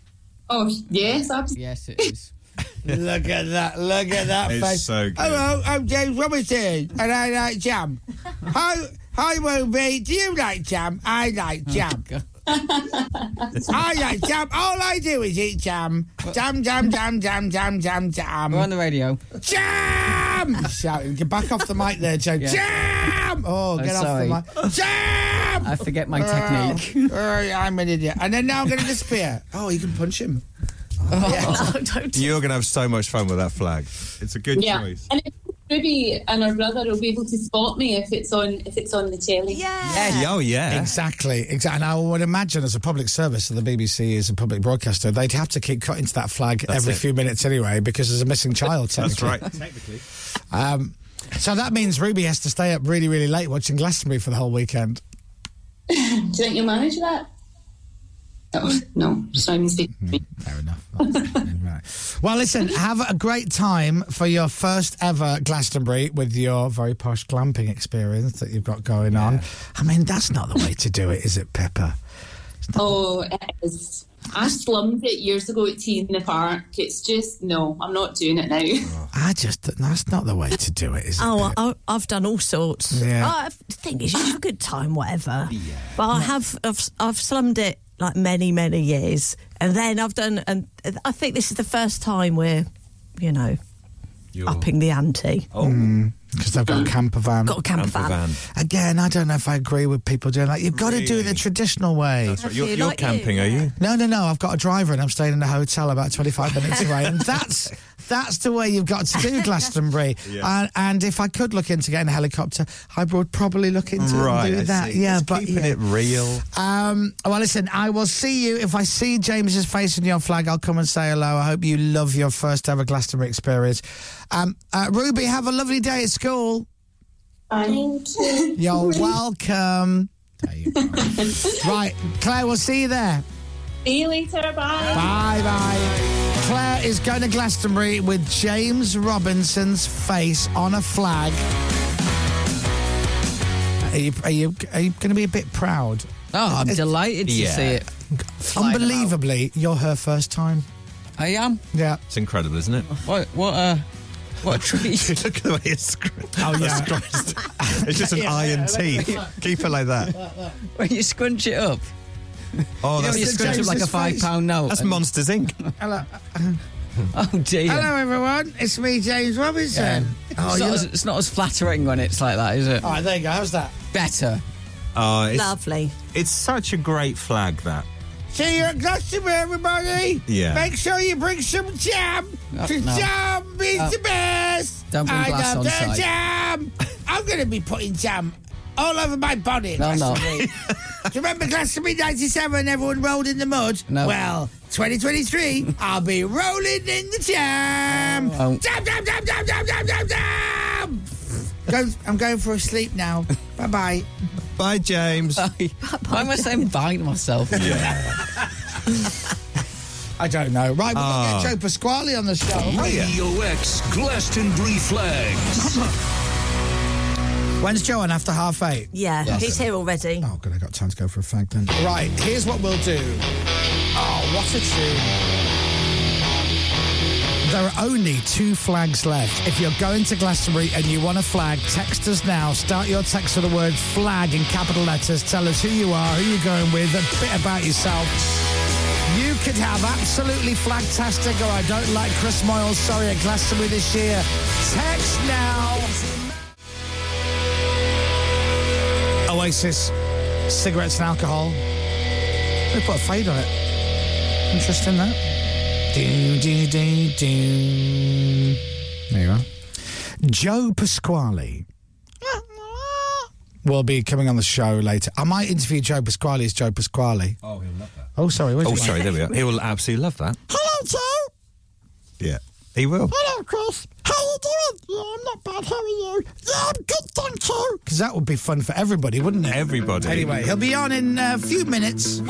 Speaker 16: Oh yes,
Speaker 12: yes it is.
Speaker 5: Look at that! Look at that
Speaker 4: It's
Speaker 5: face. Oh,
Speaker 4: so good.
Speaker 5: Hello, I'm James Robinson, and I like jam. Hi, hi, Ruby. Do you like jam? I
Speaker 12: Oh,
Speaker 5: like jam. I like jam. All I do is eat jam. Jam, jam, jam, jam, jam, jam, jam.
Speaker 12: We're on the radio.
Speaker 5: Jam! Shouting. Get back off the mic there, Joe.
Speaker 12: Yeah.
Speaker 5: Jam! Oh,
Speaker 12: I'm
Speaker 5: get
Speaker 12: sorry.
Speaker 5: off the mic. Jam!
Speaker 12: I forget my
Speaker 5: Oh,
Speaker 12: technique.
Speaker 5: oh, I'm an idiot. And then now I'm going to disappear. Oh, you can punch him. Oh, yeah.
Speaker 4: You're going to have so much fun with that flag. It's a good
Speaker 16: yeah.
Speaker 4: choice.
Speaker 16: And if Ruby and her brother will be able to spot me if it's on if it's on the telly.
Speaker 4: Yeah. Oh, yeah.
Speaker 5: Exactly. Exactly. And I would imagine, as a public service, that the BBC is a public broadcaster, they'd have to keep cutting to that flag
Speaker 4: That's
Speaker 5: every
Speaker 4: it.
Speaker 5: few minutes anyway because there's a missing child.
Speaker 4: That's
Speaker 5: technically.
Speaker 4: right.
Speaker 17: Technically.
Speaker 5: Um, so that means Ruby has to stay up really, really late watching Glastonbury for the whole weekend.
Speaker 16: Do you think you'll manage that? Oh, no, just not even speaking to me.
Speaker 5: Fair enough. Well, listen, have a great time for your first ever Glastonbury with your very posh glamping experience that you've got going on. I mean, that's not the way to do it, is it, Pippa?
Speaker 16: Oh, it is. I slummed it years ago at Tea in the Park. It's just, no, I'm not doing it now.
Speaker 5: I just, that's not the way to do it, is it?
Speaker 3: Oh, I, I- I've done all sorts.
Speaker 5: Yeah.
Speaker 3: I, the thing is, you have a good time, whatever. But I have, I've, I've slummed it like many, many years, and then I've done, and I think this is the first time we're, you know, upping the ante.
Speaker 5: Oh. Because they've
Speaker 4: Mm.
Speaker 5: got a camper van.
Speaker 3: Got a camper Camper van. van.
Speaker 5: Again, I don't know if I agree with people doing that. You've got to do it the traditional way.
Speaker 4: That's right. You're, you're camping, are you?
Speaker 5: No, no, no. I've got a driver and I'm staying in a hotel about 25 minutes away. And that's that's the way you've got to do Glastonbury.
Speaker 4: Yeah.
Speaker 5: And, and if I could look into getting a helicopter, I would probably look into and
Speaker 4: Right,
Speaker 5: do
Speaker 4: I
Speaker 5: that.
Speaker 4: see.
Speaker 5: Yeah,
Speaker 4: Just
Speaker 5: but
Speaker 4: keeping
Speaker 5: yeah.
Speaker 4: it real.
Speaker 5: Um, well, listen, I will see you. If I see James's face in your flag, I'll come and say hello. I hope you love your first ever Glastonbury experience. Um, uh, Ruby, have a lovely day at school.
Speaker 16: Thank you.
Speaker 5: You're welcome. There you go. right, Claire, we'll see you there.
Speaker 16: See you later.
Speaker 5: Bye
Speaker 16: Bye.
Speaker 5: bye. Claire is going to Glastonbury with James Robinson's face on a flag. Are you are you are you going to be a bit proud?
Speaker 12: Oh, I'm delighted to see it.
Speaker 5: Unbelievably, you're her first time.
Speaker 12: I am.
Speaker 5: Yeah.
Speaker 7: It's incredible, isn't it?
Speaker 12: What? What? Uh, what a treat!
Speaker 7: Look at the way it's scratched.
Speaker 5: Oh, yeah.
Speaker 7: It's just an
Speaker 12: Yeah.
Speaker 7: iron T. Keep it like that.
Speaker 12: when you scrunch it up.
Speaker 7: Oh,
Speaker 12: you know,
Speaker 7: that's
Speaker 12: when you
Speaker 7: the
Speaker 12: scrunch up
Speaker 7: James's
Speaker 12: like a
Speaker 7: face.
Speaker 12: five pound note.
Speaker 7: That's
Speaker 12: and-
Speaker 7: Monsters Inc.
Speaker 5: Hello,
Speaker 12: Oh dear.
Speaker 5: hello everyone. It's me, James Robinson. Oh,
Speaker 12: it's,
Speaker 5: you
Speaker 12: not
Speaker 5: look-
Speaker 12: as, it's not as flattering when it's like that, is it?
Speaker 5: All right, there you go. How's that?
Speaker 12: Better.
Speaker 7: Oh, it's,
Speaker 3: Lovely.
Speaker 7: it's such a great flag, that.
Speaker 5: See you at Glastonbury, everybody.
Speaker 7: Yeah.
Speaker 5: Make sure you bring some jam.
Speaker 12: No,
Speaker 5: 'cause
Speaker 12: Oh, no.
Speaker 5: jam is
Speaker 12: No.
Speaker 5: the best.
Speaker 12: Don't bring
Speaker 5: I
Speaker 12: glass
Speaker 5: love
Speaker 12: on
Speaker 5: the
Speaker 12: site.
Speaker 5: jam. I'm going to be putting jam all over my body. at
Speaker 12: No, no.
Speaker 5: Glastonbury. Do you remember Glastonbury 97, everyone rolled in the mud?
Speaker 12: No.
Speaker 5: Well, 2023, I'll be rolling in the jam.
Speaker 12: Oh.
Speaker 5: Jam, jam, jam, jam, jam, jam, jam, jam. Go, I'm going for a sleep now. Bye-bye.
Speaker 7: Bye, James.
Speaker 12: Why am I saying bite myself?
Speaker 5: I don't know. Right, we've got to
Speaker 7: Ah.
Speaker 5: get Joe Pasquale on the show.
Speaker 1: Oh, Radio X Glastonbury flags.
Speaker 5: When's Joe on after half eight?
Speaker 3: Yeah,
Speaker 5: Yes.
Speaker 3: he's here already.
Speaker 5: Oh, good, I got time to go for a fag then. Right, here's what we'll do. Oh, what a tune. There are only two flags left. If you're going to Glastonbury and you want a flag, text us now. Start your text with the word flag in capital letters. Tell us who you are, who you're going with, a bit about yourself. You could have absolutely flagtastic or I don't like Chris Moyle, sorry, at Glastonbury this year. Text now. Oasis, cigarettes and alcohol. They put a fade on it. Interesting that. Do do do do. There you are. Joe Pasquale will be coming on the show later. I might interview Joe Pasquale as Joe Pasquale.
Speaker 17: Oh, he'll love that.
Speaker 5: Oh, sorry. Where's
Speaker 7: Oh,
Speaker 5: your-
Speaker 7: sorry, there we are. He will absolutely love that.
Speaker 5: Hello, Joe.
Speaker 7: Yeah. He will.
Speaker 5: Hello, Chris. How you doing? Yeah, I'm not bad. How are you? Yeah, I'm good, thank you. Because that would be fun for everybody, wouldn't it?
Speaker 7: Everybody.
Speaker 5: Anyway, he'll be on in a few minutes.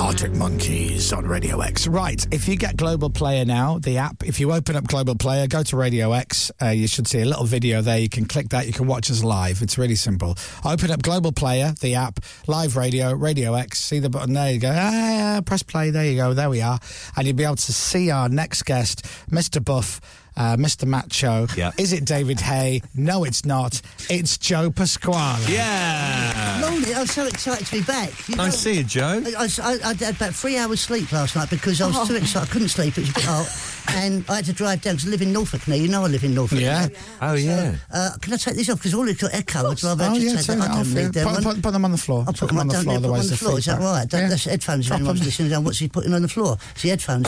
Speaker 5: Electric Monkeys on Radio X. Right, if you get Global Player now, the app, if you open up Global Player, go to Radio X, uh, you should see a little video there. You can click that, you can watch us live. It's really simple. Open up Global Player, the app, live radio, Radio X, see the button there, you go, ah, yeah, press play, there you go, there we are. And you'll be able to see our next guest, Mr. Buff. Uh, Mr. Macho. Yeah. Is it David Hay? No, it's not. It's Joe Pasquale.
Speaker 18: Yeah.
Speaker 19: Morning. I'm so excited to be back. You
Speaker 18: Nice to see you, Joe.
Speaker 19: I, I, I had about three hours sleep last night because I
Speaker 5: Oh.
Speaker 19: was too excited. I couldn't sleep. It was a bit hot. And I had to drive down because I live in Norfolk now. You know I live in Norfolk.
Speaker 18: Yeah. Oh,
Speaker 19: now.
Speaker 18: yeah.
Speaker 19: Uh, can I take these off? Because all it's got echo. I'd rather
Speaker 5: Oh,
Speaker 19: just
Speaker 5: yeah,
Speaker 19: take
Speaker 5: turn it
Speaker 19: them. I
Speaker 5: off.
Speaker 19: don't
Speaker 5: yeah.
Speaker 19: need them.
Speaker 5: Put, put, put them on the floor.
Speaker 19: I'll
Speaker 5: put them on the
Speaker 19: don't
Speaker 5: floor,
Speaker 19: need to put them
Speaker 5: otherwise
Speaker 19: on the
Speaker 5: the
Speaker 19: floor. Is that
Speaker 5: feedback.
Speaker 19: right? Don't, That's headphones. If anyone's listening, down, what's he putting on the floor? It's the headphones.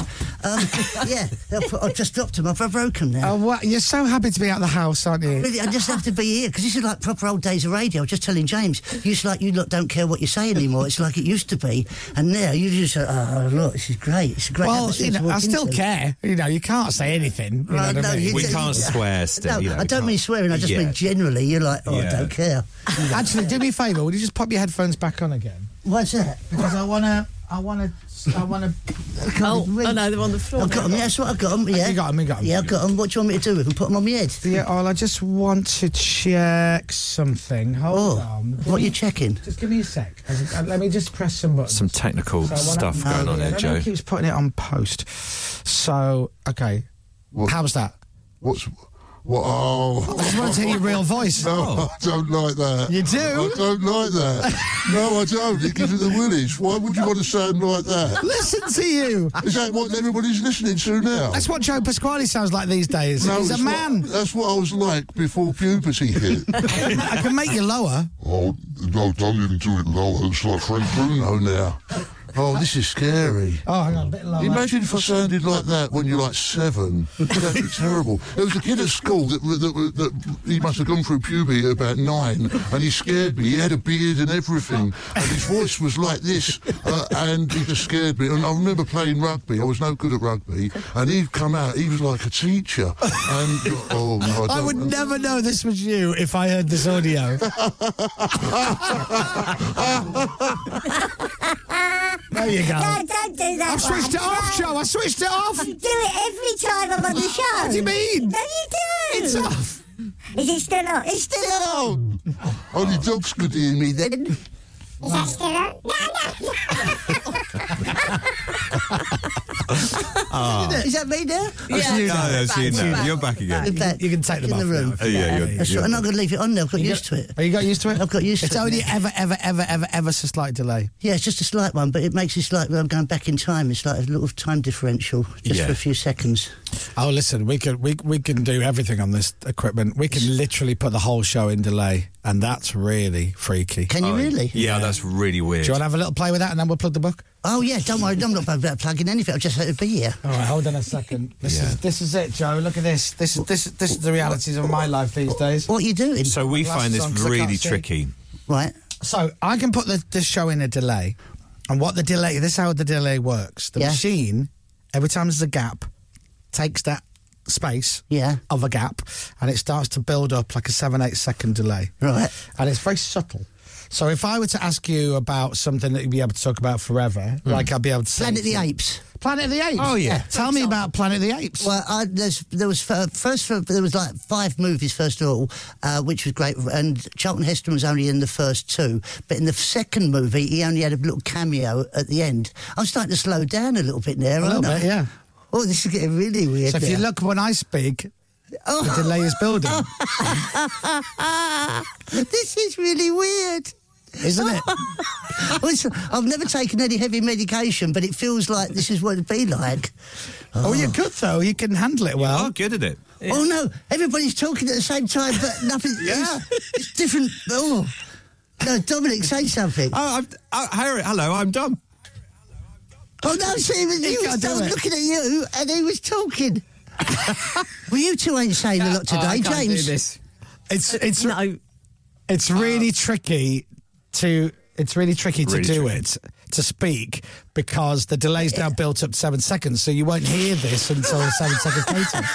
Speaker 19: Um, yeah, they'll put- I've just dropped them. I've broke them now.
Speaker 5: Oh, what? You're so happy to be out of the house, aren't you?
Speaker 19: Really, I just have to be here because this is like proper old days of radio. I was just telling James, you just like you lot don't care what you say anymore. It's like it used to be, and now you just uh, oh look, this is great. It's a great.
Speaker 5: Well,
Speaker 19: atmosphere
Speaker 5: you
Speaker 19: to
Speaker 5: know,
Speaker 19: walk
Speaker 5: I still
Speaker 19: into.
Speaker 5: care. You know, you can't say anything. You
Speaker 19: Right,
Speaker 5: know what I
Speaker 19: no,
Speaker 5: mean?
Speaker 19: you- you- No, I don't mean swearing. I just
Speaker 5: Yeah.
Speaker 19: mean generally. You're like, oh,
Speaker 5: Yeah.
Speaker 19: I don't care.
Speaker 5: Actually, do me a favour. Would you just pop your headphones back on again?
Speaker 19: What's that?
Speaker 20: Because I want to. I want to. I want to.
Speaker 19: Oh, oh no, they're on the floor. I've got them. That's what I've
Speaker 5: Oh,
Speaker 19: got them. Yeah, you got them. You got them. Yeah, I've got them. What do you want me to do with them? Put them on my head?
Speaker 5: Yeah. Well, I just want to check something. Hold on.
Speaker 19: Oh, What are you checking?
Speaker 5: Just give me a sec. As- uh, Let me just press some buttons.
Speaker 7: Some technical
Speaker 5: So I wanna-
Speaker 7: stuff going on
Speaker 5: I
Speaker 7: there,
Speaker 5: don't know
Speaker 7: Joe.
Speaker 5: who keeps putting it on post. So, okay. How was that?
Speaker 21: What's what? Oh,
Speaker 5: I just want to hear your real voice. Oh.
Speaker 21: No, I don't like that. You do? I don't like that. no, I don't. It gives you the willies. Why would you want to sound like that?
Speaker 5: Listen to you.
Speaker 21: Is that what everybody's listening to now?
Speaker 5: That's what Joe Pasquale sounds like these days.
Speaker 21: No,
Speaker 5: He's a
Speaker 21: it's not-
Speaker 5: man.
Speaker 21: that's what I was like before puberty hit.
Speaker 5: I can make you lower.
Speaker 21: oh, no, don't even do it low. It's like Frank Bruno now. Oh, this is scary.
Speaker 5: Oh, hang on, a bit lower.
Speaker 21: Imagine if I sounded like that when you're like seven. That'd be terrible. There was a kid at school that, that, that he must have gone through puberty at about nine, and he scared me. He had a beard and everything, and his voice was like this, uh, and he just scared me. And I remember playing rugby. I was no good at rugby, and he'd come out. He was like a teacher, and oh, no,
Speaker 5: I
Speaker 21: don't-
Speaker 5: would never know this was you if I heard this audio. there you go.
Speaker 22: No, don't do that.
Speaker 5: I've switched it off, Joe. I switched it off.
Speaker 22: You do it every time I'm on the show.
Speaker 5: What do you mean?
Speaker 22: No, you do.
Speaker 5: It's off.
Speaker 22: Is it still on? It's still on.
Speaker 21: Only dogs could hear me then.
Speaker 22: Is that still on? No, no.
Speaker 18: Ah.
Speaker 19: Is that me Oh, now?
Speaker 18: That's you now. No, that's you now. You're back again.
Speaker 19: I'm back.
Speaker 5: You can take
Speaker 19: in the room.
Speaker 18: Oh, yeah, you're-
Speaker 19: That's
Speaker 18: you're-
Speaker 19: right. I'm not going to leave it on now. I've got
Speaker 5: You
Speaker 19: used
Speaker 5: got-
Speaker 19: to it.
Speaker 5: Oh, you got used to it?
Speaker 19: I've got used
Speaker 5: It's
Speaker 19: to it.
Speaker 5: only
Speaker 19: now.
Speaker 5: ever, ever, ever, ever, ever so slight delay.
Speaker 19: Yeah, it's just a slight one, but it makes it like I'm going back in time. It's like a little time differential, just
Speaker 5: Yeah.
Speaker 19: for a few seconds.
Speaker 5: Oh, listen, we can we we can do everything on this equipment. We can literally put the whole show in delay, and that's really freaky.
Speaker 19: Can you really?
Speaker 7: Oh, Yeah, that's really
Speaker 5: Do
Speaker 7: weird.
Speaker 5: you want to have a little play with that, and then we'll plug the book?
Speaker 19: Oh yeah, don't worry. I'm not bad about plugging anything. I've just had to be here.
Speaker 5: All right, hold on a second. This is this is it, Joe. Look at this. This is this this is the realities of my life these days.
Speaker 19: What are you doing?
Speaker 7: So we find this really tricky.
Speaker 19: Right.
Speaker 5: So I can put the, this show in a delay, and what the delay? This is how the delay works. The
Speaker 19: Yeah.
Speaker 5: machine every time there's a gap takes that space
Speaker 19: yeah.
Speaker 5: of a gap, and it starts to build up like a seven eight second delay.
Speaker 19: Right.
Speaker 5: And it's very subtle. So if I were to ask you about something that you'd be able to talk about forever, like I'd be able to say
Speaker 19: Hmm. Planet of the Apes.
Speaker 5: Planet of the Apes. Oh yeah. Tell me about Planet of the Apes.
Speaker 19: Well, I, there's, there was fir- first there was like five movies first of all, uh, which was great. And Charlton Heston was only in the first two, but in the second movie he only had a little cameo at the end. I'm starting to slow down a little bit there,
Speaker 5: A little
Speaker 19: aren't I?
Speaker 5: bit, yeah.
Speaker 19: Oh, this is getting really weird. Oh.
Speaker 5: So if you
Speaker 19: now.
Speaker 5: look when I speak, the delay is building.
Speaker 19: this is really weird.
Speaker 5: Isn't it?
Speaker 19: Listen, I've never taken any heavy medication, but it feels like this is what it'd be like.
Speaker 5: Oh, you're good though. You can handle it well.
Speaker 7: I'm good at it.
Speaker 19: Oh no, everybody's talking at the same time, but nothing. yeah. it's, it's different. Oh. No, Dominic, say something.
Speaker 7: Oh, I'm, oh, Harry, hello, I'm dumb.
Speaker 19: Oh no, see, was, he was,
Speaker 5: can't do
Speaker 19: I was
Speaker 5: it.
Speaker 19: looking at you and he was talking. well, you two ain't saying a lot
Speaker 5: Oh,
Speaker 19: today,
Speaker 5: I can't do
Speaker 19: James. Uh,
Speaker 5: this. It's it's it's really
Speaker 19: Oh.
Speaker 5: tricky to it's really tricky to
Speaker 7: Really
Speaker 5: do
Speaker 7: tricky.
Speaker 5: it to speak because the delay's now built up to seven seconds, so you won't hear this until seven seconds later.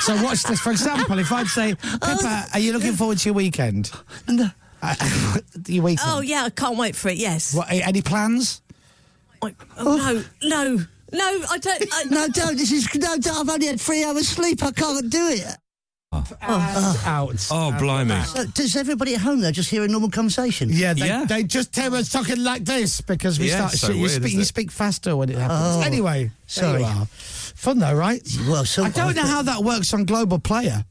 Speaker 5: so watch this. For example, if I'd say,
Speaker 19: Oh.
Speaker 5: Pippa, are you looking forward to your weekend? Uh, your weekend.
Speaker 3: Oh yeah, I can't wait for it. Yes.
Speaker 5: What, a- any plans?
Speaker 3: my, oh, no, no, no, I don't. I,
Speaker 19: no, don't. This is no. Don't, I've only had three hours sleep. I can't do it.
Speaker 7: Out. Oh, blimey.
Speaker 19: So does everybody at home though just hear a normal conversation?
Speaker 5: Yeah, they, they just tell us talking like this because we
Speaker 19: Yeah,
Speaker 5: start.
Speaker 19: it's so
Speaker 5: you,
Speaker 19: weird,
Speaker 5: speak,
Speaker 19: isn't
Speaker 5: you
Speaker 19: it?
Speaker 5: speak faster when it happens.
Speaker 19: Oh,
Speaker 5: anyway,
Speaker 19: sorry.
Speaker 5: sorry. Fun though, right?
Speaker 19: Well, so
Speaker 5: I don't know how that works on Global Player.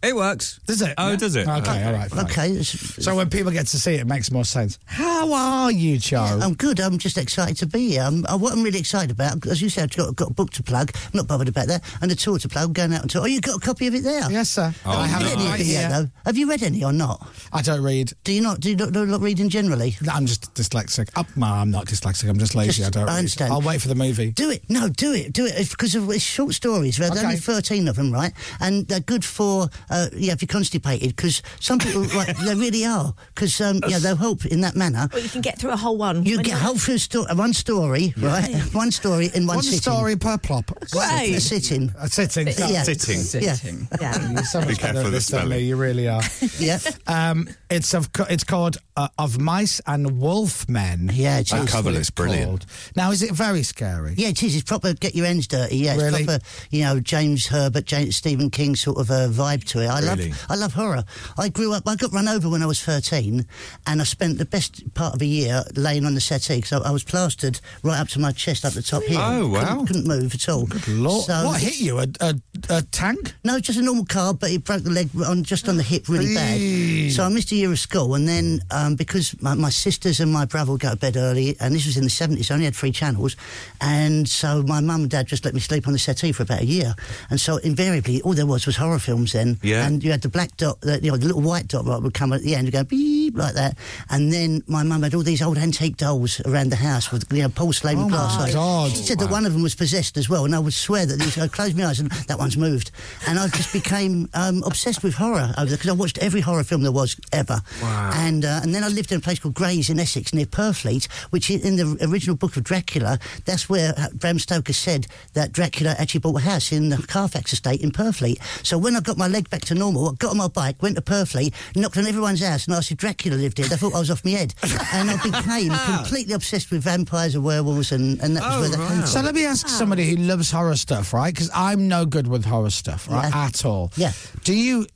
Speaker 4: It works.
Speaker 5: Does it?
Speaker 4: Oh, does it?
Speaker 5: Okay,
Speaker 4: Okay.
Speaker 5: all right.
Speaker 19: Okay.
Speaker 5: So when people get to see it, it makes more sense. How are you, Joe?
Speaker 19: I'm good. I'm just excited to be here. I'm, uh, what I'm really excited about, as you said, I've got, got a book to plug. I'm not bothered about that. And a tour to plug. I'm going out on tour. Oh, you got a copy of it there?
Speaker 5: Yes, sir.
Speaker 19: Oh,
Speaker 5: I
Speaker 19: I
Speaker 5: have
Speaker 19: have
Speaker 5: it
Speaker 19: read
Speaker 5: right
Speaker 19: anything yet,
Speaker 5: here.
Speaker 19: though. Have you read any or not?
Speaker 5: I don't read.
Speaker 19: Do you not? Do you not, do not reading generally?
Speaker 5: I'm just dyslexic. Oh, no, I'm not dyslexic. I'm just lazy.
Speaker 19: Just-
Speaker 5: I don't.
Speaker 19: I
Speaker 5: read.
Speaker 19: understand.
Speaker 5: I'll wait for the movie.
Speaker 19: Do it. No, do it. Do it. Because of it's short stories. There's only 13 of them, right? And they're good for, uh, yeah, if you're constipated, because some people, like, they really are. Because, um, yeah, they'll help in that manner.
Speaker 3: But you can get through a whole one.
Speaker 19: You
Speaker 3: when
Speaker 19: get
Speaker 3: you're-
Speaker 19: whole through sto- uh, one story, right? one story in one,
Speaker 5: One
Speaker 19: sitting.
Speaker 5: story per plop.
Speaker 3: Great.
Speaker 19: A sitting.
Speaker 5: A sitting.
Speaker 19: Yeah.
Speaker 7: Sitting.
Speaker 19: Yeah.
Speaker 3: Yeah.
Speaker 5: You're so
Speaker 7: Be
Speaker 5: much better
Speaker 7: careful
Speaker 5: at
Speaker 7: of
Speaker 5: this
Speaker 7: the
Speaker 5: than me.
Speaker 7: spelling.
Speaker 5: You really are.
Speaker 19: yeah.
Speaker 5: Um, it's of co- it's called uh, Of Mice and Wolf Men.
Speaker 19: Yeah,
Speaker 5: That's
Speaker 19: it is.
Speaker 5: what it's called. Now, is it very scary?
Speaker 19: Yeah, it is. It's proper get your ends dirty. Yeah, it's
Speaker 5: Really?
Speaker 19: proper, you know, James Herbert, James, Stephen King sort of uh, vibe to it. I
Speaker 5: Really?
Speaker 19: love I love horror. I grew up, I got run over when I was 13 and I spent the best part of a year laying on the settee because I, I was plastered right up to my chest up the top here.
Speaker 5: Oh, wow.
Speaker 19: Couldn't, couldn't move at all. Good
Speaker 5: Lord. What hit you? A, a, a tank?
Speaker 19: No, just a normal car, but it broke the leg on just on the hip really bad. So I missed a year of school, and then um, because my, my sisters and my brother would go to bed early, and this was in the seventies, I only had three channels, and so my mum and dad just let me sleep on the settee for about a year, and so invariably all there was was horror films then,
Speaker 23: Yeah.
Speaker 19: and you had the black dot, the, you know, the little white dot right would come at the end and go beep like that, and then my mum had all these old antique dolls around the house with you know Paul Slade with
Speaker 5: Oh,
Speaker 19: glass
Speaker 5: my
Speaker 19: eyes.
Speaker 5: God.
Speaker 19: She said that one of them was possessed as well, and I would swear that these, I closed my eyes and that one's moved, and I just became um, obsessed with horror because I watched every horror film there was ever. Wow. And uh, and then I lived in a place called Grays in Essex near Purfleet, which i- in the original book of Dracula, that's where uh, Bram Stoker said that Dracula actually bought a house in the Carfax estate in Purfleet. So when I got my leg back to normal, I got on my bike, went to Purfleet, knocked on everyone's house, and asked if Dracula lived here. They thought I was off my head, and I became completely obsessed with vampires and werewolves, and, and that was where that came from.
Speaker 5: So let me ask somebody who loves horror stuff, right? Because I'm no good with horror stuff, right,
Speaker 19: Yeah.
Speaker 5: at all.
Speaker 19: Yeah.
Speaker 5: Do you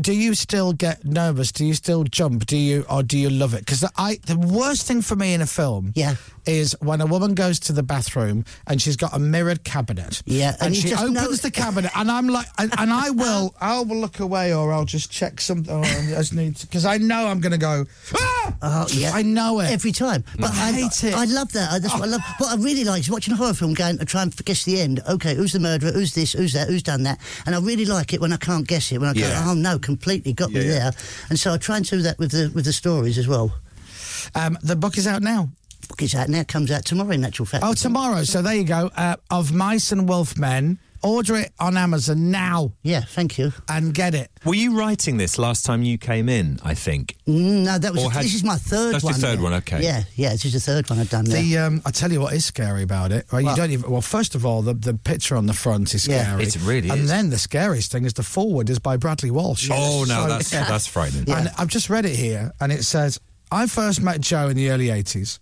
Speaker 5: do you still get nervous? Do you still jump? Do you or do you love it? Because I the worst thing for me in a film,
Speaker 19: yeah,
Speaker 5: is when a woman goes to the bathroom and she's got a mirrored cabinet,
Speaker 19: Yeah,
Speaker 5: and,
Speaker 19: and you
Speaker 5: she
Speaker 19: just
Speaker 5: opens
Speaker 19: know-
Speaker 5: the cabinet, and I'm like, and, and I will, I will look away or I'll just check something. Or I just need because I know I'm going to go. Ah!
Speaker 19: Oh, yeah.
Speaker 5: I know it
Speaker 19: every time. But I,
Speaker 5: Mm. hate it. Oh.
Speaker 19: I love that. I- That's what I love. What I really like is watching a horror film going and trying to guess the end. Okay, who's the murderer? Who's this? Who's that? Who's done that? And I really like it when I can't guess it. When I go,
Speaker 5: Yeah.
Speaker 19: oh no, completely got me
Speaker 5: Yeah, yeah.
Speaker 19: there. And so I try and do that with the with the stories as well.
Speaker 5: Um, the book is out now.
Speaker 19: Book is out now. Comes out tomorrow. In actual fact.
Speaker 5: Oh, tomorrow. So there you go. Uh, of Mice and Wolf Men. Order it on Amazon now.
Speaker 19: Yeah, thank you.
Speaker 5: And get it.
Speaker 7: Were you writing this last time you came in, I think?
Speaker 19: Mm, No, that was
Speaker 7: Or had-
Speaker 19: this is my third
Speaker 7: That's your
Speaker 19: one.
Speaker 7: third one, okay.
Speaker 19: Yeah, yeah, this is the third one I've done. there.
Speaker 5: The um, I tell you what is scary about it. Right? You
Speaker 19: What?
Speaker 5: don't even. Well, first of all, the, the picture on the front is
Speaker 19: Yeah.
Speaker 5: scary.
Speaker 7: It really
Speaker 5: And
Speaker 7: is.
Speaker 5: then the scariest thing is the forward is by Bradley Walsh.
Speaker 7: Oh,
Speaker 5: It's
Speaker 7: no,
Speaker 5: so
Speaker 7: that's,
Speaker 5: scary.
Speaker 7: that's frightening.
Speaker 5: And I've just read it here, and it says, I first met Joe in the early 80s.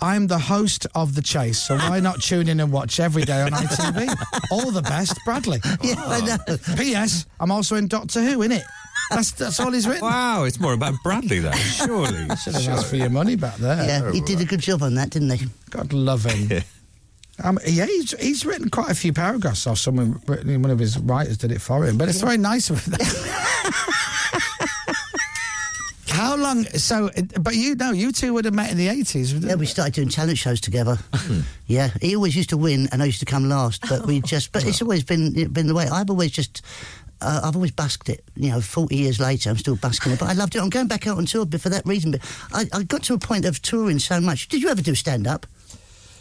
Speaker 5: I'm the host of The Chase, so why not tune in and watch every day on ITV? all the best, Bradley.
Speaker 19: Yeah, I know.
Speaker 5: P.S. I'm also in Doctor Who, innit? That's, that's all he's written. Oh,
Speaker 7: Wow, it's more about Bradley, though, surely. Oh,
Speaker 5: Should have asked for your money back there.
Speaker 19: Yeah, he did a good job on that, didn't he?
Speaker 5: God love him. Um, yeah, he's, he's written quite a few paragraphs, or someone written, one of his writers did it for him. But it's very nice of them. How long? So, but you know, you two would have met in the eighties. Yeah,
Speaker 19: we started doing talent shows together. yeah, he always used to win, and I used to come last. But we just, but it's always been been the way. I've always just. Uh, I've always basked it, you know. Forty years later, I'm still basking it, but I loved it. I'm going back out on tour but for that reason. But I, I got to a point of touring so much. Did you ever do stand up?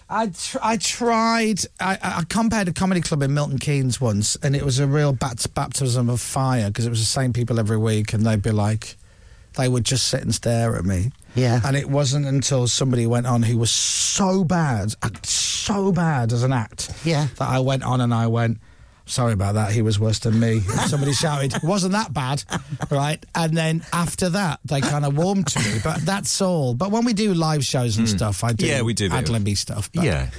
Speaker 5: I tr- I tried. I, I compared a comedy club in Milton Keynes once, and it was a real bat- baptism of fire because it was the same people every week, and they'd be like, they would just sit and stare at me.
Speaker 19: Yeah.
Speaker 5: And it wasn't until somebody went on who was so bad, act- so bad as an act,
Speaker 19: yeah,
Speaker 5: that I went on and I went, sorry about that, he was worse than me. Somebody shouted, it wasn't that bad, right? And then after that, they kind of warmed to me, but that's all. But when we do live shows and stuff, I do,
Speaker 7: Hmm. Yeah, we do a bit
Speaker 5: ad
Speaker 7: of-
Speaker 5: libby stuff. But,
Speaker 7: Yeah.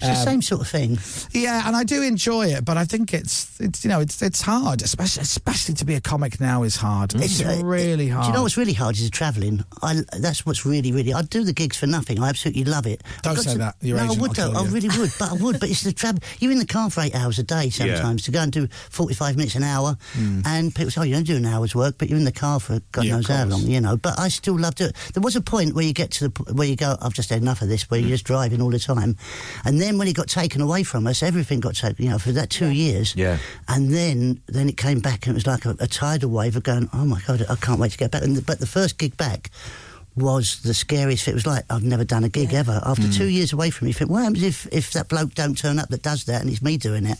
Speaker 19: It's the same sort of thing.
Speaker 5: Um, Yeah, and I do enjoy it, but I think it's it's you know it's it's hard, especially especially to be a comic now is hard. It's
Speaker 19: uh,
Speaker 5: really hard.
Speaker 19: Do you know what's really hard is the travelling. I that's what's really really. I do the gigs for nothing. I absolutely love it. I've
Speaker 5: Don't
Speaker 19: got
Speaker 5: say
Speaker 19: to-
Speaker 5: that. Your
Speaker 19: no,
Speaker 5: agent
Speaker 19: I would
Speaker 5: will
Speaker 19: though.
Speaker 5: kill
Speaker 19: I
Speaker 5: you.
Speaker 19: really would, but I would. But it's the travel. You're in the car for eight hours a day
Speaker 5: Yeah.
Speaker 19: sometimes to go and do forty five minutes an hour, and people say, "Oh, you don't do an hour's work," but you're in the car for God
Speaker 5: Hmm. Yeah, of
Speaker 19: knows how
Speaker 5: course.
Speaker 19: long, you know. But I still love it. There was a point where you get to the p- where you go, "I've just had enough of this," where you're
Speaker 5: Hmm.
Speaker 19: just driving all the time, and then when it got taken away from us, everything got taken. You know, for that two years,
Speaker 7: Yeah.
Speaker 19: and then then it came back and it was like a, a tidal wave of going, oh my god, I can't wait to get back. And the, but the first gig back was the scariest. It was like I've never done a gig ever. After
Speaker 5: Mm.
Speaker 19: two years away from it, you think, what happens if, if that bloke don't turn up that does that and it's me doing it?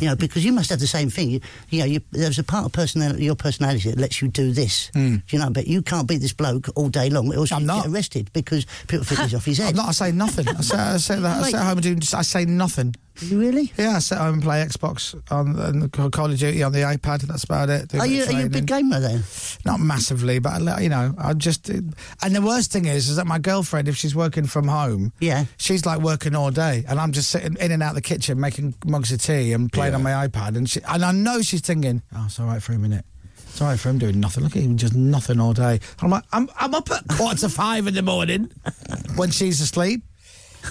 Speaker 19: you know, because you must have the same thing. You, you know, you, there's a part of personality, your personality that lets you do this.
Speaker 5: Hmm.
Speaker 19: You know, but you can't be this bloke all day long. Or else you get arrested because people think he's off his head.
Speaker 5: I'm not. I say nothing. I say, I say that. I
Speaker 19: Mate.
Speaker 5: sit at home and do. I say nothing.
Speaker 19: Really?
Speaker 5: Yeah, I sit at home and play Xbox on and Call of Duty on the iPad. That's about it. Do
Speaker 19: Are
Speaker 5: bit
Speaker 19: you-
Speaker 5: of
Speaker 19: are you a big gamer then?
Speaker 5: Not massively, but I li- you know, I just. And the worst thing is, is that my girlfriend, if she's working from home,
Speaker 19: yeah,
Speaker 5: she's like working all day, and I'm just sitting in and out the kitchen making mugs of tea and playing on my iPad, and she, and I know she's thinking, oh, it's all right for a minute. It's all right for him doing nothing. Look at him, just nothing all day. And I'm like, I'm, I'm up at quarter to five in the morning when she's asleep.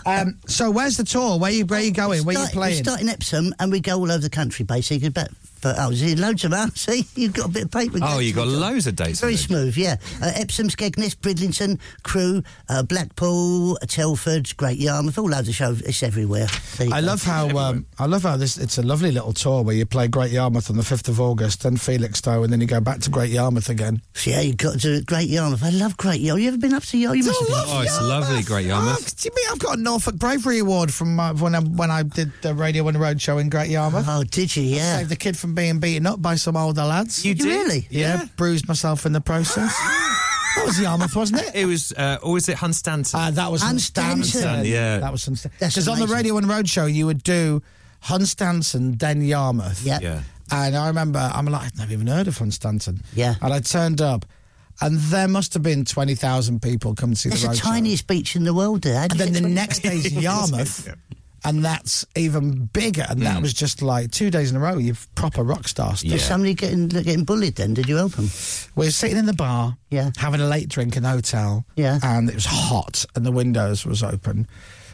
Speaker 5: Um, so where's the tour? Where you where you going? Where you
Speaker 19: Start- We
Speaker 5: playing?
Speaker 19: start in Epsom and we go all over the country basically. About for, oh, see, loads of them. See, you've got a bit of paper.
Speaker 7: Oh, you got loads of dates.
Speaker 19: Very smooth, yeah. Uh, Epsom, Skegness, Bridlington, Crewe, uh, Blackpool, Telford, Great Yarmouth, all loads of shows. It's everywhere. There you
Speaker 5: I
Speaker 19: go.
Speaker 5: love how um, I love how this. It's a lovely little tour where you play Great Yarmouth on the fifth of August, then Felixstowe, and then you go back to Great Yarmouth again.
Speaker 19: Yeah, you got to Great Yarmouth. I love Great Yarmouth. You ever been up to Yarmouth? You must have been.
Speaker 7: Oh, it's lovely, Great Yarmouth.
Speaker 5: Do you mean I've got a Norfolk Bravery Award from my, when I when I did the Radio One Road show in Great Yarmouth?
Speaker 19: Oh, did you? Yeah,
Speaker 5: saved the kid from being beaten up by some older lads.
Speaker 7: You You did? really?
Speaker 5: Yeah,
Speaker 7: Yeah.
Speaker 5: bruised myself in the process. Ah, that was Yarmouth, wasn't it?
Speaker 7: It was, uh, or was it Hunstanton?
Speaker 5: Uh, that was Hunstanton.
Speaker 7: Hunstanton, Yeah.
Speaker 5: that was Hunstanton.
Speaker 7: That's
Speaker 5: Because on the
Speaker 7: amazing.
Speaker 5: Radio One Road show, you would do Hunstanton, then Yarmouth.
Speaker 7: Yeah.
Speaker 5: And I remember, I'm like, I've never even heard of Hunstanton.
Speaker 19: Yeah.
Speaker 5: And I turned up, and there must have been 20,000 people come to see
Speaker 19: It's
Speaker 5: the
Speaker 19: the
Speaker 5: road show.
Speaker 19: tiniest beach in the world, there.
Speaker 5: And then the next day's Yarmouth. And that's even bigger. And that was just like two days in a row. You've proper rock star stuff.
Speaker 19: Was somebody getting getting bullied? Then did you help them?
Speaker 5: We're sitting in the bar, yeah, having a late drink in the hotel, yeah, and it was hot, and the windows was open,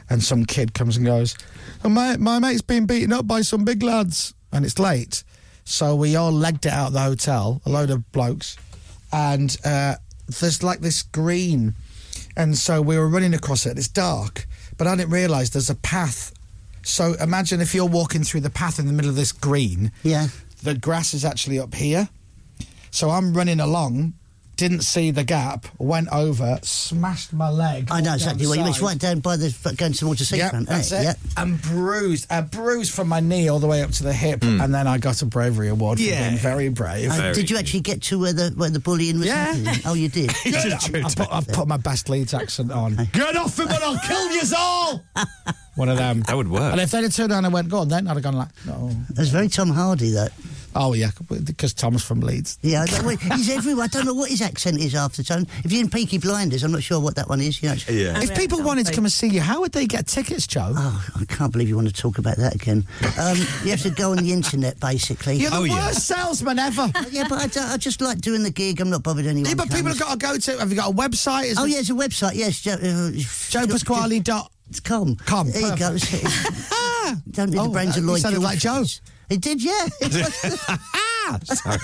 Speaker 5: and some kid comes and goes, oh, my my mate's been beaten up by some big lads, and it's late, so we all legged it out of the hotel, a load of blokes, and uh, there's like this green, and so we were running across it. and It's dark, but I didn't realise there's a path. So imagine if you're walking through the path in the middle of this green.
Speaker 19: Yeah.
Speaker 5: The grass is actually up here. So I'm running along, didn't see the gap, went over, smashed my leg.
Speaker 19: I know exactly what you mean. It's
Speaker 5: Downside.
Speaker 19: right down by the going towards the
Speaker 5: Yep,
Speaker 19: seafront.
Speaker 5: that's
Speaker 19: eh?
Speaker 5: it. And bruised, a bruise from my knee all the way up to the hip, and then I got a bravery award for
Speaker 19: Yeah.
Speaker 5: being very brave.
Speaker 19: Uh, did you actually get to where the where the bullying was
Speaker 5: Yeah.
Speaker 19: happening? Oh, you did.
Speaker 5: Good. I, I put, I've put my best Leeds accent on. Get off him, and I'll kill you all. One of them.
Speaker 7: That would work.
Speaker 5: And if they'd have turned around and went, go on then, I'd have gone like, no.
Speaker 19: It was very Tom Hardy, that.
Speaker 5: Oh, yeah, because Tom's from Leeds.
Speaker 19: Yeah, I don't, well, he's everywhere. I don't know what his accent is after time. If you're in Peaky Blinders, I'm not sure what that one is. You know, it's-
Speaker 5: Yeah. If people wanted to come and see you, how would they get tickets, Joe?
Speaker 19: Oh, I can't believe you want to talk about that again. Um, you have to go on the internet, basically.
Speaker 5: You're the worst salesman ever.
Speaker 19: yeah, but I, don't- I just like doing the gig. I'm not bothered anyway.
Speaker 5: Yeah, but people have got to go to. Have you got a website? Is
Speaker 19: oh,
Speaker 5: it-
Speaker 19: yeah, it's a website. Yes, Joe, uh, Joe
Speaker 5: Pasquale dot
Speaker 19: com.
Speaker 5: Com.
Speaker 19: There you go. don't need
Speaker 5: Oh,
Speaker 19: the brains
Speaker 5: that-
Speaker 19: of
Speaker 5: you
Speaker 19: Lloyd.
Speaker 5: sounded like
Speaker 19: Joe. It did, yeah.
Speaker 7: Sorry.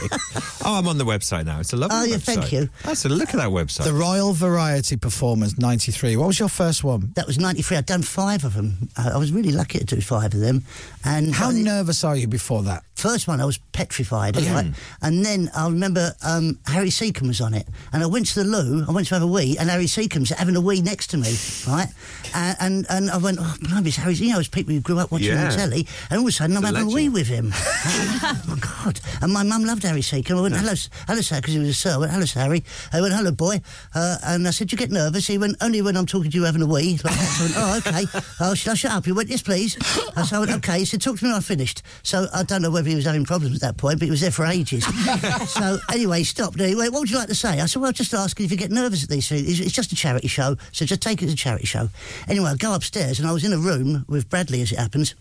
Speaker 7: Oh, I'm on the website now. It's a lovely
Speaker 5: Oh, yeah,
Speaker 7: website.
Speaker 5: thank you.
Speaker 7: That's a look at that website.
Speaker 5: The Royal Variety Performers '93. What was your first one?
Speaker 19: That was 93. I'd done five of them. I I was really lucky to do five of them. And How
Speaker 5: nervous are you before that? Oh,
Speaker 19: First one, I was petrified.
Speaker 5: Yeah.
Speaker 19: right? And then I remember um, Harry Seacombe was on it. And I went to the loo, I went to have a wee, and Harry Seacombe's having a wee next to me, right? And and, and I went, oh, blimey, it's Harry. You know, it's people who grew up watching
Speaker 4: Yeah.
Speaker 19: on telly. And all of a sudden, I'm
Speaker 4: It's a
Speaker 19: having a wee with him. oh, God. And my mum loved Harry Seacombe. I went, hello, s- hello, sir, because he was a sir. I went, hello, sir, Harry. I went, hello, boy. Uh, and I said, do you get nervous? He went, only when I'm talking to you having a wee. Like that. So I went, oh, okay. Oh, shall I shut up? He went, yes, please. I said, I went, okay. He said, talk to me when I finished. So I don't know whether he was having problems at that point, but he was there for ages. so anyway, he stopped. and He went, what would you like to say? I said, well, just asking if you get nervous at these things. It's it's just a charity show, so just take it as a charity show. Anyway, I go upstairs and I was in a room with Bradley, as it happens.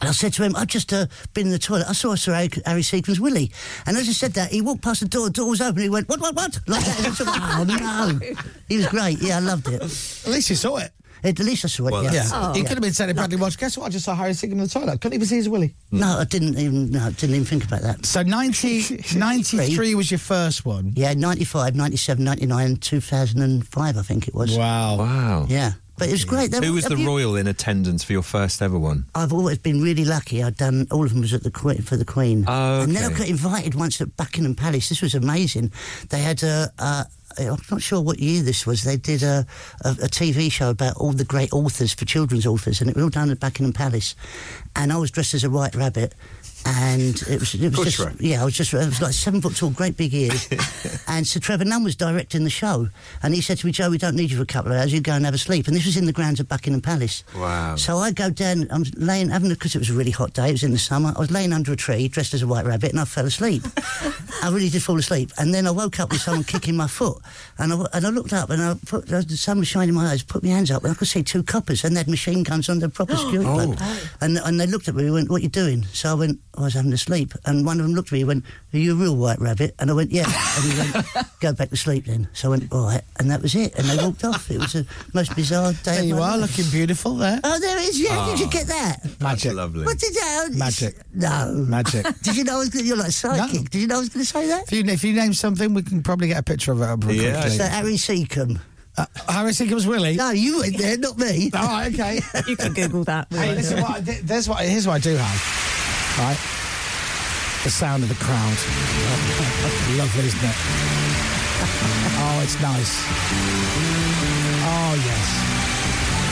Speaker 19: And I said to him, I've just uh, been in the toilet. I saw Sir Harry, Harry Seacombe's Willie. And as I said that, he walked past the door, the door was open, he went, What, what, what? Like that. And I said, oh, no. He was great. Yeah, I loved it. At
Speaker 5: least you saw it.
Speaker 19: At least I saw it,
Speaker 5: Well,
Speaker 19: yeah.
Speaker 5: that's- Yeah. He could have been saying to Bradley Walsh, guess what? I just saw Harry Seacombe in the toilet. Couldn't even see his Willie.
Speaker 19: No, I didn't even no, I didn't even think about that.
Speaker 5: So 90, 93 was your first one?
Speaker 19: Yeah, 95, 97, 99, 2005, I think it was.
Speaker 5: Wow.
Speaker 7: Wow.
Speaker 19: Yeah. But it was great. There-
Speaker 7: Who was
Speaker 19: have
Speaker 7: the
Speaker 19: you-
Speaker 7: royal in attendance for your first ever one?
Speaker 19: I've always been really lucky. I've done all of them was at the Queen for the Queen,
Speaker 7: Oh,
Speaker 19: and then I
Speaker 7: okay.
Speaker 19: got invited once at Buckingham Palace. This was amazing. They had a. a I'm not sure what year this was. They did a, a, a TV show about all the great authors for children's authors, and it was all done at Buckingham Palace. And I was dressed as a white rabbit, and it was it
Speaker 14: course
Speaker 19: was
Speaker 14: you
Speaker 19: just yeah, I was just I was like seven foot tall, great big ears. and Sir Trevor Nunn was directing the show, and he said to me, "Joe, we don't need you for a couple of hours. You go and have a sleep." And this was in the grounds of Buckingham Palace.
Speaker 14: Wow.
Speaker 19: So I go down, I'm laying, having because it was a really hot day, it was in the summer. I was laying under a tree dressed as a white rabbit and I fell asleep. I really did fall asleep. And then I woke up with someone kicking my foot. And I, w- and I looked up and I put, the sun was shining in my eyes, put my hands up and I could see two coppers and they had machine guns on their proper security
Speaker 14: Oh.
Speaker 19: guard. And, and they looked at me and went, What are you doing? So I went, I was having a sleep. And one of them looked at me and went, Are you a real white rabbit? And I went, Yeah. And he went, Go back to sleep then. So I went, All right. And that was it. And they walked off. It was the most bizarre day.
Speaker 5: There
Speaker 19: of
Speaker 5: you
Speaker 19: my
Speaker 5: are,
Speaker 19: life.
Speaker 5: looking beautiful there.
Speaker 19: Oh, there it is. Yeah, did you
Speaker 5: Ah.
Speaker 19: get that?
Speaker 5: Magic. lovely.
Speaker 19: What did that?
Speaker 5: Magic.
Speaker 19: No.
Speaker 5: Magic.
Speaker 19: Did you know I was going to? You're like psychic. Did you know I was going to say that?
Speaker 5: If you, if you name something, we can probably get a picture of it up real
Speaker 19: Yeah.
Speaker 5: quickly.
Speaker 19: So Harry Seacombe.
Speaker 5: Uh, Harry Seacomb's Willie?
Speaker 19: No, you went there, not me.
Speaker 5: All right, okay.
Speaker 24: you can Google that.
Speaker 5: Hey, listen, what I, th- there's what, here's what I do have. All right. The sound of the crowd. Lovely, isn't it? Oh, it's nice. Oh, yes.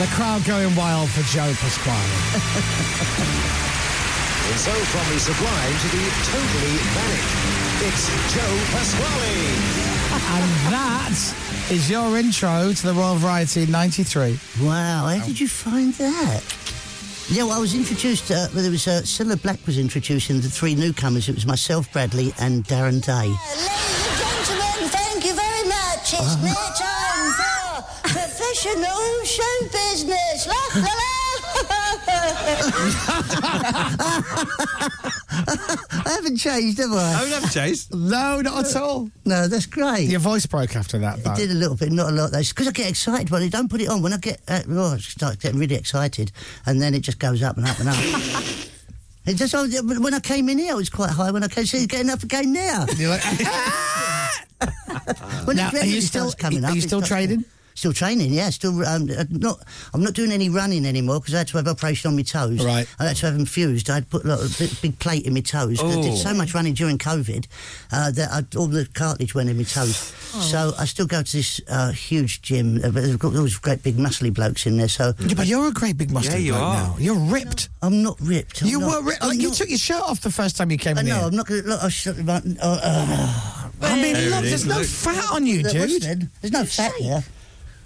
Speaker 5: The crowd going wild for Joe Pasquale.
Speaker 4: And so from the sublime to the totally manic, it's Joe Pasquale.
Speaker 5: and that is your intro to the Royal Variety Oh. in 93.
Speaker 19: Wow, how did you find that? Yeah, well, I was introduced. Uh, well, there was uh, Cilla Black was introducing the three newcomers. It was myself, Bradley, and Darren Day.
Speaker 14: Gentlemen, thank you very much. It's
Speaker 19: Ah.
Speaker 14: now time for professional show business. La, la,
Speaker 19: I haven't changed, have I?
Speaker 7: No, never changed.
Speaker 5: No, not at all.
Speaker 19: No, that's great.
Speaker 5: Oh, Your voice broke after that, though.
Speaker 19: I did a little bit, not a lot though, because I get excited when I don't put it on. When I get, uh, oh, I start getting really excited, and then it just goes up and up and up. it just oh, when I came in here, it was quite high. When I came, so it's getting up again now.
Speaker 5: You're like,
Speaker 19: when
Speaker 5: Now,
Speaker 19: the
Speaker 5: are you
Speaker 19: adrenaline
Speaker 5: still-
Speaker 19: starts coming
Speaker 5: are
Speaker 19: up,
Speaker 5: you
Speaker 19: it
Speaker 5: still
Speaker 19: starts-
Speaker 5: training?
Speaker 19: Still training, yeah. Still, um, uh, not. I'm not doing any running anymore because I had to have operation on my toes. Right. I had to have them fused. I had put like, a big, big plate in my toes. 'cause I
Speaker 14: Oh.
Speaker 19: did so much running during COVID uh, that I, all the cartilage went in my toes.
Speaker 5: Oh.
Speaker 19: So I still go to this uh, huge gym, uh, but they've got all these great big muscly blokes in there. So
Speaker 5: Yeah, but you're a great big muscly Yeah, you bloke are. now. You're ripped.
Speaker 19: I'm not ripped. I'm
Speaker 5: You
Speaker 19: not.
Speaker 5: were ri- like, you took your shirt off the first time you came
Speaker 19: I
Speaker 5: in.
Speaker 19: know.
Speaker 5: here.
Speaker 19: I'm not going to look. I shut the button. Uh, uh.
Speaker 5: I mean, look, there's no fat on you,
Speaker 19: Look, what's
Speaker 5: dude.
Speaker 19: that? There's no fat there.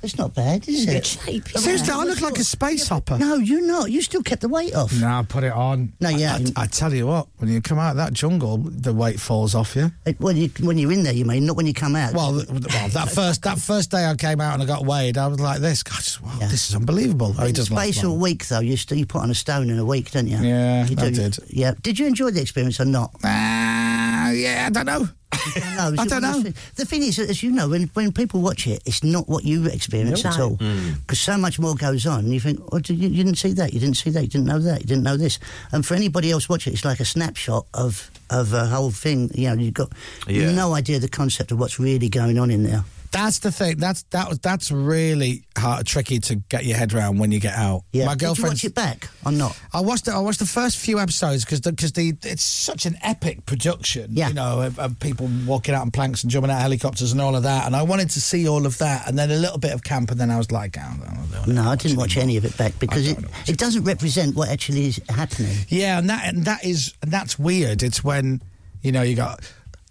Speaker 19: It's not bad, is
Speaker 5: You're in
Speaker 19: it?
Speaker 5: good shape, yeah. Seriously, I look like a space hopper.
Speaker 19: No, you're not. You still kept the weight off.
Speaker 5: No, put it on.
Speaker 19: No, yeah.
Speaker 5: I, I tell you what, when you come out of that jungle, the weight falls off you.
Speaker 19: It- when you when you're in there, you mean not when you come out.
Speaker 5: Well, th- well, that first that first day I came out and I got weighed, I was like this. God, just- wow, this is unbelievable. Oh, he doesn't
Speaker 19: Space
Speaker 5: like
Speaker 19: of a week though, you still you put on a stone in a week, don't you?
Speaker 5: Yeah,
Speaker 19: you
Speaker 5: I did.
Speaker 19: Yeah. Did you enjoy the experience or not?
Speaker 5: Ah, yeah, I don't know.
Speaker 19: I don't know.
Speaker 5: I don't know.
Speaker 19: The thing is, as you know, when, when people watch it, it's not what you experience
Speaker 5: Nope.
Speaker 19: at all. Because so much more goes on. You think, oh, did you, you didn't see that, you didn't see that, you didn't know that, you didn't know this. And for anybody else watching, it's like a snapshot of of a whole thing. You know, you've got
Speaker 5: Yeah.
Speaker 19: no idea the concept of what's really going on in there.
Speaker 5: That's the thing. That's that was that's really hard, tricky to get your head around when you get out.
Speaker 19: Yeah.
Speaker 5: my
Speaker 19: Did you watch
Speaker 5: girlfriend's
Speaker 19: it back or not?
Speaker 5: I watched it. I watched the first few episodes because because the, it's such an epic production. Yeah. you know, of, of people walking out on planks and jumping out of helicopters and all of that. And I wanted to see all of that, and then a little bit of camp, and then I was like, oh, no, no, no.
Speaker 19: No, I didn't watch any of it back because it, it doesn't represent what actually is happening.
Speaker 5: yeah, and that and that is and that's weird. It's when you know you got.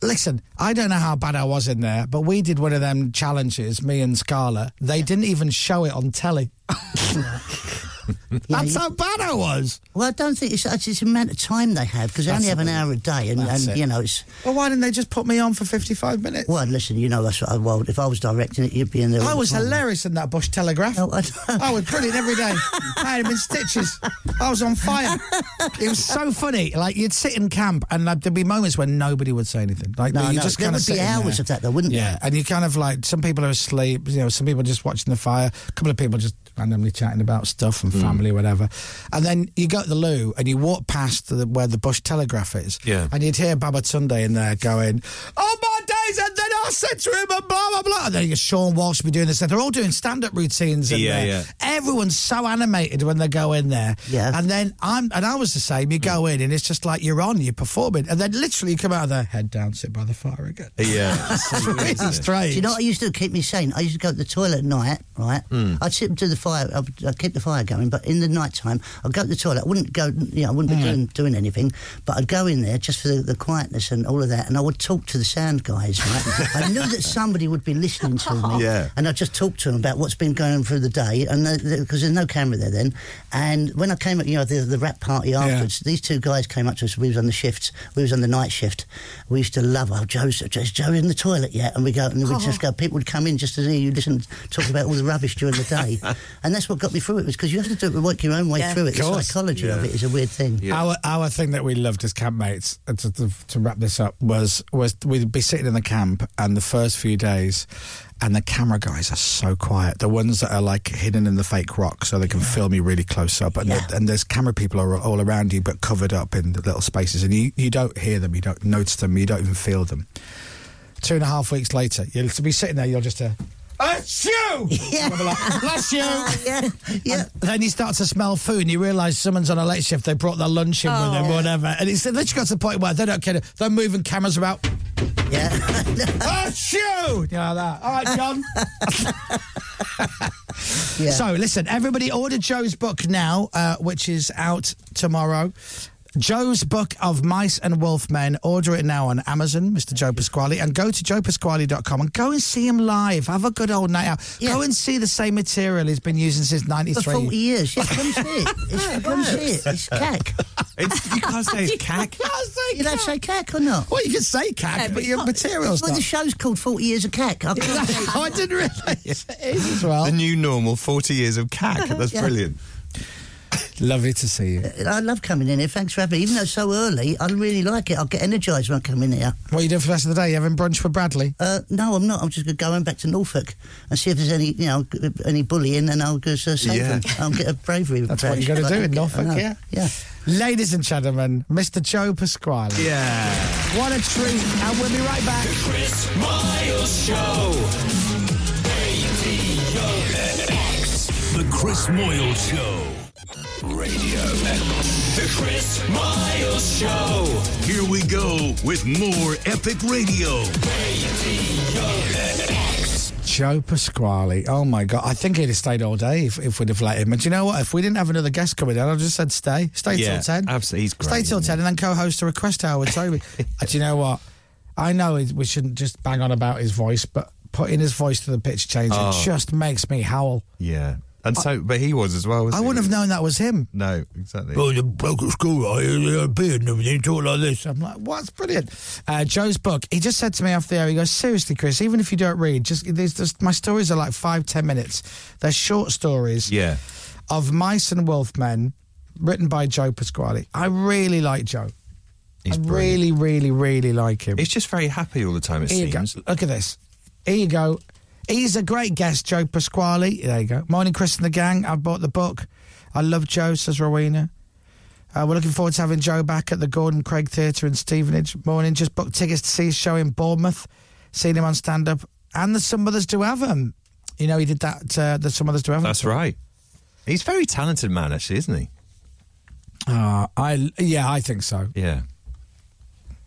Speaker 5: Listen, I don't know how bad I was in there, but we did one of them challenges, me and Scarlett. They didn't even show it on telly. That's how bad I was.
Speaker 19: Well, I don't think it's, it's the amount of time they have because they
Speaker 5: That's
Speaker 19: only have an
Speaker 5: it.
Speaker 19: hour a day, and,
Speaker 5: That's
Speaker 19: and
Speaker 5: it.
Speaker 19: you know it's.
Speaker 5: Well, why didn't they just put me on for 55 minutes?
Speaker 19: Well, listen, you know that's what I, well, if I was directing it, you'd be in there. all
Speaker 5: I
Speaker 19: the
Speaker 5: was
Speaker 19: time.
Speaker 5: hilarious in that Bush Telegraph.
Speaker 19: Oh,
Speaker 5: I, was brilliant every day. I had him in stitches. I was on fire. It was so funny. Like you'd sit in camp, and like, there'd be moments when nobody would say anything. Like
Speaker 19: No,
Speaker 5: you
Speaker 19: no,
Speaker 5: just
Speaker 19: there
Speaker 5: kind
Speaker 19: would
Speaker 5: of
Speaker 19: be hours of that, though, wouldn't
Speaker 5: yeah.
Speaker 19: there?
Speaker 5: and you kind of like some people are asleep. You know, some people just watching the fire. A couple of people just randomly chatting about stuff and
Speaker 7: Mm.
Speaker 5: family, whatever. And then you go to the loo and you walk past the, where the Bush Telegraph is.
Speaker 7: Yeah.
Speaker 5: And you'd hear Baba Sunday in there going, Oh my days! And then I said to him, and blah, blah, blah. And then you got Sean Walsh be doing this. They're all doing stand up routines in
Speaker 7: Yeah,
Speaker 5: there.
Speaker 7: yeah.
Speaker 5: Everyone's so animated when they go in there. Yeah. And then I'm, and I was the same. You go
Speaker 7: Mm.
Speaker 5: in and it's just like you're on, you're performing. And then literally you come out of there, head down, sit by the fire again.
Speaker 7: Yeah.
Speaker 5: It's really strange.
Speaker 19: Do you know what I used to keep me sane? I used to go to the toilet at night, right?
Speaker 5: Mm.
Speaker 19: I'd sit to the fire, I'd, I'd keep the fire going, but in the night time, I'd go to the toilet. I wouldn't go, you know, I wouldn't
Speaker 5: Hmm.
Speaker 19: be doing, doing anything, but I'd go in there just for the, the quietness and all of that, and I would talk to the sound guys, right? I knew that somebody would be listening to me,
Speaker 21: Yeah.
Speaker 19: and I'd just talk to them about what's been going on through the day, and because there's no camera there then. And when I came, up, you know, the, the rap party afterwards, these two guys came up to us. We was on the shift, we was on the night shift. We used to love, oh, Joe's, is Joe in the toilet yet? And we go, and we
Speaker 21: Oh.
Speaker 19: would just go. People would come in just to hear you listen, talk about all the rubbish during the day, and that's what got me through it. Was because you have to do it, work your own way
Speaker 5: Yeah.
Speaker 19: through it.
Speaker 5: Of
Speaker 19: The
Speaker 5: course.
Speaker 19: psychology of
Speaker 5: Yeah.
Speaker 19: it is a weird thing.
Speaker 5: Our our thing that we loved as campmates uh, to, to, to wrap this up was was we'd be sitting in the camp and the first few days, and the camera guys are so quiet. The ones that are like hidden in the fake rock so they can film you really close up, and the, and there's camera people are all around you but covered up in the little spaces, and you you don't hear them, you don't notice them, you don't even feel them. Two and a half weeks later, you'll to be sitting there, you'll just. Uh, it's you! Yeah. Bless you!
Speaker 4: Uh,
Speaker 19: yeah. yeah.
Speaker 5: Then you start to smell food and you realise someone's on a late shift, they brought their lunch in with them,
Speaker 19: Oh.
Speaker 5: whatever. And it's literally got to the point where they don't care. They're moving cameras about.
Speaker 19: Yeah.
Speaker 5: Achoo! You know that. All right, John.
Speaker 19: Yeah.
Speaker 5: So, listen, everybody order Joe's book now, uh, which is out tomorrow. Joe's book of mice and wolfmen. Order it now on Amazon, Mr. Joe Pasquale, and go to joepasquale.com and go and see him live. Have a good old night out. Go and see the same material he's been using since
Speaker 19: For
Speaker 5: 93.
Speaker 19: 40 years, yeah, come see it. It's, come see it. Oh, It's cack.
Speaker 5: It's, you can't say it's cack.
Speaker 19: You don't say cack or not?
Speaker 5: Well, you can say cack, but your material's
Speaker 19: Well,
Speaker 5: not.
Speaker 19: the show's called 40 Years of Cack. I can't say
Speaker 5: I didn't realise it is as well.
Speaker 7: The new normal, 40 years of cack. That's
Speaker 19: Yeah.
Speaker 7: brilliant.
Speaker 5: Lovely to see you.
Speaker 19: I love coming in here. Thanks for having me. Even though it's so early, I really like it. I get energised when I come in here.
Speaker 5: What are you doing for the rest of the day? You having brunch with Bradley?
Speaker 19: Uh, no, I'm not. I'm just going back to Norfolk and see if there's any, you know, g- any bullying, and I'll go uh, save
Speaker 5: Yeah.
Speaker 19: them. I'll get a bravery.
Speaker 5: That's what you got to do in Norfolk, yeah.
Speaker 19: Yeah.
Speaker 5: Ladies and gentlemen, Mr. Joe Pasquale.
Speaker 7: Yeah.
Speaker 5: What a treat. And we'll be right back.
Speaker 1: The Chris Moyles Show. Radio X. The Chris Moyles Show. Radio X. The Chris Moyles Show. Here we go with more epic radio. Radio X.
Speaker 5: Joe Pasquale. Oh my God. I think he'd have stayed all day if, if we'd have let him. And do you know what? If we didn't have another guest coming in, I'd have just said stay. Stay
Speaker 7: yeah,
Speaker 5: till 10.
Speaker 7: Absolutely. He's great.
Speaker 5: Stay till 10 and then co host a request hour with Toby. And do you know what? I know it- we shouldn't just bang on about his voice, but putting his voice to the pitch change,
Speaker 7: Oh.
Speaker 5: it just makes me howl.
Speaker 7: Yeah. And so, but he was as well, was
Speaker 5: I wouldn't have known that was him.
Speaker 7: No, exactly.
Speaker 5: Oh, the bloke at school, I had a beard and everything, talk like this. I'm like, what's brilliant? Uh, Joe's book, he just said to me after the air, he goes, seriously, Chris, even if you don't read, just, there's just my stories are like five, ten minutes. They're short stories
Speaker 7: Yeah.
Speaker 5: of Mice and Wolfmen written by Joe Pasquale. I really like Joe. I really, really, really like him.
Speaker 7: He's just very happy all the time, it
Speaker 5: Here you go.
Speaker 7: seems.
Speaker 5: Look at this. Here you go. He's a great guest, Joe Pasquale. There you go. Morning, Chris and the gang. I've bought the book. I love Joe, says Rowena. Uh, we're looking forward to having Joe back at the Gordon Craig Theatre in Stevenage. Morning, just booked tickets to see his show in Bournemouth. Seen him on stand up. And there's some others do have him. You know, he did that. Uh, there's some others do have him.
Speaker 7: That's right. He's a very talented man, actually, isn't he?
Speaker 5: Uh, I, yeah, I think so.
Speaker 7: Yeah.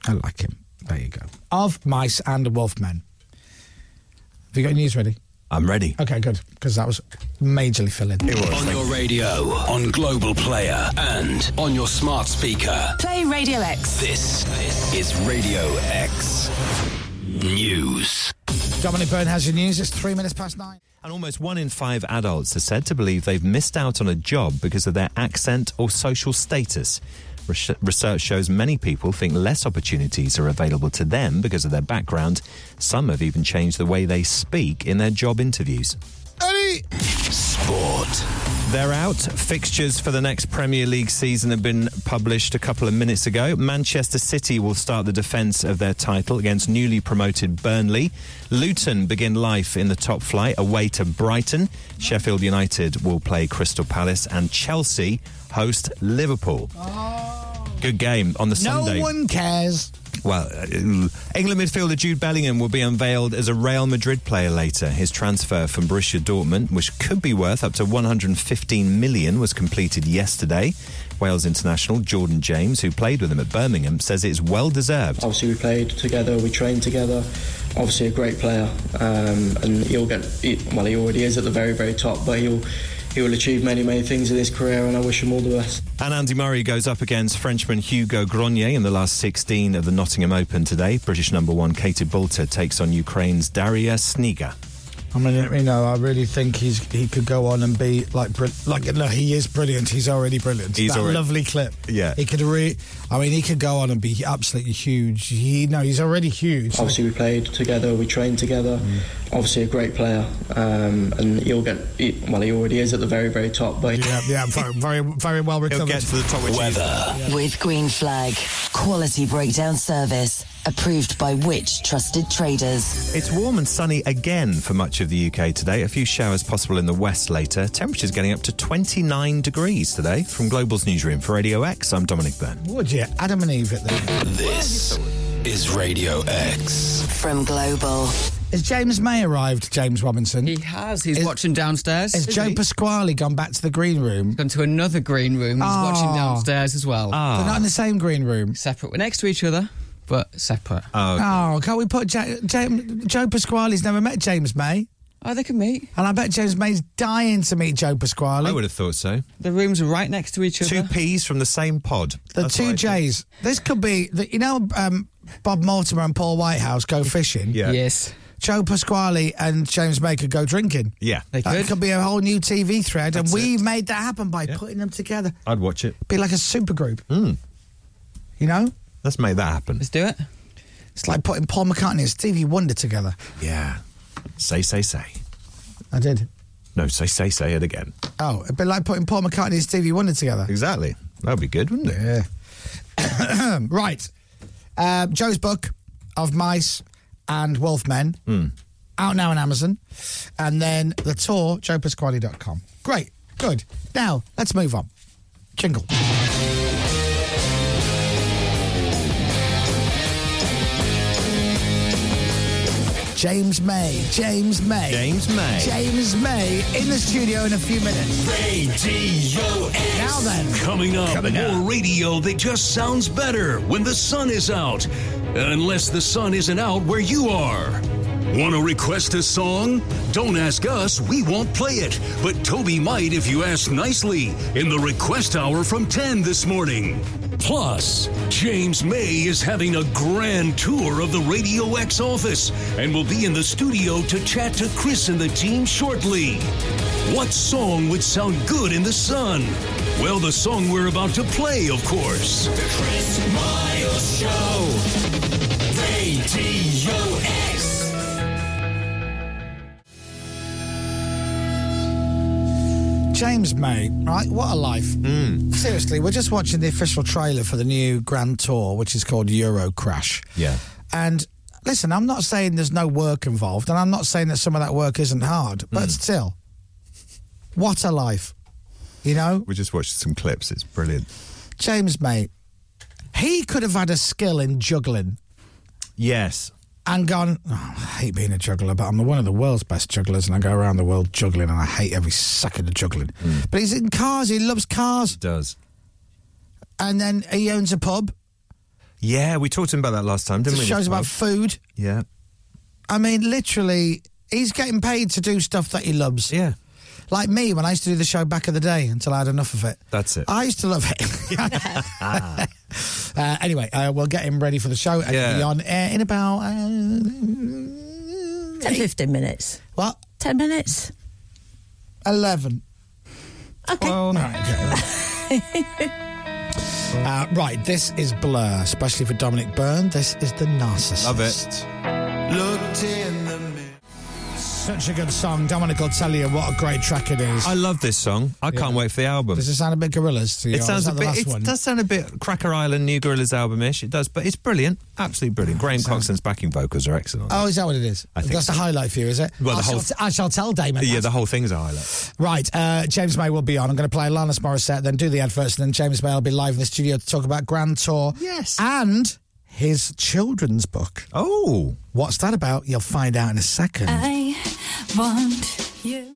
Speaker 5: I like him. There you go. Of Mice and Wolfmen. Have you got your news ready?
Speaker 7: I'm ready.
Speaker 5: Okay, good. Because that was majorly filling. It
Speaker 4: On your radio, on Global Player, and on your smart speaker.
Speaker 16: Play Radio X.
Speaker 4: This is Radio X News.
Speaker 5: Dominic Byrne has your news. It's three minutes past nine.
Speaker 7: And almost one in five adults are said to believe they've missed out on a job because of their accent or social status. Res- Research shows many people think less opportunities are available to them because of their background. Some have even changed the way they speak in their job interviews.
Speaker 5: Eddie!
Speaker 7: Sport. They're out. Fixtures for the next Premier League season have been published a couple of minutes ago. Manchester City will start the defence of their title against newly promoted Burnley. Luton begin life in the top flight away to Brighton. Sheffield United will play Crystal Palace and Chelsea host Liverpool. Good game on the Sunday.
Speaker 5: No one cares.
Speaker 7: Well, uh, England midfielder Jude Bellingham will be unveiled as a Real Madrid player later. His transfer from Borussia Dortmund, which could be worth up to 115 million, was completed yesterday. Wales international Jordan James, who played with him at Birmingham, says it's well deserved.
Speaker 9: Obviously, we played together, we trained together. Obviously, a great player, um, and he'll get he, well. He already is at the very, very top, but he'll he will achieve many, many things in his career, and I wish him all the best.
Speaker 7: And Andy Murray goes up against Frenchman Hugo Grenier in the last 16 of the Nottingham Open today. British number one Katie Bulter takes on Ukraine's Daria Sniga.
Speaker 5: I mean, you know, I really think he's he could go on and be like, bri- like no, he is brilliant. He's already brilliant.
Speaker 7: He's
Speaker 5: that
Speaker 7: already-
Speaker 5: lovely clip.
Speaker 7: Yeah.
Speaker 5: he could re. I mean, he could go on and be absolutely huge. He no, he's already huge.
Speaker 9: Obviously, we played together, we trained together.
Speaker 5: Mm.
Speaker 9: Obviously, a great player, um, and he'll get he, well. He already is at the very, very top, but
Speaker 5: yeah, yeah, very, very well recovered.
Speaker 7: get to the top
Speaker 2: With Green Flag, quality breakdown service approved by which trusted traders?
Speaker 7: It's warm and sunny again for much of the UK today. A few showers possible in the west later. Temperatures getting up to 29 degrees today. From Global's newsroom for Radio X, I'm Dominic Byrne.
Speaker 5: Would you, Adam and Eve at the
Speaker 25: This is Radio X.
Speaker 2: From Global.
Speaker 5: Has James May arrived, James Robinson? He
Speaker 12: has. He's watching downstairs.
Speaker 5: Has
Speaker 12: Is
Speaker 5: Joe
Speaker 12: he?
Speaker 5: Pasquale gone back to the green room? Oh.
Speaker 12: Gone to another green room. He's watching downstairs as well.
Speaker 5: Ah.
Speaker 7: Ah.
Speaker 5: They're not in the same green room.
Speaker 12: Separate. We're next to each other, but separate.
Speaker 5: Oh, can't we put ja- Jam- Joe Pasquale's never met James May?
Speaker 12: Oh, they can meet.
Speaker 5: And I bet James May's dying to meet Joe Pasquale.
Speaker 7: I would have thought so.
Speaker 12: The rooms are right next to each other.
Speaker 7: Two peas from the same pod.
Speaker 5: The two J's. This could be, the, you know, um, Bob Mortimer and Paul Whitehouse go fishing.
Speaker 7: Yeah.
Speaker 12: Yes.
Speaker 5: Joe Pasquale and James May could go drinking.
Speaker 7: Yeah.
Speaker 5: That could. be a whole new TV thread,
Speaker 7: That's
Speaker 5: and we made that happen by putting them together.
Speaker 7: I'd watch it.
Speaker 5: Be like a supergroup. You know?
Speaker 7: Hmm. Let's make that happen.
Speaker 12: Let's do it.
Speaker 5: It's like putting Paul McCartney and Stevie Wonder together.
Speaker 7: Yeah. Say, say, say.
Speaker 5: I did.
Speaker 7: No, say, say, say it again.
Speaker 5: Oh, a bit like putting Paul McCartney and Stevie Wonder together.
Speaker 7: Exactly. That'd be good, wouldn't it?
Speaker 5: Yeah. right. Um, Joe's book of mice and wolfmen
Speaker 7: Hmm.
Speaker 5: out now on Amazon, and then the tour joepasquale.com. Great, good. Now let's move on. Jingle. James May, James May,
Speaker 7: James May.
Speaker 5: James May in the studio in a few minutes.
Speaker 1: Radio X.
Speaker 5: Now then.
Speaker 1: Coming up,
Speaker 5: Coming up.
Speaker 1: more radio that just sounds better when the sun is out. Unless the sun isn't out where you are. Want to request a song? Don't ask us, we won't play it. But Toby might if you ask nicely in the request hour from 10 this morning. Plus, James May is having a grand tour of the Radio X office and will be in the studio to chat to Chris and the team shortly. What song would sound good in the sun? Well, the song we're about to play, of course.
Speaker 4: The Chris Miles Show. Radio X.
Speaker 5: James May, right? What a life. Seriously, we're just watching the official trailer for the new Grand Tour, which is called Euro Crash.
Speaker 7: Yeah.
Speaker 5: And listen, I'm not saying there's no work involved, and I'm not saying that some of that work isn't hard, but still, what a life. You know,
Speaker 26: We just watched some clips. It's brilliant.
Speaker 5: James May, he could have had a skill in juggling
Speaker 7: Yes.
Speaker 5: and gone, "Oh, I hate being a juggler, but I'm one of the world's best jugglers, and I go around the world juggling, and I hate every second of juggling. But he's in cars, he loves cars,
Speaker 7: Hmm. Does.
Speaker 5: and then he owns a pub.
Speaker 7: Yeah, we talked to him about that last time, didn't
Speaker 5: the
Speaker 7: we?
Speaker 5: show's about food.
Speaker 7: Yeah.
Speaker 5: I mean, literally, he's getting paid to do stuff that he loves.
Speaker 7: Yeah.
Speaker 5: Like me, when I used to do the show back in the day until I had enough of it.
Speaker 7: That's it.
Speaker 5: I used to love it. uh, anyway, uh, we'll get him ready for the show and
Speaker 7: Yeah.
Speaker 5: he'll be on air in about. Uh,
Speaker 3: 10, 15 minutes.
Speaker 5: what?
Speaker 3: 10, Ten minutes.
Speaker 5: Eleven.
Speaker 3: Okay.
Speaker 5: Uh, right, this is Blur, especially for Dominic Byrne. This is The Narcissist.
Speaker 7: Love it.
Speaker 5: Looked in the mirror. Such a good song. Dominic will tell you what a great track it is.
Speaker 7: I love this song. I can't wait for the album.
Speaker 5: Does it sound a bit Gorillas to you?
Speaker 7: It sounds a
Speaker 5: like the
Speaker 7: bit.
Speaker 5: last
Speaker 7: It
Speaker 5: one?
Speaker 7: does sound a bit Cracker Island, New Gorillas album-ish. It does, but it's brilliant. Absolutely brilliant. Graham Coxon's backing vocals are excellent.
Speaker 5: Oh, is that what it is?
Speaker 7: I think
Speaker 5: That's
Speaker 7: so.
Speaker 5: the highlight for you, is it?
Speaker 7: Well, the
Speaker 5: I,
Speaker 7: whole-
Speaker 5: shall, I shall tell Damon.
Speaker 7: yeah,
Speaker 5: that.
Speaker 7: the whole thing's a highlight.
Speaker 5: Right, uh, James May will be on. I'm going to play Alanis Morissette, then do the adverts, and then James May will be live in the studio to talk about Grand Tour. Yes. And his children's book.
Speaker 7: Oh.
Speaker 5: What's that about? You'll find out in a second.
Speaker 4: I want you.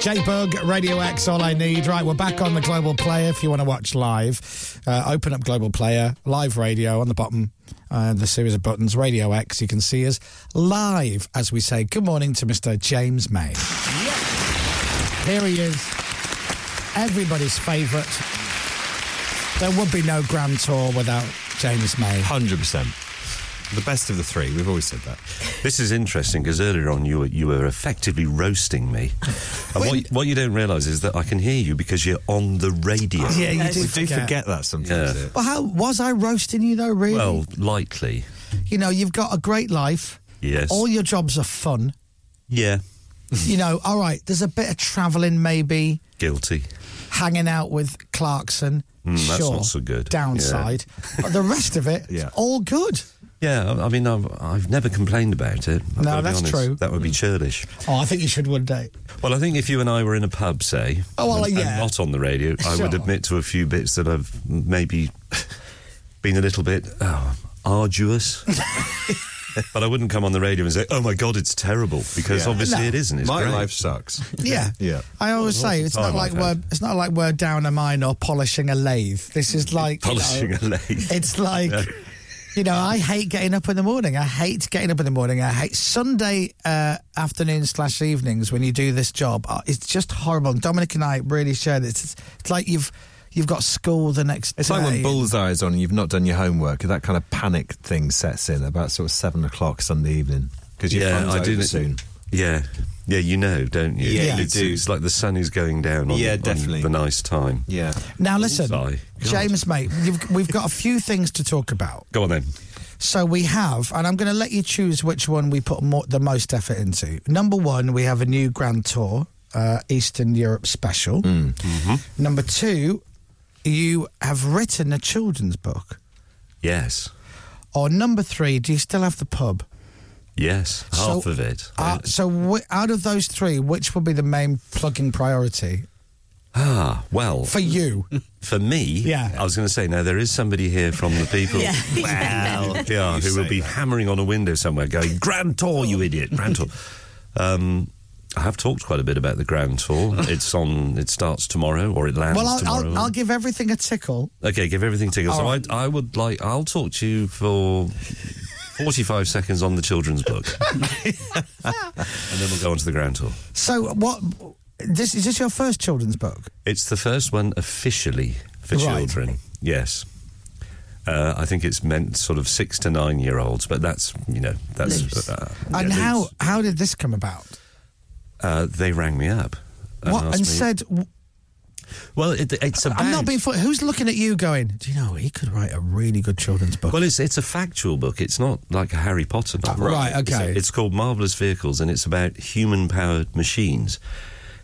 Speaker 5: J Bug, Radio X, all I need. Right, we're back on the Global Player if you want to watch live. Uh, open up Global Player, live radio on the bottom, uh, the series of buttons, Radio X. You can see us live as we say good morning to Mr. James May. Here he is, everybody's favourite. There would be no Grand Tour without James May.
Speaker 7: Hundred percent. The best of the three. We've always said that.
Speaker 17: This is interesting because earlier on you were, you were effectively roasting me. And what, you- what you don't realise is that I can hear you because you're on the radio.
Speaker 7: Oh,
Speaker 5: Yeah, you do We do forget.
Speaker 7: forget that
Speaker 17: sometimes.
Speaker 5: Well, how was I roasting you though, really?
Speaker 17: Well, lightly.
Speaker 5: you know, you've got a great life.
Speaker 17: Yes.
Speaker 5: All your jobs are fun.
Speaker 17: Yeah.
Speaker 5: you know, all right, there's a bit of travelling, maybe
Speaker 17: Guilty.
Speaker 5: hanging out with Clarkson.
Speaker 17: Mm, that's
Speaker 5: sure,
Speaker 17: not so good.
Speaker 5: Downside. But the rest of it,
Speaker 17: Yeah.
Speaker 5: all good.
Speaker 17: Yeah, I, I mean, I've, I've never complained about it. I've
Speaker 5: No,
Speaker 17: gotta be
Speaker 5: that's
Speaker 17: honest.
Speaker 5: true.
Speaker 17: That would be churlish.
Speaker 5: Oh, I think you should one day.
Speaker 17: Well, I think if you and I were in a pub, say,
Speaker 5: Oh, well,
Speaker 17: and, and
Speaker 5: yeah.
Speaker 17: not on the radio, I would
Speaker 5: Sure.
Speaker 17: admit to a few bits that I've maybe been a little bit oh, arduous. but I wouldn't come on the radio and say, "Oh my God, it's terrible," because
Speaker 5: Yeah.
Speaker 17: obviously
Speaker 5: No.
Speaker 17: it isn't. It's
Speaker 5: My
Speaker 17: great.
Speaker 5: life
Speaker 7: sucks.
Speaker 5: Yeah.
Speaker 17: yeah.
Speaker 5: I always
Speaker 17: Well, lots
Speaker 5: say
Speaker 17: of
Speaker 5: it's not
Speaker 17: time
Speaker 5: like
Speaker 17: I've
Speaker 5: we're it's not like we're down a mine or polishing a lathe. This is like you know,
Speaker 17: Polishing a lathe.
Speaker 5: It's like
Speaker 17: No.
Speaker 5: you know, I hate getting up in the morning. I hate getting up in the morning. I hate Sunday uh, afternoons slash evenings when you do this job. Uh, It's just horrible. And Dominic and I really share this. It's, it's like you've you've got school the next
Speaker 7: It's
Speaker 5: day.
Speaker 7: like when Bullseye's on and you've not done your homework. That kind of panic thing sets in about sort of seven o'clock Sunday evening because your
Speaker 17: yeah,
Speaker 7: fun's
Speaker 17: I
Speaker 7: over
Speaker 17: do
Speaker 7: soon.
Speaker 17: Yeah, yeah, you know, don't you?
Speaker 7: Yeah, you
Speaker 17: it's,
Speaker 7: do.
Speaker 17: It's like the sun is going down. On,
Speaker 7: Yeah,
Speaker 17: on
Speaker 7: definitely.
Speaker 17: the nice time.
Speaker 7: Yeah.
Speaker 5: now listen,
Speaker 17: Bullseye.
Speaker 5: James, mate, you've, we've got a few things to talk about.
Speaker 17: Go on then.
Speaker 5: So we have, and I'm going to let you choose which one we put more, the most effort into. Number one, we have a new Grand Tour uh, Eastern Europe special.
Speaker 7: Mm.
Speaker 5: Mm-hmm. Number two, you have written a children's book.
Speaker 17: Yes,
Speaker 5: Or number three, do you still have the pub?
Speaker 17: yes,
Speaker 5: So-
Speaker 17: half of it.
Speaker 5: Uh, so whi out of those three, which will be the main plugging priority
Speaker 17: Ah, well.
Speaker 5: for you?
Speaker 17: For me,
Speaker 5: Yeah.
Speaker 17: I was going to say, now there is somebody here from the people,
Speaker 5: Yeah.
Speaker 17: wow, yeah,
Speaker 5: You
Speaker 17: who will
Speaker 5: say
Speaker 17: be hammering on a window somewhere, going "Grand Tour, you idiot, Grand Tour." Um, I have talked quite a bit about the Grand Tour. It's on. It starts tomorrow, or it lands
Speaker 5: well, I'll,
Speaker 17: tomorrow.
Speaker 5: I'll, I'll give everything a tickle.
Speaker 17: okay, give everything to you. So
Speaker 5: All
Speaker 17: I, I would like. I'll talk to you for forty-five seconds on the children's book, and then we'll go on to the Grand Tour.
Speaker 5: So what? This is this your first children's book?
Speaker 17: It's the first one officially for
Speaker 5: Right.
Speaker 17: children. Yes. Uh, I think it's meant sort of six to nine year olds, but that's, you know, that's. Uh,
Speaker 5: And
Speaker 17: yeah,
Speaker 5: how how did this come about?
Speaker 17: Uh, they rang me up. And
Speaker 5: What
Speaker 17: asked
Speaker 5: and
Speaker 17: me-
Speaker 5: said?
Speaker 17: Well, it, it's about.
Speaker 5: I'm not being funny. Who's looking at you going? Do you know he could write a really good children's book?
Speaker 17: Well, it's it's a factual book. It's not like a Harry Potter novel.
Speaker 5: Right, okay.
Speaker 17: It's, it's called Marvelous Vehicles, and it's about human-powered machines.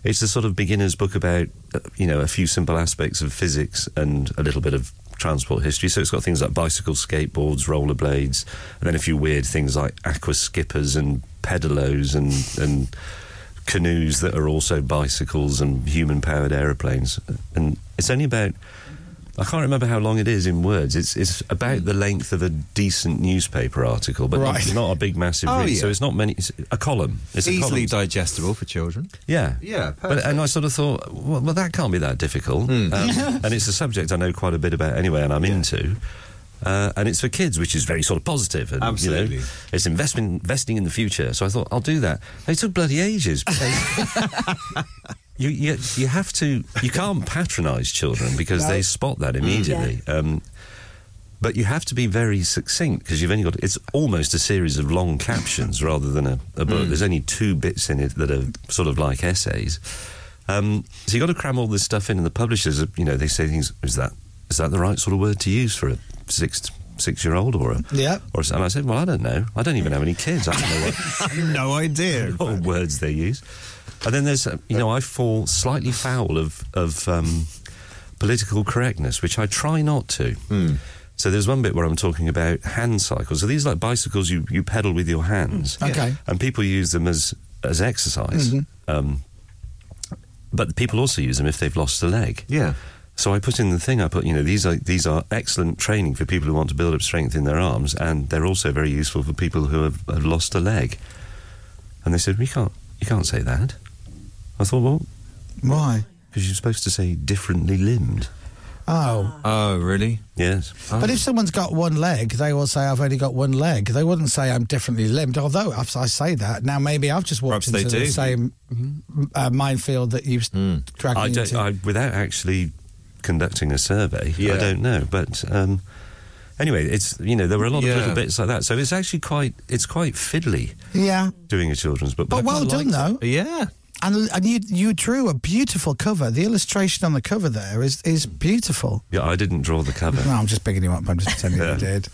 Speaker 17: It's a sort of beginner's book about uh, you know a few simple aspects of physics and a little bit of transport history. So it's got things like bicycles, skateboards, rollerblades, and then a few weird things like aqua skippers and pedalos and and canoes that are also bicycles and human-powered aeroplanes. And it's only about I can't remember how long it is in words. It's it's about the length of a decent newspaper article, but
Speaker 7: Right.
Speaker 17: not, not a big massive
Speaker 7: Oh,
Speaker 17: read.
Speaker 7: yeah.
Speaker 17: So it's not many. It's a column. It's a
Speaker 7: easily
Speaker 17: column.
Speaker 7: digestible for children.
Speaker 17: yeah,
Speaker 7: Yeah, Hmm.
Speaker 17: But, and I sort of thought, well, well that can't be that difficult. Um, and it's a subject I know quite a bit about anyway, and I'm into. Uh, and it's for kids, which is very sort of positive, and
Speaker 7: Absolutely.
Speaker 17: you know, it's investment, investing in the future. So I thought I'll do that. They took bloody ages. you, you you have to you can't patronise children because
Speaker 7: No.
Speaker 17: they spot that immediately. Um, But you have to be very succinct because you've only got it's almost a series of long captions rather than a, a book.
Speaker 1: Mm.
Speaker 17: There's only two bits in it that are sort of like essays. Um, so you got to cram all this stuff in, and the publishers, you know, they say things. Is that is that the right sort of word to use for a six six year old or a
Speaker 5: Yeah.
Speaker 17: or and I said, well, I don't know. I don't even have any kids. I don't know what. I have no idea what words they use. And then there's, uh, you know, I fall slightly foul of of um, political correctness, which I try not to.
Speaker 7: Hmm.
Speaker 17: So there's one bit where I'm talking about hand cycles. So these are like bicycles you, you pedal with your hands.
Speaker 5: Mm, Okay.
Speaker 17: And people use them as as exercise.
Speaker 5: Mhm.
Speaker 17: Um, but people also use them if they've lost a leg.
Speaker 1: Yeah.
Speaker 17: So I put in the thing. I put, you know, these are these are excellent training for people who want to build up strength in their arms, and they're also very useful for people who have, have lost a leg. And they said, "We can't, you can't say that." I thought, well,
Speaker 5: why?
Speaker 17: Because you're supposed to say differently limbed.
Speaker 5: Oh.
Speaker 17: Oh, really? Yes.
Speaker 5: But if someone's got one leg, they will say, I've only got one leg. They wouldn't say, I'm differently limbed. Although, if I say that, now maybe I've just
Speaker 17: Perhaps
Speaker 5: walked
Speaker 17: they
Speaker 5: into the
Speaker 17: do. Hmm.
Speaker 5: same uh, minefield that you've dragged
Speaker 17: I
Speaker 5: me
Speaker 17: don't,
Speaker 5: into.
Speaker 17: I, without actually conducting a survey, I don't know. But um, anyway, it's you know there were a lot
Speaker 5: Yeah.
Speaker 17: of little bits like that. So it's actually quite it's quite fiddly
Speaker 5: yeah.
Speaker 17: doing a children's book.
Speaker 5: But
Speaker 17: I
Speaker 5: well
Speaker 17: kinda
Speaker 5: done,
Speaker 17: liked
Speaker 5: though.
Speaker 17: it. Yeah.
Speaker 5: And, and you, you drew a beautiful cover. The illustration on the cover there is, is beautiful.
Speaker 17: Yeah, I didn't draw the cover.
Speaker 5: No, I'm just picking you up. I'm just pretending
Speaker 17: Yeah.
Speaker 5: you did.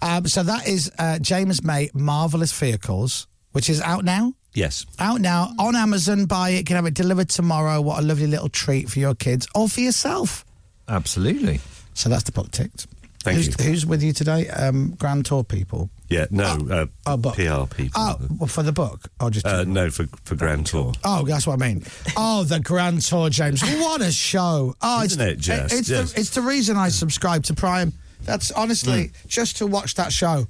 Speaker 5: Um, so that is uh, James May Marvelous Vehicles, which is out now.
Speaker 17: Yes.
Speaker 5: Out now on Amazon. Buy it. Can have it delivered tomorrow. What a lovely little treat for your kids or for yourself.
Speaker 1: Absolutely.
Speaker 5: So that's the book ticked.
Speaker 17: Thank
Speaker 5: who's,
Speaker 17: you.
Speaker 5: Who's with you today? Um, Grand Tour people.
Speaker 17: Yeah. No. uh,
Speaker 5: oh, book.
Speaker 17: PR people.
Speaker 5: Oh, well, for the book. I'll just.
Speaker 17: Uh, no, for for Grand Tour.
Speaker 5: Oh, that's what I mean. Oh, the Grand Tour, James. What a show. Oh,
Speaker 17: Isn't it just-
Speaker 5: it's,
Speaker 17: just-
Speaker 5: The, it's the reason I subscribe to Prime. That's honestly
Speaker 17: Hmm.
Speaker 5: just to watch that show.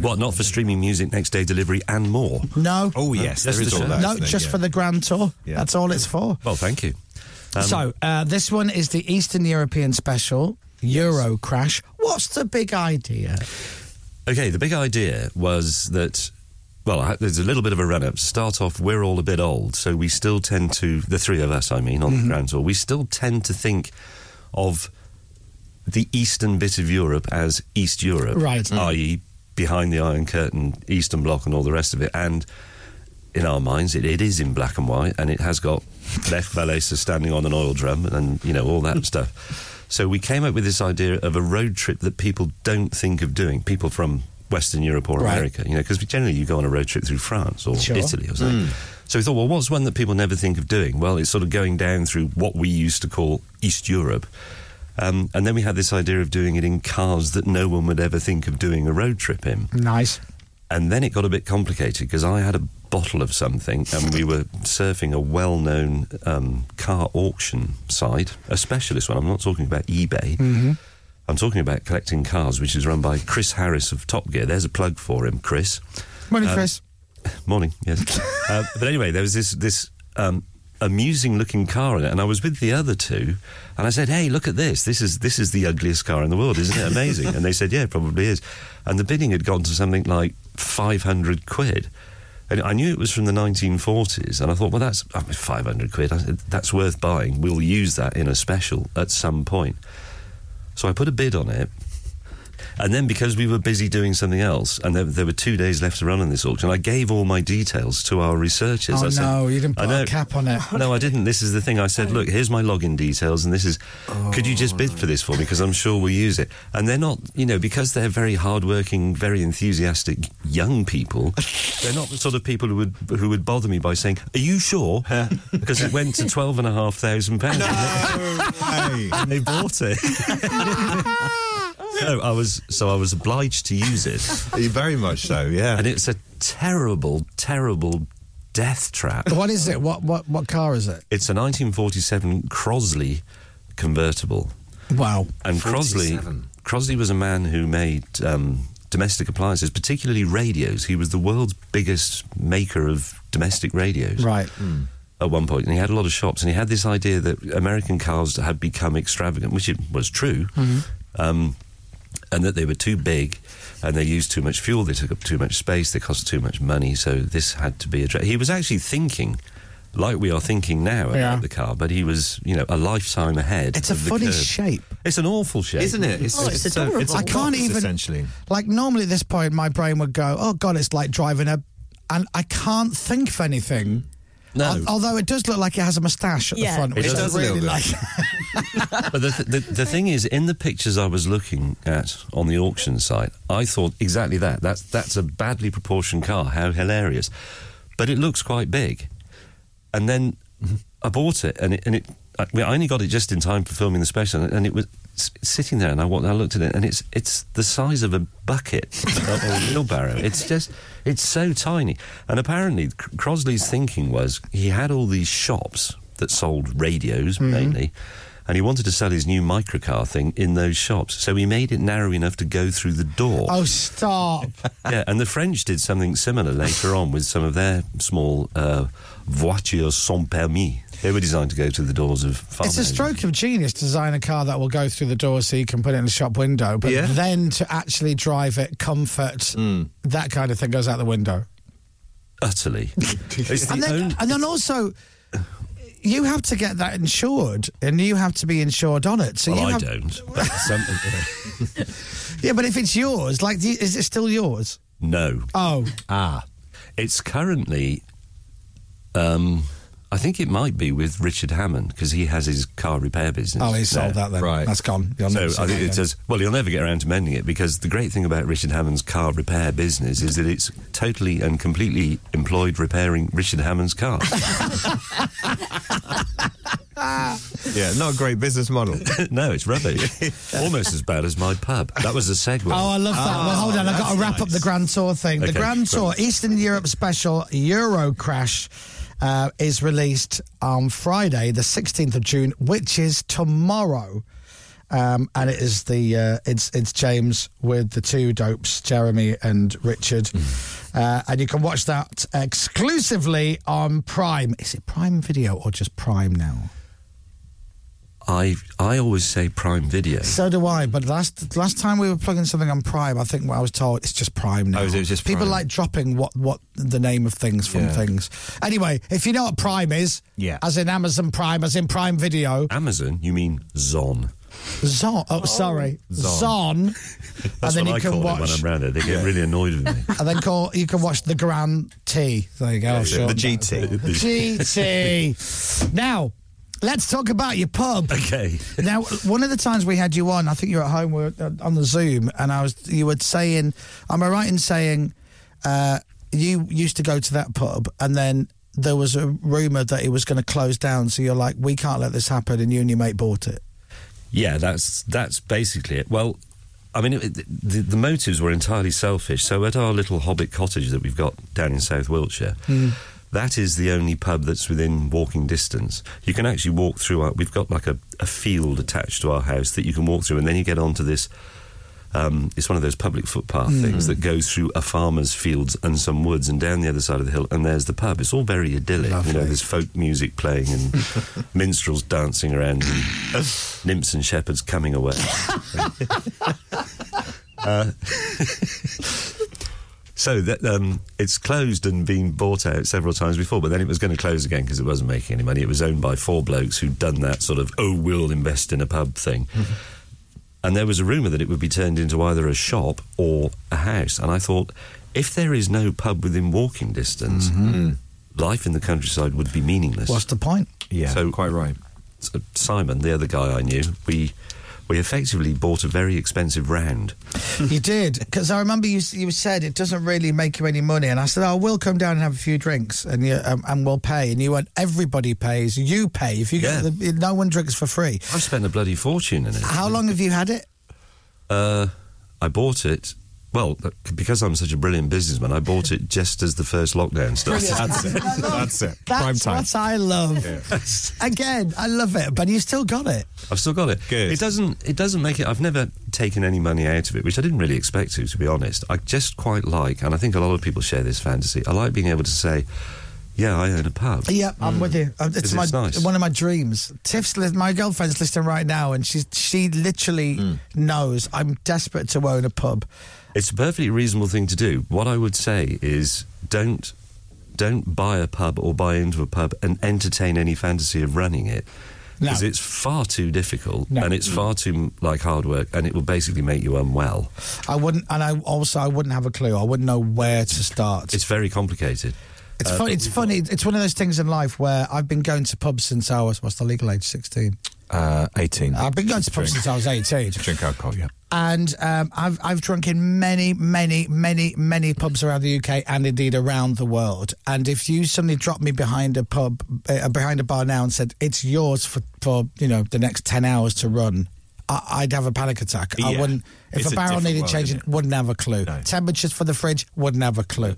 Speaker 17: What? Not for streaming music, next day delivery, and more.
Speaker 5: No.
Speaker 17: Oh yes,
Speaker 5: Just
Speaker 17: there is
Speaker 5: the
Speaker 17: all
Speaker 5: show.
Speaker 17: that.
Speaker 5: No,
Speaker 17: isn't there?
Speaker 5: just
Speaker 17: Yeah.
Speaker 5: for the Grand Tour.
Speaker 17: Yeah.
Speaker 5: That's all it's for.
Speaker 17: Well, thank you. Um,
Speaker 5: so, uh, this one is the Eastern European special, Euro Crash. What's the big idea?
Speaker 17: Okay, the big idea was that, well, I- there's a little bit of a run up. Start off, we're all a bit old, so we still tend to, the three of us, I mean, on
Speaker 5: Mm-hmm.
Speaker 17: the Grand Tour, we still tend to think of the eastern bit of Europe as East Europe.
Speaker 5: Right. Mm.
Speaker 17: I.e., behind the Iron Curtain, Eastern Bloc, and all the rest of it. And in our minds, it, it is in black and white, and it has got Lech Walesa standing on an oil drum, and you know all that stuff. So we came up with this idea of a road trip that people don't think of doing. People from Western Europe or
Speaker 1: Right.
Speaker 17: America, you know, because generally you go on a road trip through France or
Speaker 1: Sure.
Speaker 17: Italy or something.
Speaker 1: Mm.
Speaker 17: So we thought, well, what's one that people never think of doing? Well, it's sort of going down through what we used to call East Europe. Um, and then we had this idea of doing it in cars that no one would ever think of doing a road trip in.
Speaker 5: Nice.
Speaker 17: And then it got a bit complicated because I had a bottle of something and we were surfing a well known um, car auction site, a specialist one. I'm not talking about eBay.
Speaker 5: Mm-hmm.
Speaker 17: I'm talking about collecting cars, which is run by Chris Harris of Top Gear. There's a plug for him, Chris.
Speaker 5: Morning,
Speaker 17: Um,
Speaker 5: Chris.
Speaker 17: Morning. Yes. uh, but anyway, there was this this um, amusing looking car in it, and I was with the other two, and I said, "Hey, look at this! This is this is the ugliest car in the world, isn't it amazing?" and they said, "Yeah, it probably is." And the bidding had gone to something like five hundred quid. And I knew it was from the 1940s, and I thought, well, that's I mean, 500 quid. I said, that's worth buying. We'll use that in a special at some point. So I put a bid on it, and then because we were busy doing something else, and there, there were two days left to run on this auction, I gave all my details to our researchers.
Speaker 5: oh,
Speaker 17: I said,
Speaker 5: no, you didn't
Speaker 17: I
Speaker 5: put
Speaker 17: know-
Speaker 5: a cap on it.
Speaker 17: no, I didn't. This is the thing. I said, look, here's my login details, and this is. could you just bid for this for me? Because I'm sure we'll use it. And they're not, you know, because they're very hardworking, very enthusiastic young people. they're not the sort of people who would who would bother me by saying, "Are you sure?" Because it went to twelve and a half thousand pounds. and
Speaker 5: Mm-hmm.
Speaker 17: they bought it. So I was so I was obliged to use it. Very much so, yeah. And it's a terrible, terrible death trap.
Speaker 5: What is it? What what what car is it?
Speaker 17: It's a 1947 Crosley convertible.
Speaker 5: Wow.
Speaker 17: And Crosley, Crosley was a man who made um, domestic appliances, particularly radios. He was the world's biggest maker of domestic radios.
Speaker 5: Right.
Speaker 17: At one point, and he had a lot of shops, and he had this idea that American cars had become extravagant, which it was true, um, and that they were too big, and they used too much fuel, they took up too much space, they cost too much money. So this had to be addressed. He was actually thinking like we are thinking now about
Speaker 5: Yeah.
Speaker 17: the car, but he was, you know, a lifetime ahead.
Speaker 5: It's a
Speaker 17: of the
Speaker 5: funny
Speaker 17: curve.
Speaker 5: shape.
Speaker 17: It's an awful shape,
Speaker 5: Isn't it? It's- Oh, it's it's so- adorable. it's a
Speaker 17: I can't
Speaker 5: box,
Speaker 17: even
Speaker 5: essentially. Like normally at this point, my brain would go, "Oh God, it's like driving a," and I can't think of anything.
Speaker 17: No.
Speaker 5: Al- although it does look like it has a moustache at the front, which I really like.
Speaker 17: but the, th- the, the thing is, in the pictures I was looking at on the auction site, I thought exactly that. That's that's a badly proportioned car. How hilarious! But it looks quite big. And then I bought it, and it, and it I, well, I only got it just in time for filming the special, and it was s- sitting there, and I wa- I looked at it, and it's it's the size of a bucket or a wheelbarrow. It's just it's so tiny. And apparently, Cr- Crosley's thinking was he had all these shops that sold radios
Speaker 8: Mhm.
Speaker 17: mainly. And he wanted to sell his new microcar thing in those shops, so he made it narrow enough to go through the door
Speaker 5: Oh, stop!
Speaker 17: yeah, and the French did something similar later on with some of their small uh, voitures sans permis. They were designed to go to the doors of farmers.
Speaker 5: It's a stroke of genius to design a car that will go through the door so you can put it in the shop window, but
Speaker 17: Yeah.
Speaker 5: then to actually drive it, comfort, that kind of thing goes out the window.
Speaker 17: Utterly. It's the
Speaker 5: and, then,
Speaker 17: only-
Speaker 5: and then also, you have to get that insured, and you have to be insured on it. So
Speaker 17: well,
Speaker 5: you
Speaker 17: I
Speaker 5: have,
Speaker 17: don't. But some,
Speaker 5: Yeah, but if it's yours, like, do you- is it still yours?
Speaker 17: no.
Speaker 5: Oh,
Speaker 17: Ah. It's currently. Um, I think it might be with Richard Hammond because he has his car repair business.
Speaker 5: Oh, he sold
Speaker 17: there.
Speaker 5: that then. That's gone. You'll
Speaker 17: so
Speaker 5: never see
Speaker 17: I think it
Speaker 5: that again.
Speaker 17: says, well, you'll never get around to mending it because the great thing about Richard Hammond's car repair business is that it's totally and completely employed repairing Richard Hammond's car. yeah, not a great business model. no, it's rubbish. Almost as bad as my pub. That was a segue.
Speaker 5: Oh, I love that. well, hold on. I've got to wrap up the Grand Tour thing.
Speaker 17: Ah, Okay,
Speaker 5: the Grand Tour Eastern Europe Special Euro Crash uh, is released on Friday, the 16th of June, which is tomorrow. Um, and it is the uh, it's it's James with the two dopes, Jeremy and Richard, uh, and you can watch that exclusively on Prime. Is it Prime Video or just Prime now?
Speaker 17: I I always say Prime Video.
Speaker 5: So do I. But last last time we were plugging something on Prime, I think what I was told it's just Prime now.
Speaker 17: Oh, is it just
Speaker 5: people
Speaker 17: Prime?
Speaker 5: like dropping what what the name of things from
Speaker 17: Yeah.
Speaker 5: things. Anyway, if you know what Prime is,
Speaker 17: Yeah.
Speaker 5: as in Amazon Prime, as in Prime Video,
Speaker 17: Amazon, you mean Zon?
Speaker 5: Zon. Oh, sorry,
Speaker 17: Zon.
Speaker 5: Zon.
Speaker 17: That's
Speaker 5: and then
Speaker 17: what I
Speaker 5: you can
Speaker 17: call it when
Speaker 5: watch.
Speaker 17: I'm round there. They get really annoyed with me.
Speaker 5: And then call, you can watch the Grand T. There you go.
Speaker 17: Yeah,
Speaker 5: Sean.
Speaker 17: the GT.
Speaker 5: The GT. now, let's talk about your pub.
Speaker 17: Okay.
Speaker 5: now, one of the times we had you on, I think you were at home we were uh, on the Zoom, and I was you were saying, am I right in saying uh, you used to go to that pub, and then there was a rumor that it was going to close down, so you're like, we can't let this happen, and you and your mate bought it.
Speaker 17: Yeah, that's that's basically it. Well, I mean, it, the, the motives were entirely selfish. So at our little Hobbit cottage that we've got down in South Wiltshire,
Speaker 5: Hmm.
Speaker 17: that is the only pub that's within walking distance. You can actually walk through. Our, we've got like a, a field attached to our house that you can walk through, and then you get onto this. Um, it's one of those public footpath
Speaker 27: Mm.
Speaker 17: things that goes through a farmer's fields and some woods, and down the other side of the hill, and there's the pub. It's all very idyllic. You know, there's folk music playing and minstrels dancing around, and nymphs and shepherds coming away. Uh, so that um, it's closed and been bought out several times before, but then it was going to close again because it wasn't making any money. It was owned by four blokes who'd done that sort of oh we'll invest in a pub thing, and there was a rumor that it would be turned into either a shop or a house. And I thought, if there is no pub within walking distance, life in the countryside would be meaningless.
Speaker 5: What's the point?
Speaker 17: Yeah, so, quite right. So Simon, the other guy I knew, we we effectively bought a very expensive round.
Speaker 5: you did because I remember you you said it doesn't really make you any money, and I said I will come down and have a few drinks, and you, um, and we'll pay, and you went everybody pays, you pay if you
Speaker 17: Yeah.
Speaker 5: get the, no one drinks for free.
Speaker 17: I've spent a bloody fortune in it.
Speaker 5: How long have you had it?
Speaker 17: Uh, I bought it. Well, because I'm such a brilliant businessman, I bought it just as the first lockdown started.
Speaker 5: Brilliant. That's it. That's it. That's what I love. Again, I love it, but you still got it.
Speaker 17: I've still got it. It doesn't. It doesn't make it. I've never taken any money out of it, which I didn't really expect to. To be honest, I just quite like, and I think a lot of people share this fantasy. I like being able to say, "Yeah, I own a pub."
Speaker 5: Yeah, I'm
Speaker 17: Mm.
Speaker 5: with you. Um,
Speaker 17: It's
Speaker 5: It's my
Speaker 17: nice.
Speaker 5: one of my dreams. Tiff's li- my girlfriend's listening right now, and she's she literally knows I'm desperate to own a pub.
Speaker 17: It's a perfectly reasonable thing to do. What I would say is don't don't buy a pub or buy into a pub and entertain any fantasy of running it. Because it's far too difficult
Speaker 5: No.
Speaker 17: and it's far too like hard work and it will basically make you unwell.
Speaker 5: I wouldn't, and I also I wouldn't have a clue. I wouldn't know where to start.
Speaker 17: It's very complicated.
Speaker 5: It's
Speaker 17: Uh,
Speaker 5: funny. It's funny. It's one of those things in life where I've been going to pubs since I was what's the legal age sixteen.
Speaker 7: Uh, 18.
Speaker 5: I've been going to pubs since I was eighteen.
Speaker 7: Drink alcohol, yeah.
Speaker 5: and um, I've I've drunk in many, many, many, many pubs around the UK and indeed around the world. And if you suddenly dropped me behind a pub, uh, behind a bar now, and said it's yours for, for you know the next ten hours to run, I, I'd have a panic attack. I
Speaker 7: Yeah.
Speaker 5: wouldn't. If
Speaker 7: It's
Speaker 5: a
Speaker 7: a
Speaker 5: barrel
Speaker 7: different
Speaker 5: needed
Speaker 7: world,
Speaker 5: changing, wouldn't have a clue. Temperatures for the fridge, wouldn't have a clue.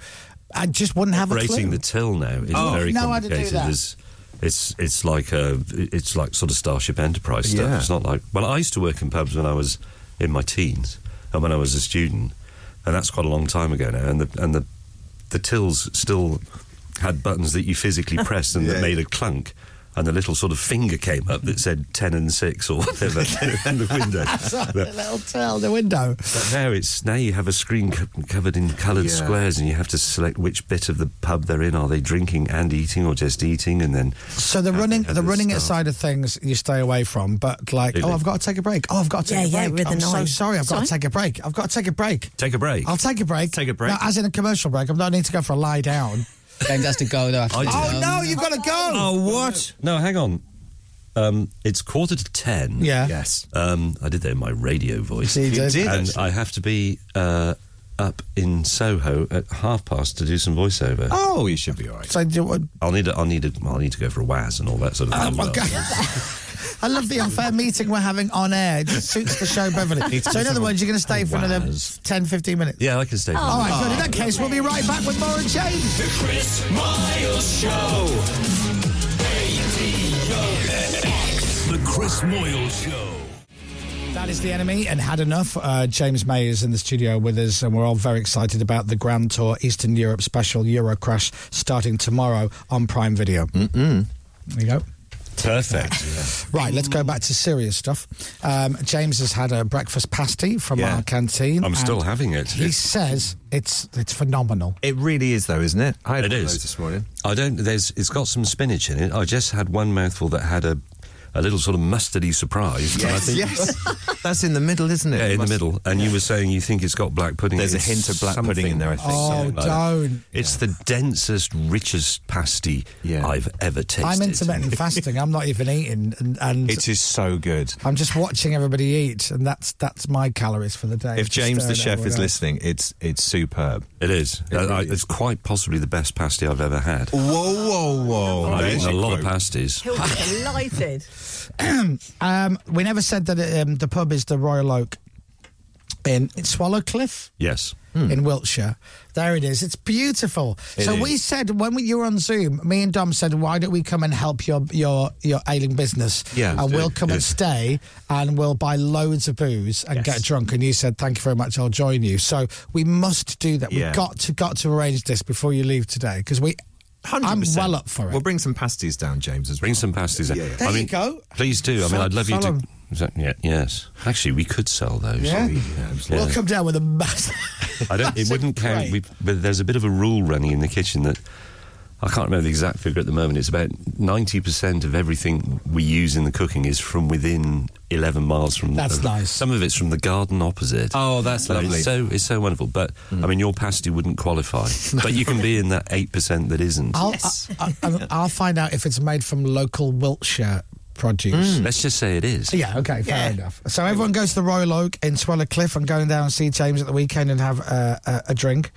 Speaker 5: I just wouldn't have a
Speaker 17: Rating
Speaker 5: clue.
Speaker 17: the till now is
Speaker 5: Oh.
Speaker 17: very
Speaker 5: No, I didn't do
Speaker 17: complicated.
Speaker 5: that.
Speaker 17: It's, it's it's like uh it's like sort of Starship Enterprise stuff.
Speaker 5: Yeah.
Speaker 17: It's not like well, I used to work in pubs when I was in my teens and when I was a student, and that's quite a long time ago now. And the and the the tills still had buttons that you physically pressed and that made a clunk. And the little sort of finger came up that said 10 and 6 or whatever in the window.
Speaker 5: The little tail, the window.
Speaker 17: But now it's now you have a screen co- covered in coloured
Speaker 5: Yeah.
Speaker 17: squares, and you have to select which bit of the pub they're in. Are they drinking and eating, or just eating? And then
Speaker 5: So the running, the running it side of things, you stay away from. But like,
Speaker 17: Really?
Speaker 5: oh, I've got to take a break. Oh, I've got to
Speaker 17: Yeah,
Speaker 5: take
Speaker 17: yeah,
Speaker 5: a break.
Speaker 17: with the
Speaker 5: I'm so
Speaker 17: nine.
Speaker 5: sorry, I've
Speaker 17: Sorry?
Speaker 5: got to take a break. I've got to take a break.
Speaker 17: take a break.
Speaker 5: I'll take a break. Take
Speaker 17: a break.
Speaker 5: No, as in a commercial break. I don't need to go for a lie down.
Speaker 12: James has to go though. After
Speaker 17: I do.
Speaker 12: this.
Speaker 5: Oh, no, you've got to go.
Speaker 17: Oh what? No, hang on. Um, it's quarter to ten.
Speaker 5: Yeah.
Speaker 17: Yes. Um, I did that in my radio voice.
Speaker 5: You did. You did,
Speaker 17: And
Speaker 5: actually.
Speaker 17: I have to be uh, up in Soho at half past to do some voiceover.
Speaker 7: Oh, you should be all right.
Speaker 5: So do you want- Oh,
Speaker 17: I'll need. A, I'll need. A, I'll need to go for a waz and all that sort of thing. as well.
Speaker 5: I love the unfair meeting we're having on air. It just suits the show, Beverly.
Speaker 17: Need to
Speaker 5: So, in
Speaker 17: do
Speaker 5: other words, you're going to stay for another
Speaker 17: Waz.
Speaker 5: 10, 15 minutes.
Speaker 17: Yeah, I can stay. for
Speaker 5: All
Speaker 17: that.
Speaker 5: right, good. In that case, we'll be right back with more and James.
Speaker 1: The Chris Miles Show. The Chris Moyles Show.
Speaker 5: That is the enemy and had enough. Uh, James May is in the studio with us, and we're all very excited about the Grand Tour Eastern Europe special Eurocrash starting tomorrow on Prime Video.
Speaker 17: Mm.
Speaker 5: Mm-mm. There you go.
Speaker 17: Perfect.
Speaker 5: Right, let's go back to serious stuff. Um, James has had a breakfast pasty from
Speaker 17: Yeah.
Speaker 5: our canteen.
Speaker 17: I'm still
Speaker 5: and
Speaker 17: having it.
Speaker 5: He
Speaker 17: It's-
Speaker 5: says it's it's phenomenal.
Speaker 17: It really is, though, isn't it? I
Speaker 5: had
Speaker 17: it
Speaker 5: one of
Speaker 17: is.
Speaker 5: those this morning.
Speaker 17: I don't. There's. It's got some spinach in it. I just had one mouthful that had a, a little sort of mustardy surprise. and I
Speaker 4: Yes,
Speaker 17: think-
Speaker 4: yes. That's in the middle, isn't it?
Speaker 17: Yeah, in
Speaker 4: Must-
Speaker 17: the middle. And you were saying you think it's got black pudding.
Speaker 4: There's a
Speaker 17: It's
Speaker 4: hint of black
Speaker 17: something-
Speaker 4: pudding in there, I think.
Speaker 5: Oh,
Speaker 17: something like that.
Speaker 5: don't.
Speaker 17: It's the densest, richest pasty I've ever tasted.
Speaker 5: I'm intermittent fasting. I'm not even eating, and, and
Speaker 17: It is so good.
Speaker 5: I'm just watching everybody eat, and that's that's my calories for the day.
Speaker 17: If
Speaker 5: Just
Speaker 17: James the
Speaker 5: staring at
Speaker 17: chef is
Speaker 5: everyone else.
Speaker 17: listening, it's it's superb. It is. I- I- it's quite possibly the best pasty I've ever had.
Speaker 4: Whoa, whoa, whoa.
Speaker 17: I've eaten a lot of pasties.
Speaker 3: He'll be delighted.
Speaker 5: um, we never said that um, the pub is the Royal Oak in Swallowcliff
Speaker 17: Yes.
Speaker 4: Hmm.
Speaker 5: in Wiltshire. There it is. It's beautiful.
Speaker 17: It
Speaker 5: so
Speaker 17: is.
Speaker 5: we said when we, you were on Zoom, me and Dom said, "Why don't we come and help your your your ailing business?
Speaker 4: Yeah,
Speaker 5: and
Speaker 4: do
Speaker 5: we'll
Speaker 4: it.
Speaker 5: come and
Speaker 4: Yes.
Speaker 5: stay, and we'll buy loads of booze and get drunk." And you said, "Thank you very much. I'll join you." So we must do that.
Speaker 4: Yeah.
Speaker 5: We've got to got to arrange this before you leave today because we. i am
Speaker 17: 100%.
Speaker 5: well up for it.
Speaker 17: We'll bring some pasties down, James, as well. Bring some pasties down.
Speaker 5: There you go.
Speaker 17: Please do. I mean,
Speaker 5: Sell-
Speaker 17: I'd love you
Speaker 5: sell
Speaker 17: to.
Speaker 5: 'em.
Speaker 17: Is that- yeah, yes. Actually, we could sell those.
Speaker 5: Yeah.
Speaker 17: Yeah,
Speaker 5: We'll come down with a massive.
Speaker 17: I don't, it wouldn't count. We, but there's a bit of a rule running in the kitchen that I can't remember the exact figure at the moment. It's about 90% of everything we use in the cooking is from within 11 miles from
Speaker 5: That's
Speaker 17: of-
Speaker 5: nice.
Speaker 17: Some of it's from the garden opposite.
Speaker 7: Oh, that's
Speaker 17: So
Speaker 7: lovely.
Speaker 17: It's so, it's so wonderful. But
Speaker 5: Mm.
Speaker 17: I mean, your pasty wouldn't qualify. but you can be in that 8% that isn't.
Speaker 5: I'll, I, I, I'll find out if it's made from local Wiltshire produce.
Speaker 17: Let's just say it is.
Speaker 5: Yeah, okay, fair enough. So everyone goes to the Royal Oak in Swallow Cliff. I'm going down and see James at the weekend and have uh, a, a drink.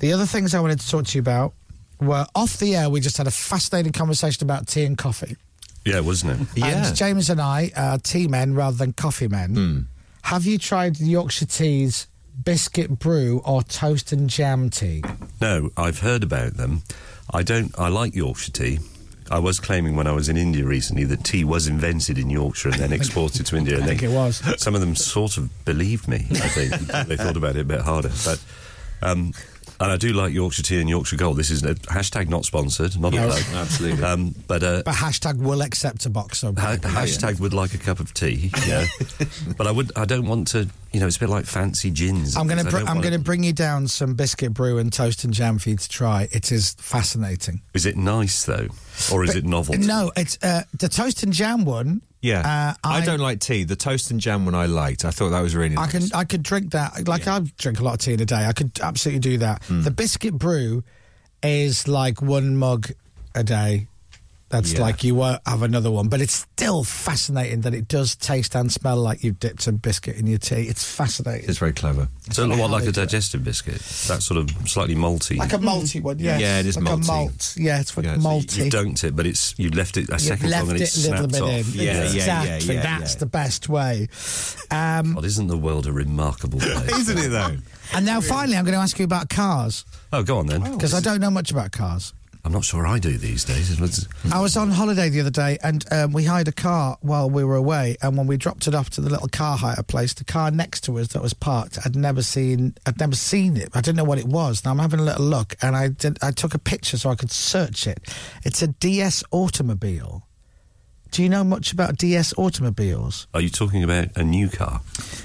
Speaker 5: The other things I wanted to talk to you about were off the air. We just had a fascinating conversation about tea and coffee.
Speaker 17: Yeah, Hmm. wasn't it?
Speaker 5: And James and I are tea men rather than coffee men. Have you tried Yorkshire Tea's biscuit brew or toast and jam tea?
Speaker 17: No, I've heard about them. I don't. I like Yorkshire tea. I was claiming when I was in India recently that tea was invented in Yorkshire and then exported to India. And
Speaker 5: I think
Speaker 17: then
Speaker 5: it was.
Speaker 17: Some of them sort of believed me. I think they thought about it a bit harder, but um, And I do like Yorkshire tea and Yorkshire gold. This is a hashtag not sponsored, not
Speaker 5: No.
Speaker 17: a plug. Absolutely. Um, but uh,
Speaker 5: But hashtag will accept a box of.
Speaker 17: Ha- hashtag would like a cup of tea, yeah. but I would. I don't want to. You know, it's a bit like fancy gins.
Speaker 5: I'm going
Speaker 17: I
Speaker 5: to. Br-
Speaker 17: don't
Speaker 5: I'm
Speaker 17: wanna-
Speaker 5: going to bring you down some biscuit brew and toast and jam for you to try. It is fascinating.
Speaker 17: Is it nice though, or is
Speaker 5: But-
Speaker 17: it novel?
Speaker 5: No, it's uh, the toast and jam one.
Speaker 7: Yeah,
Speaker 5: Uh,
Speaker 7: I,
Speaker 5: I-
Speaker 7: don't like tea. The toast and jam one I liked. I thought that was really.
Speaker 5: I can I could drink that like I drink a lot of tea in a day. I could absolutely do that.
Speaker 17: Hmm.
Speaker 5: The biscuit brew is like one mug a day. That's
Speaker 7: Yeah.
Speaker 5: like you won't have another one, but it's still fascinating that it does taste and smell like you've dipped some biscuit in your tea. It's fascinating,
Speaker 7: It's very clever.
Speaker 17: So what, like a digestive biscuit? That sort of slightly malty.
Speaker 5: like a malty one. Yes.
Speaker 17: Yeah, it is
Speaker 5: like
Speaker 17: malty.
Speaker 5: A malt. Yeah, it's like
Speaker 17: Yeah, so
Speaker 5: malty.
Speaker 17: You, you dunked it, but it's you left it a second
Speaker 5: You've
Speaker 17: long and it
Speaker 5: left it a little
Speaker 17: snapped
Speaker 5: bit in.
Speaker 17: off.
Speaker 5: exactly. That's the best way. Um,
Speaker 17: God, isn't the world a remarkable place?
Speaker 5: Isn't it,
Speaker 17: though?
Speaker 5: and now finally, I'm going to ask you about cars
Speaker 17: Oh, go on then.
Speaker 5: because I don't know much about cars.
Speaker 17: I'm not sure I do these days. It was-
Speaker 5: I was on holiday the other day and um, we hired a car while we were away. And when we dropped it off to the little car hire place, the car next to us that was parked, I'd never seen, I'd never seen it. I didn't know what it was. Now I'm having a little look and I did, I took a picture so I could search it. It's a DS automobile. Do you know much about DS automobiles?
Speaker 17: Are you talking about a new car?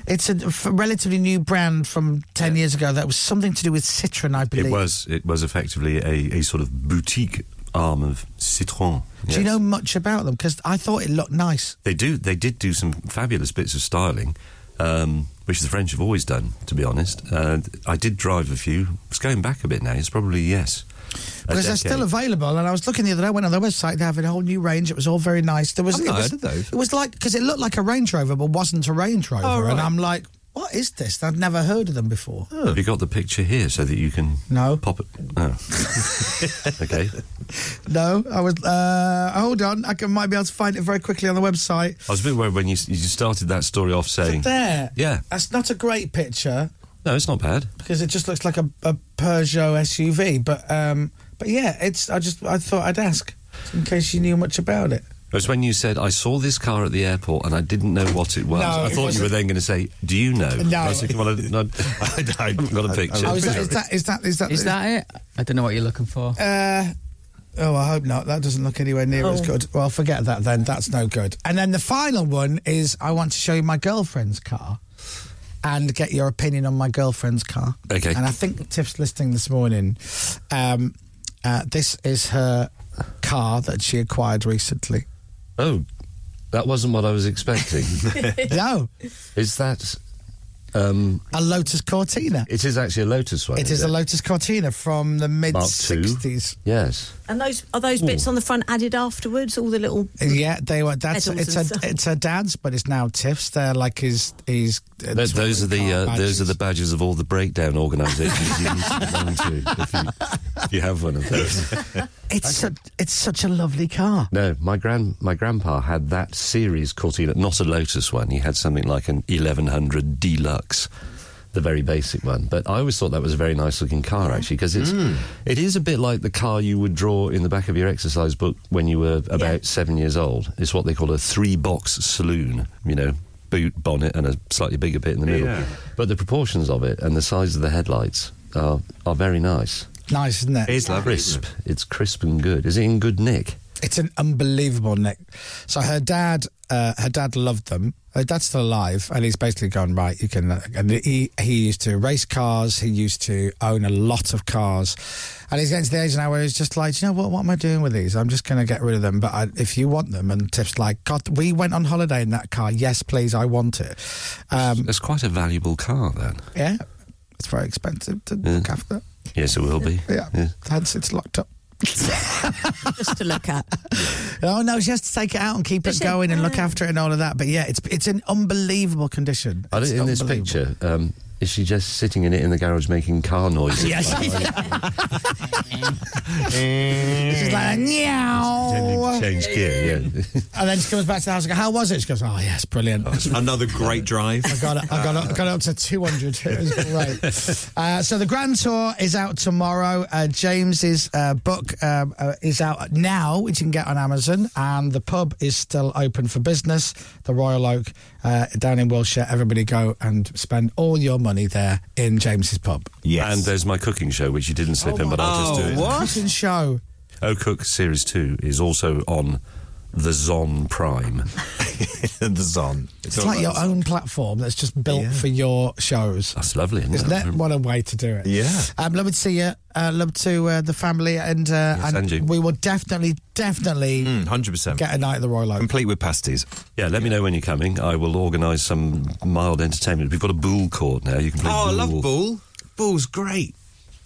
Speaker 5: It's a f- relatively new brand from 10 years ago that was something to do with Citroën, I believe.
Speaker 17: It was. It was effectively a, a sort of boutique arm of Citroën.
Speaker 5: Do
Speaker 17: yes.
Speaker 5: you know much about them? Because I thought it looked nice.
Speaker 17: They do. They did do some fabulous bits of styling, um, which the French have always done. To be honest, uh, I did drive a few. It's going back a bit now. It's probably yes. a
Speaker 5: Because they're
Speaker 17: decade.
Speaker 5: still available, and I was looking the other day. I went on their website. They have a whole new range. It was all very nice. There was
Speaker 17: I've
Speaker 5: it
Speaker 17: not
Speaker 5: was,
Speaker 17: heard of those.
Speaker 5: It was like because it looked like a Range Rover, but wasn't a Range Rover.
Speaker 17: Oh,
Speaker 5: And
Speaker 17: right.
Speaker 5: I'm like, what is this? I've never heard of them before.
Speaker 17: Have you got the picture here so that you can
Speaker 5: Oh. no
Speaker 17: pop it? Oh. okay.
Speaker 5: No, I was. Uh, hold on, I can, might be able to find it very quickly on the website.
Speaker 17: I was a bit worried when you you started that story off saying
Speaker 5: There.
Speaker 17: Yeah.
Speaker 5: That's not a great picture
Speaker 17: No, it's not bad.
Speaker 5: because it just looks like a, a Peugeot SUV. But um, but yeah, it's. I just I thought I'd ask in case you knew much about it.
Speaker 17: It was when you said I saw this car at the airport and I didn't know what it was.
Speaker 5: No,
Speaker 17: I
Speaker 5: it
Speaker 17: thought you were
Speaker 5: wasn't.
Speaker 17: then going to say, "Do you know?"
Speaker 5: No.
Speaker 17: I was thinking, well, I, no, I, I haven't got a picture.
Speaker 5: Oh, is, that, is that is that is that
Speaker 28: Is that it? I don't know what you're looking for.
Speaker 5: Uh, oh, I hope not. That doesn't look anywhere near as
Speaker 28: Oh.
Speaker 5: good. Well, forget that then. That's no good. And then the final one is I want to show you my girlfriend's car and get your opinion on my girlfriend's car.
Speaker 17: Okay.
Speaker 5: And I think Tiff's listening this morning. Um, uh, this is her car that she acquired recently.
Speaker 17: Oh, that wasn't what I was expecting.
Speaker 5: no.
Speaker 17: Is that? Um,
Speaker 5: a Lotus Cortina.
Speaker 17: It is actually a Lotus one.
Speaker 5: It is a Lotus Cortina from the mid 60s.
Speaker 17: Yes.
Speaker 3: And those are those
Speaker 5: Ooh.
Speaker 3: bits on the front added afterwards. All the little
Speaker 5: Yeah, they were. That's
Speaker 3: Pedals
Speaker 5: it's
Speaker 3: and
Speaker 5: a
Speaker 3: stuff.
Speaker 5: it's her dad's, but it's now Tiff's. They're like his his. uh,
Speaker 17: Th- those are the
Speaker 5: car
Speaker 17: uh,
Speaker 5: badges.
Speaker 17: those are the badges of all the breakdown organisations you need to belong to if you, if you have one of those.
Speaker 5: It's such, it's such a lovely car.
Speaker 17: No, my grand my grandpa had that series Cortina, not a Lotus one. He had something like an eleven hundred deluxe, the very basic one. But I always thought that was a very nice looking car actually because it's
Speaker 5: Hmm.
Speaker 17: it is a bit like the car you would draw in the back of your exercise book when you were about seven years old. It's what they call a three box saloon. You know. Boot, bonnet, and a slightly bigger bit in the middle.
Speaker 5: Yeah.
Speaker 17: But the proportions of it and the size of the headlights are, are very nice.
Speaker 5: Nice, isn't it?
Speaker 17: It's crisp. It's crisp and good. Is it in good nick?
Speaker 5: It's an unbelievable Nick. So her dad, uh, her dad loved them. Her dad's still alive, and he's basically gone right. You can, uh," and he he used to race cars. He used to own a lot of cars, and he's getting to the age now where he's just like, "Do you know what? What am I doing with these? I'm just going to get rid of them. But I, if you want them, and Tiff's like, God, we went on holiday in that car. Yes, please, I want it. Um,
Speaker 17: That's quite a valuable car, then.
Speaker 5: yeah, it's very expensive to look after.
Speaker 17: Yes, it will be.
Speaker 5: Yeah. Hence, it's locked up.
Speaker 3: just to look at.
Speaker 5: Oh no, she has to take it out and keep
Speaker 3: Does
Speaker 5: it
Speaker 3: she?
Speaker 5: going and look
Speaker 3: Ah.
Speaker 5: after it and all of that. But yeah, it's it's an unbelievable condition.
Speaker 17: I
Speaker 5: It's
Speaker 17: don't, in this
Speaker 5: unbelievable.
Speaker 17: picture, um, is she just sitting in it in the garage making car noises?
Speaker 5: Yes. She's like, meow.
Speaker 17: Change gear, yeah.
Speaker 5: And then she comes back to the house and goes, How was it? She goes, Oh, yes, brilliant.
Speaker 7: Another great drive.
Speaker 5: I got it. I got it. Got it up to 200. It was great. Uh, so the Grand Tour is out tomorrow. Uh, James's uh, book um, uh, is out now, which you can get on Amazon. prison, and the pub is still open for business. The Royal Oak uh, down in Wiltshire. Everybody go and spend all your money there in James's pub.
Speaker 17: Yes. And there's my cooking show, which you didn't slip in, but I'll just do
Speaker 5: Oh,
Speaker 17: it.
Speaker 5: Cooking show.
Speaker 17: Oh Cook Series 2 is also on the Zon Prime.
Speaker 7: the Zon.
Speaker 5: It's, like your own platform that's just built for your shows.
Speaker 17: That's lovely, isn't
Speaker 5: Isn't
Speaker 17: it? Mm.
Speaker 5: that what a way to do it?
Speaker 17: Yeah.
Speaker 5: Um, love to see you. Uh, love to uh, the family, and uh,
Speaker 17: Yes,
Speaker 5: and
Speaker 17: and you.
Speaker 5: we will definitely, definitely
Speaker 17: Hundred percent.
Speaker 5: get a night at the Royal Oak.
Speaker 17: Complete with pasties. Yeah, let me know when you're coming. I will organise some mild entertainment. We've got a bull court now. You can play.
Speaker 7: Oh, I
Speaker 17: boule.
Speaker 7: love ball. Ball's great.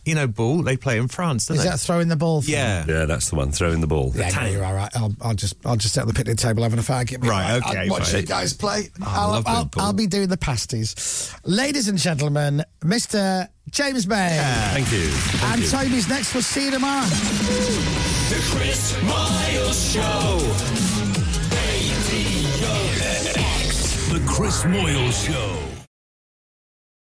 Speaker 7: You know, ball. They play in France, don't
Speaker 5: Is
Speaker 7: they?
Speaker 5: that throwing the ball? thing?
Speaker 7: yeah.
Speaker 17: Yeah, that's the one. Throwing the ball.
Speaker 5: Yeah, no, you're all right. I'll, I'll just I'll just sit at the picnic table having a fag.
Speaker 17: Right, okay,
Speaker 5: I'll watch
Speaker 17: fine.
Speaker 5: you guys play.
Speaker 17: Oh, I
Speaker 5: I'll,
Speaker 17: love
Speaker 5: I'll,
Speaker 17: Liverpool.
Speaker 5: I'll be doing the pasties, ladies and gentlemen. Mr. James May
Speaker 17: Thank you. Thank
Speaker 5: and
Speaker 17: you.
Speaker 5: Toby's next. We'll see you tomorrow.
Speaker 4: The Chris Miles Show.
Speaker 1: The Chris Moyle Show.